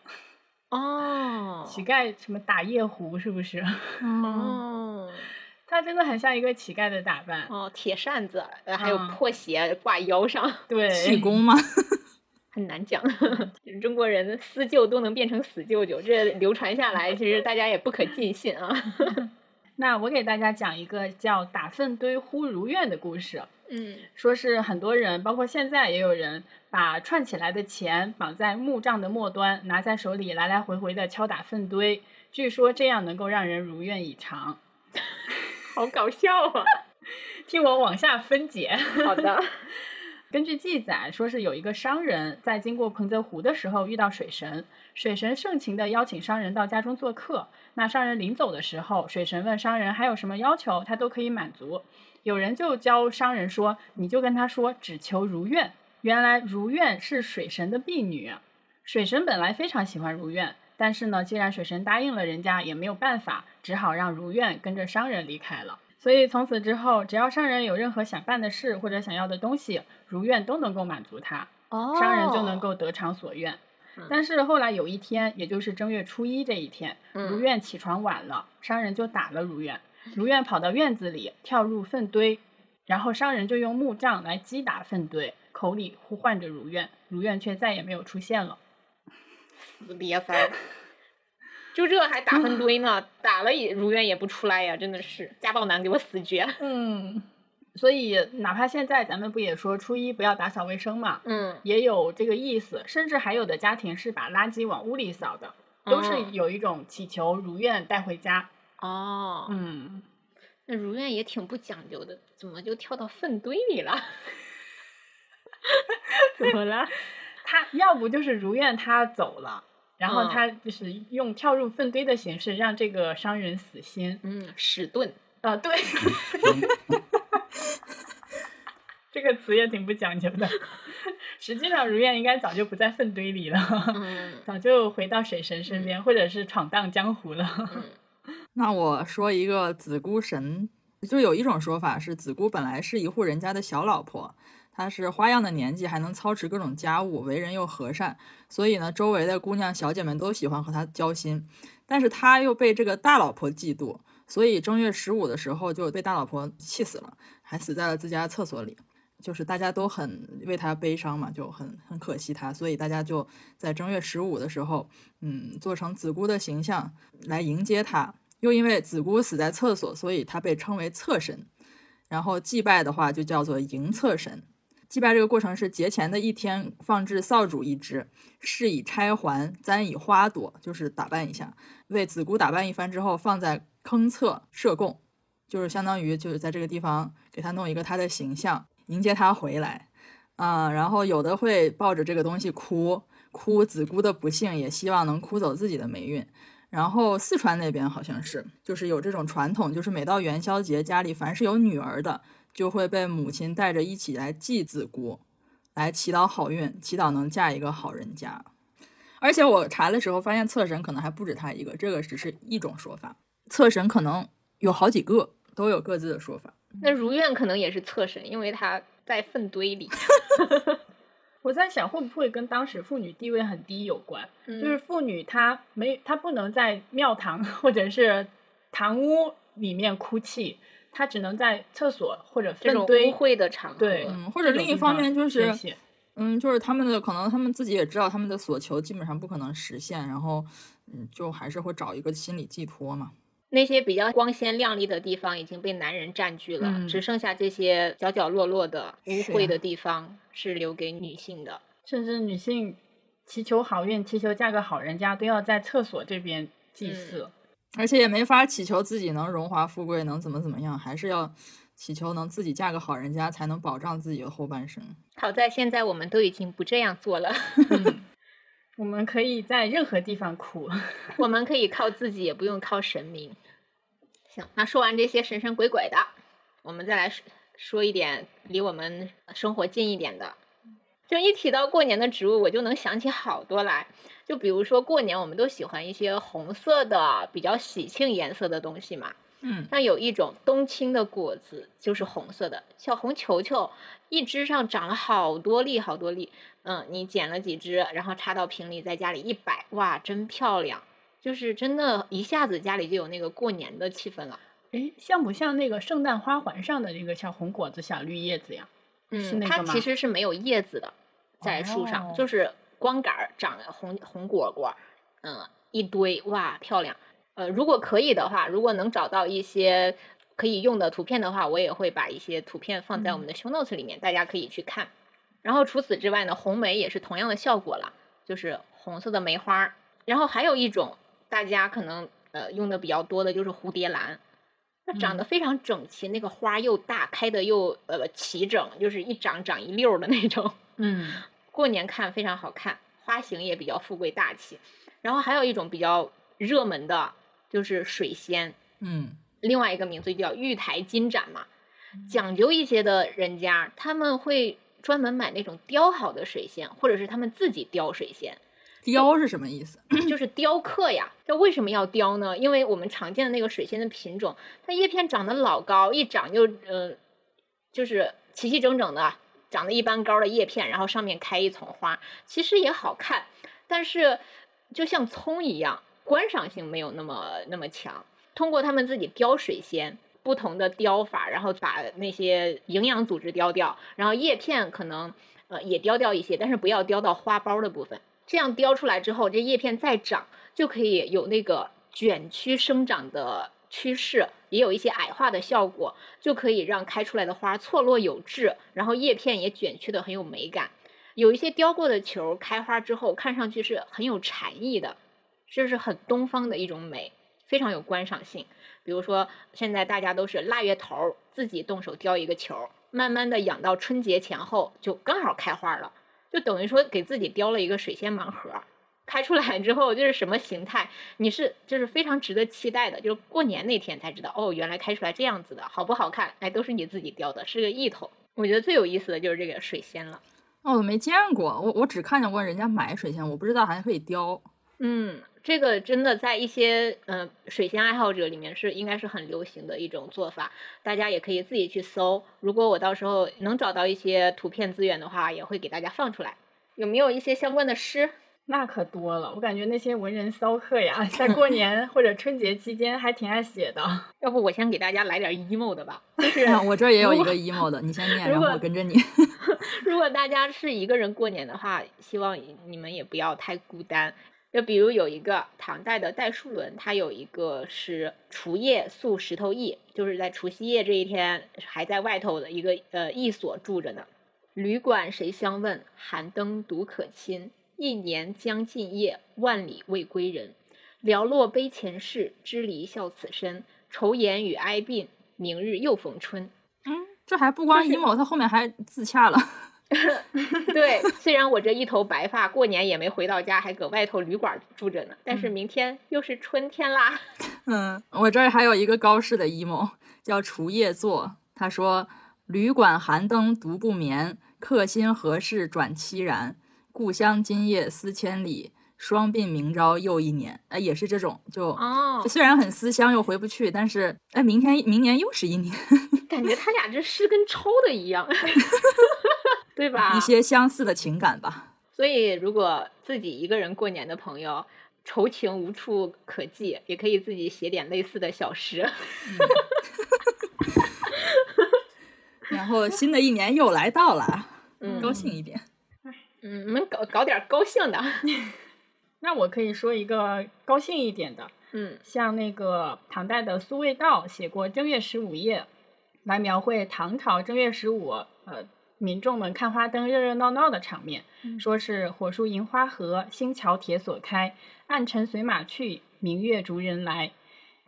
Speaker 1: 哦，
Speaker 3: 乞丐什么打夜壶是不是？
Speaker 2: 嗯，
Speaker 1: 哦，
Speaker 3: 他真的很像一个乞丐的打扮，
Speaker 1: 哦，铁扇子，呃，还有
Speaker 3: 嗯
Speaker 1: 破鞋挂腰上，
Speaker 3: 对，
Speaker 2: 气功吗？
Speaker 1: 很难讲。
Speaker 3: 嗯
Speaker 1: 就是中国人思舅都能变成死舅舅，这流传下来，其实大家也不可尽信啊。
Speaker 3: 那我给大家讲一个叫打粪堆忽如愿的故事，
Speaker 1: 嗯，
Speaker 3: 说是很多人，包括现在也有人，把串起来的钱绑在木杖的末端，拿在手里来来回回的敲打粪堆，据说这样能够让人如愿以偿。
Speaker 1: 好搞笑 啊！
Speaker 3: 听我往下分解。
Speaker 1: 好的，
Speaker 3: 根据记载，说是有一个商人在经过彭泽湖的时候遇到水神，水神盛情的邀请商人到家中做客。那商人临走的时候，水神问商人还有什么要求，他都可以满足。有人就教商人说：“你就跟他说，只求如愿。”原来如愿是水神的婢女，水神本来非常喜欢如愿，但是呢，既然水神答应了人家，也没有办法，只好让如愿跟着商人离开了。所以从此之后，只要商人有任何想办的事或者想要的东西，如愿都能够满足他，
Speaker 1: 哦 嗯
Speaker 3: 商人就能够得偿所愿。但是后来有一天，也就是正月初一这一天，如
Speaker 1: 嗯
Speaker 3: 愿起床晚了，商人就打了如愿。如愿跑到院子里，跳入粪堆，然后商人就用木杖来击打粪堆，口里呼唤着如愿，如愿却再也没有出现了。
Speaker 1: 死瘪三。就这还打 粪堆呢，打了也如愿也不出来呀，真的是家暴男给我死绝。
Speaker 3: 嗯，所以哪怕现在咱们不也说初一不要打扫卫生嘛，
Speaker 1: 嗯，
Speaker 3: 也有这个意思，甚至还有的家庭是把垃圾往屋里扫的，都是
Speaker 1: 哦
Speaker 3: 有一种祈求如愿带回家。
Speaker 1: 哦，
Speaker 3: 嗯，
Speaker 1: 那如愿也挺不讲究的，怎么就跳到粪堆里了？
Speaker 3: 怎么了？ 他要不就是如愿他走了，然后
Speaker 1: 嗯
Speaker 3: 他就是用跳入粪堆的形式让这个商人死心。
Speaker 1: 嗯，屎遁。
Speaker 3: 啊，对， 这个词也挺不讲究的。实际上，如愿应该早就不在粪堆里了，
Speaker 1: 嗯
Speaker 3: 早啊就回到水神
Speaker 6: 嗯
Speaker 3: 身边，或者是闯荡江湖了。
Speaker 1: 嗯
Speaker 2: 那我说一个子姑神，就有一种说法是子姑本来是一户人家的小老婆，她是花样的年纪，还能操持各种家务，为人又和善，所以呢，周围的姑娘小姐们都喜欢和她交心。但是她又被这个大老婆嫉妒，所以正月十五的时候就被大老婆气死了，还死在了自家厕所里。就是大家都很为她悲伤嘛，就很很可惜她，所以大家就在正月十五的时候，嗯，做成子姑的形象来迎接她。又因为子姑死在厕所，所以她被称为厕神。然后祭拜的话就叫做迎厕神。祭拜这个过程是节前的一天放置扫帚一只，饰以钗环，簪以花朵，就是打扮一下，为子姑打扮一番之后，放在坑侧设供，就是相当于就是在这个地方给她弄一个她的形象，迎接她回来。啊、然后有的会抱着这个东西哭，哭子姑的不幸，也希望能哭走自己的霉运。然后四川那边好像是，就是有这种传统，就是每到元宵节，家里凡是有女儿的，就会被母亲带着一起来祭子姑，来祈祷好运，祈祷能嫁一个好人家。而且我查的时候发现，厕神可能还不止他一个，这个只是一种说法，厕神可能有好几个，都有各自的说法。
Speaker 1: 那如愿可能也是侧身，因为他在粪堆里。
Speaker 3: 我在想，会不会跟当时妇女地位很低有关？
Speaker 2: 嗯
Speaker 1: 就
Speaker 3: 就是妇女她没她不能在庙堂或者是堂屋里面哭泣，
Speaker 6: 它只能在厕所或者
Speaker 1: 这种
Speaker 6: 粪
Speaker 1: 污
Speaker 6: 堆
Speaker 1: 秽的场合，
Speaker 6: 对
Speaker 2: 嗯，或者
Speaker 6: 这种
Speaker 2: 另一
Speaker 6: 地
Speaker 2: 方
Speaker 6: 方
Speaker 2: 面就是
Speaker 6: 宣，泄
Speaker 2: 嗯，就是他们的可能他们自己也知道他们的所求基本上不可能实现，然后嗯，就还是会找一个心理寄托嘛。
Speaker 1: 那些比较光鲜亮丽的地方已经被男人占据了，
Speaker 6: 嗯
Speaker 1: 只剩下这些角角落落的污
Speaker 2: 是
Speaker 1: 秽
Speaker 2: 呀
Speaker 1: 的地方是留给女性的。
Speaker 6: 甚至女性祈求好运、祈求嫁个好人家，都要在厕所这边祭
Speaker 2: 嗯
Speaker 6: 祀。
Speaker 2: 而且也没法祈求自己能荣华富贵，能怎么怎么样，还是要祈求能自己嫁个好人家，才能保障自己的后半生。
Speaker 1: 好在现在我们都已经不这样做了，
Speaker 6: 嗯我们可以在任何地方哭，
Speaker 1: 我们可以靠自己，也不用靠神明。行，那说完这些神神鬼鬼的，我们再来说说一点离我们生活近一点的。就一提到过年的植物，我就能想起好多来。就比如说过年，我们都喜欢一些红色的、比较喜庆颜色的东西嘛。
Speaker 2: 嗯，
Speaker 1: 像有一种冬青的果子，就是红色的小红球球，一枝上长了好多粒，好多粒。嗯，你捡了几只，然后插到瓶里，在家里一摆，哇，真漂亮！就是真的，一下子家里就有那个过年的气氛了。
Speaker 6: 哎，像不像那个圣诞花环上的那个小红果子、小绿叶子呀？是
Speaker 1: 嗯，
Speaker 6: 那
Speaker 1: 它
Speaker 6: 个吗
Speaker 1: 其实是没有叶子的，在树上、
Speaker 6: 哦
Speaker 1: 就是光杆儿长了红红果果，嗯，一堆哇，漂亮。呃，如果可以的话，如果能找到一些可以用的图片的话，我也会把一些图片放在
Speaker 6: 嗯
Speaker 1: 我们的 show notes 里面，大家可以去看。然后除此之外呢，红梅也是同样的效果啦，就是红色的梅花儿。然后还有一种大家可能呃用的比较多的就是蝴蝶兰，它长得非常整齐，那个花又大，开的又呃齐整，就是一长长一溜儿的那种。
Speaker 6: 嗯，
Speaker 1: 过年看非常好看，花型也比较富贵大气。然后还有一种比较热门的，就是水仙，
Speaker 2: 嗯，
Speaker 1: 另外一个名字就叫玉台金盏嘛。讲究一些的人家，他们会专门买那种雕好的水仙，或者是他们自己雕水仙，
Speaker 2: 雕是什么意思？
Speaker 1: 就是雕刻呀。这为什么要雕呢？因为我们常见的那个水仙的品种，它叶片长得老高，一长就嗯、就是齐齐整整的，长得一般高的叶片，然后上面开一丛花，其实也好看，但是就像葱一样，观赏性没有那么那么强。通过他们自己雕水仙，不同的雕法，然后把那些营养组织雕掉，然后叶片可能呃也雕掉一些，但是不要雕到花苞的部分。这样雕出来之后，这叶片再长就可以有那个卷曲生长的趋势，也有一些矮化的效果，就可以让开出来的花错落有致，然后叶片也卷曲的很有美感。有一些雕过的球开花之后，看上去是很有禅意的，这是很东方的一种美，非常有观赏性。比如说，现在大家都是腊月头儿自己动手雕一个球，慢慢的养到春节前后就刚好开花了，就等于说给自己雕了一个水仙盲盒。开出来之后就是什么形态，你是就是非常值得期待的，就是过年那天才知道哦，原来开出来这样子的，好不好看？哎，都是你自己雕的，是个意头。我觉得最有意思的就是这个水仙了。
Speaker 2: 哦，我没见过，我我只看见过人家买水仙，我不知道还可以雕。
Speaker 1: 嗯，这个真的在一些呃水仙爱好者里面是应该是很流行的一种做法，大家也可以自己去搜。如果我到时候能找到一些图片资源的话，也会给大家放出来。有没有一些相关的诗？
Speaker 6: 那可多了。我感觉那些文人骚客呀，在过年或者春节期间还挺爱写的。
Speaker 1: 要不我先给大家来点 emo 的吧。
Speaker 2: 啊我这儿也有一个 emo 的，你先念，然后我跟着你。
Speaker 1: 如果大家是一个人过年的话，希望你们也不要太孤单。就比如有一个唐代的戴叔伦，他有一个是除夜宿石头驿，就是在除夕夜这一天还在外头的一个呃驿所住着呢。旅馆谁相问？寒灯独可亲。一年将尽夜，万里未归人。寥落悲前事，支离笑此身。愁颜与哀鬓，明日又逢春。
Speaker 2: 这还不光 emo，他后面还自洽了。
Speaker 1: 对，虽然我这一头白发，过年也没回到家，还搁外头旅馆住着呢，但是明天又是春天 啦。
Speaker 2: 嗯，我这儿还有一个高适的 emo，叫除夜作。他说：“旅馆寒灯独不眠，客心何事转凄然。故乡今夜思千里，双鬓明朝又一年。”哎，也是这种，就、
Speaker 1: 哦，
Speaker 2: 虽然很思乡又回不去，但是哎，明天明年又是一年，
Speaker 1: 感觉他俩这诗跟抽的一 样，对吧
Speaker 2: 一？些相似的情感 吧。
Speaker 1: 所以如果自己一个人过年的朋友，愁情无
Speaker 2: 嗯
Speaker 1: 处可寄，也可以自己写点类似的小诗。
Speaker 2: 然后新的一年又来到了，啊
Speaker 8: 嗯
Speaker 2: 高兴一点。
Speaker 1: 嗯，你们搞搞点高兴的，
Speaker 3: 那我可以说一个高兴一点的，
Speaker 8: 嗯
Speaker 3: 像那个唐代的苏味道写过《正月十五夜》，来描绘唐朝正月十五，呃，民众们看花灯热热闹闹的场面，说是火树银花合，新桥铁锁开，暗尘随马去，明月逐人来。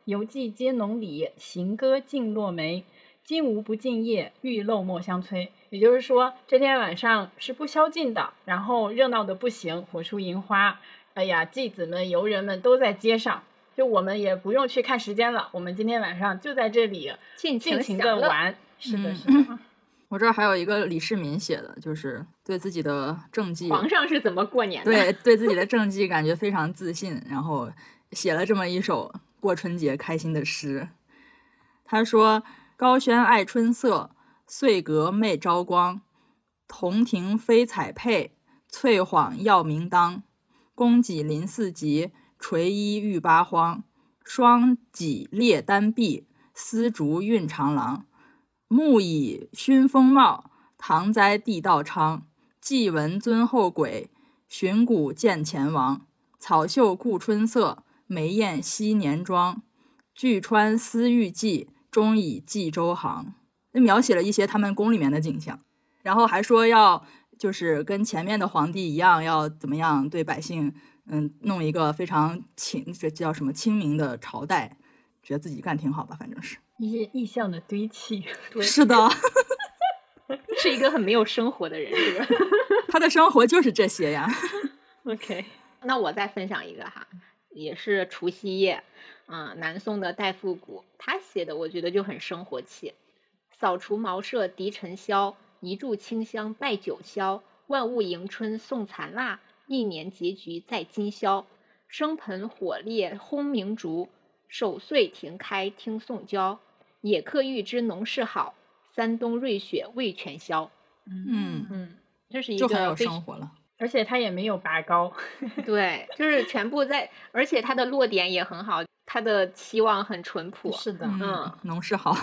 Speaker 3: 游记皆浓里，行歌尽落梅。今无不尽夜，玉漏莫相催。也就是说，这天晚上是不宵禁的，然后热闹的不行，火树银花，哎呀，祭子们、游人们都在街上，就我们也不用去看时间了，我们今天晚上就在这里
Speaker 8: 尽
Speaker 3: 尽
Speaker 8: 情
Speaker 3: 情的
Speaker 8: 享乐
Speaker 3: 玩。是的，
Speaker 2: 嗯
Speaker 3: 是的，
Speaker 2: 我这儿还有一个李世民写的，就是对自己的政绩，
Speaker 1: 皇上是怎么过年的？
Speaker 2: 对对自己的政绩感觉非常自信，然后写了这么一首过春节开心的诗。他说：“高轩爱春色，岁阁媚朝光，铜庭飞彩佩，翠幌耀明当。公己临四集，垂衣欲八荒。双髻列丹臂，丝竹韵长廊。木以熏风貌，唐栽地道昌。既闻尊后轨，寻古见前王，草秀顾春色，梅艳惜年妆。巨川思玉记，终以记周行。那描写了一些他们宫里面的景象，然后还说要就是跟前面的皇帝一样，要怎么样对百姓，嗯，弄一个非常清，这叫什么清明的朝代，觉得自己干挺好吧，反正是。
Speaker 3: 一些意象的堆砌。
Speaker 2: 是的，
Speaker 8: 是一个很没有生活的人，是吧
Speaker 2: 他的生活就是这些呀。
Speaker 8: ？OK，
Speaker 1: 那我再分享一个哈，也是除夕夜，嗯、南宋的戴复古，他写的我觉得就很生活气。扫除茅舍笛尘嚣，一炷清香拜九霄，万物迎春送残腊，一年结局在今宵。生盆火烈轰鸣竹，守岁庭开听宋教。野客欲知农事好，三冬瑞雪未全消。
Speaker 2: 嗯，
Speaker 1: 嗯，这是一
Speaker 2: 就很有
Speaker 1: 个非
Speaker 2: 生活了。
Speaker 3: 而且他也没有拔高，
Speaker 1: 对，就是全部在，而且它的落点也很好，它的期望很淳 朴。
Speaker 3: 是的
Speaker 2: 嗯，农事好。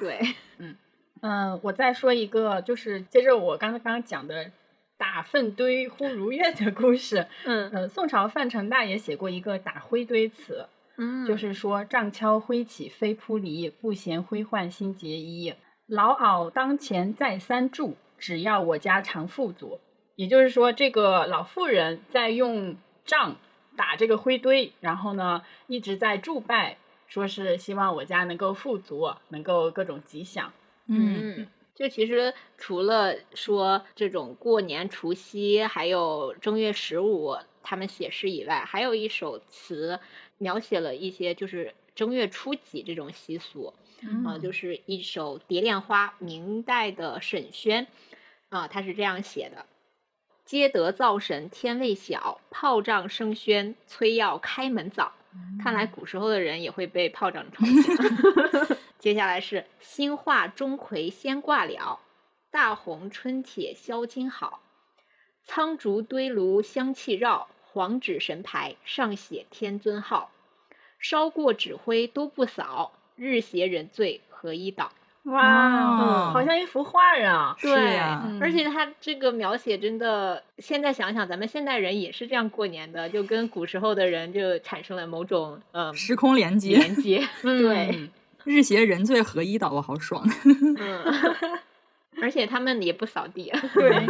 Speaker 1: 对，
Speaker 3: 嗯，我再说一个，就是接着我刚刚讲的打粪堆忽如愿的故事。
Speaker 1: 嗯
Speaker 3: 呃，宋朝范成大也写过一个打灰堆词，
Speaker 1: 嗯
Speaker 3: 就，是说杖敲灰起飞扑离，不嫌灰患新结衣。老媪当前再三住，只要我家常富足。也就是说，这个老妇人在用杖打这个灰堆，然后呢一直在祝拜，说是希望我家能够富足，能够各种吉祥。
Speaker 2: 嗯，
Speaker 1: 嗯，就其实除了说这种过年除夕，还有正月十五他们写诗以外，还有一首词描写了一些就是正月初几这种习俗。啊、就是一首《蝶恋花》，明代的沈轩，啊、他是这样写的：皆得灶神天未晓，炮仗声喧，催要开门早。看来古时候的人也会被炮仗吵醒。接下来是新画钟馗先挂了，大红春帖销金好。苍竹堆炉香气绕，黄纸神牌上写天尊号。烧过纸灰都不扫，日携人醉何一倒。
Speaker 3: 哇，
Speaker 2: 哦
Speaker 3: 嗯好像一幅画啊！
Speaker 2: 是
Speaker 1: 对嗯
Speaker 2: 呀。
Speaker 1: 而且他这个描写真的，现在想想，咱们现代人也是这样过年的，就跟古时候的人就产生了某种嗯
Speaker 2: 时空连接，
Speaker 1: 连接。
Speaker 3: 嗯
Speaker 1: 对，
Speaker 2: 日协人醉合一岛，我好爽。
Speaker 1: 嗯， 而且他们也不扫地。
Speaker 3: 对，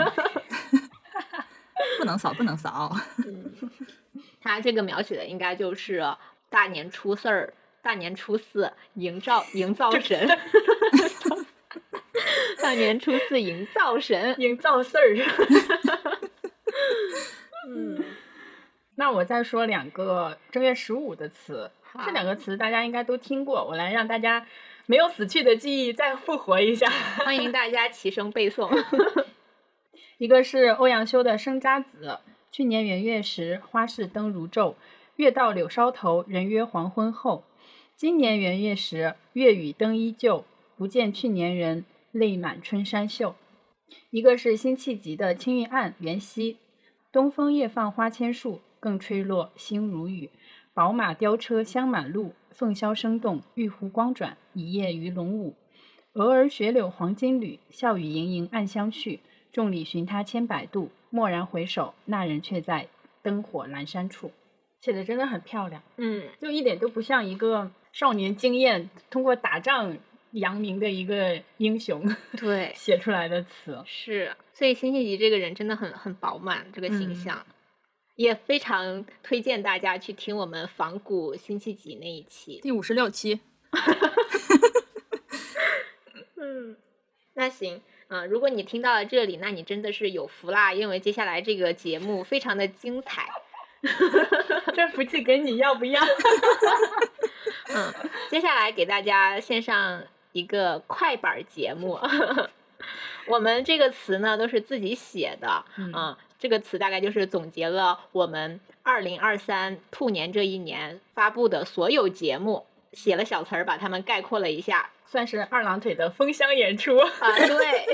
Speaker 2: 不能扫，不能扫。
Speaker 1: 嗯 他这个描写的应该就是大年初四儿、大年初四营造营造神， 大年初四营造 神，
Speaker 3: 营造事儿。嗯，那我再说两个正月十五的词，这两个词大家应该都听过，我来让大家没有死去的记忆再复活一下。
Speaker 1: 欢迎大家齐声背 诵。
Speaker 3: 一个是欧阳修的《生查子》，去年元月时，花市灯如昼，月到柳梢头，人约黄昏后。今年元月时，月与灯依旧，不见去年人，泪满春衫袖。一个是辛弃疾的《青玉案·元夕》，东风夜放花千树，更吹落星如雨。宝马雕车香满路，凤箫声动，玉壶光转，一夜鱼龙舞。蛾儿雪柳黄金缕，笑语盈盈暗香去。众里寻他千百度，蓦然回首，那人却在灯火阑珊处。写的真的很漂亮，
Speaker 1: 嗯，
Speaker 3: 就一点都不像一个少年经验通过打仗扬名的一个英雄
Speaker 1: 对，
Speaker 3: 写出来的词。
Speaker 1: 是，所以辛弃疾这个人真的很很饱满，这个形
Speaker 3: 嗯
Speaker 1: 象、也非常推荐大家去听我们仿古辛弃疾那一期。
Speaker 2: 第五十六期，
Speaker 1: 嗯，那行。嗯，如果你听到了这里，那你真的是有福啦，因为接下来这个节目非常的精彩。
Speaker 3: 这福气给你要不要？
Speaker 1: 嗯，接下来给大家献上一个快板儿节目。 我们这个词呢都是自己写的，嗯、这个词大概就是总结了我们二零二三兔年这一年发布的所有节目，写了小词儿把它们概括了一下。
Speaker 3: 算是二郎腿的风箱演出。
Speaker 1: 啊，对。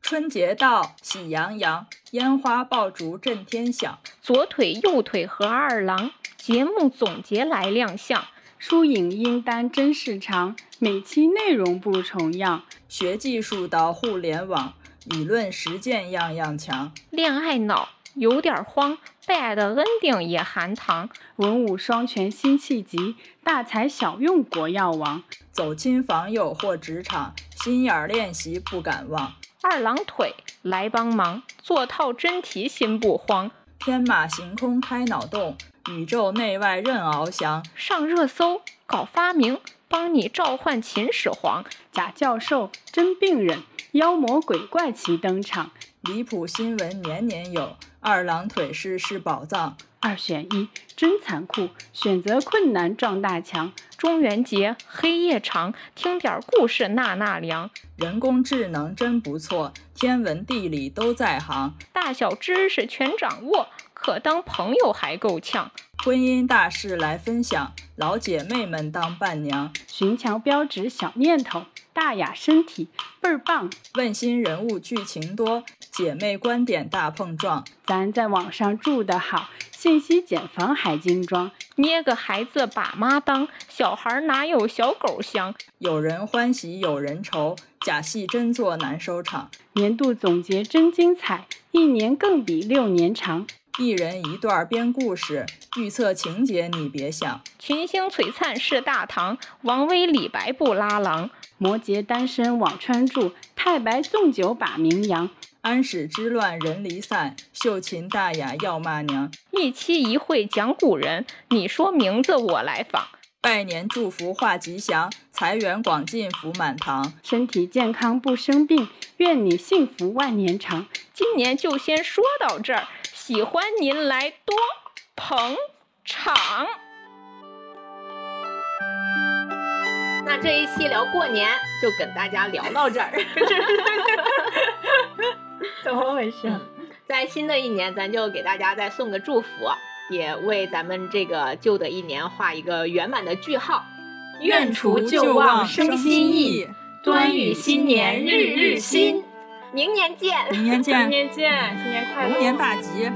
Speaker 2: 春节到，喜洋洋，烟花爆竹震天响。
Speaker 1: 左腿右腿和二郎节目总结来亮相，
Speaker 9: 疏影应当真是长，每期内容不重样。
Speaker 2: 学技术到互联网，理论实践样样强。
Speaker 1: 恋爱脑有点慌，bad ending 也含糖，
Speaker 9: 文武双全辛弃疾，大材小用国药王。
Speaker 2: 走亲访友或职场，心眼儿练习不敢忘。
Speaker 1: 二郎腿来帮忙，做套真题心不慌，
Speaker 2: 天马行空开脑洞，宇宙内外任翱翔。
Speaker 1: 上热搜搞发明，帮你召唤秦始皇，
Speaker 9: 假教授真病人，妖魔鬼怪齐登场。
Speaker 2: 离谱新闻年年有，二郎腿是是宝藏。
Speaker 9: 二选一，真残酷，选择困难撞大墙。
Speaker 1: 中元节黑夜长，听点儿故事纳纳凉，
Speaker 2: 人工智能真不错，天文地理都在行。
Speaker 1: 大小知识全掌握，可当朋友还够呛。
Speaker 2: 婚姻大事来分享，老姐妹们当伴娘。
Speaker 9: 寻常标志小念头，大雅身体倍儿棒。
Speaker 2: 问心人物剧情多，姐妹观点大碰撞。
Speaker 9: 咱在网上住得好，信息茧房还精装。
Speaker 1: 捏个孩子把妈当，小孩儿哪有小狗香？
Speaker 2: 有人欢喜有人愁，假戏真做难收场。
Speaker 9: 年度总结真精彩，一年更比六年长。
Speaker 2: 一人一段编故事，预测情节你别想。
Speaker 1: 群星璀璨是大唐，王威李白不拉郎。
Speaker 9: 摩羯单身网穿住，太白纵酒把名扬。
Speaker 2: 安史之乱人离散，秀琴大雅要骂娘。
Speaker 1: 一期一会讲古人，你说名字我来仿。
Speaker 2: 拜年祝福话吉祥，财源广进福满堂。
Speaker 9: 身体健康不生病，愿你幸福万年长。
Speaker 1: 今年就先说到这儿，喜欢您来多捧场。那这一期聊过年就跟大家聊到这儿，
Speaker 3: 怎么回事？
Speaker 1: 在新的一年咱就给大家再送个祝福，也为咱们这个旧的一年画一个圆满的句号。
Speaker 3: 愿除旧忘生新意，，
Speaker 1: 端午新年日日新，明年见。
Speaker 2: 明年见，
Speaker 3: 年见，新年快
Speaker 2: 龙年大吉。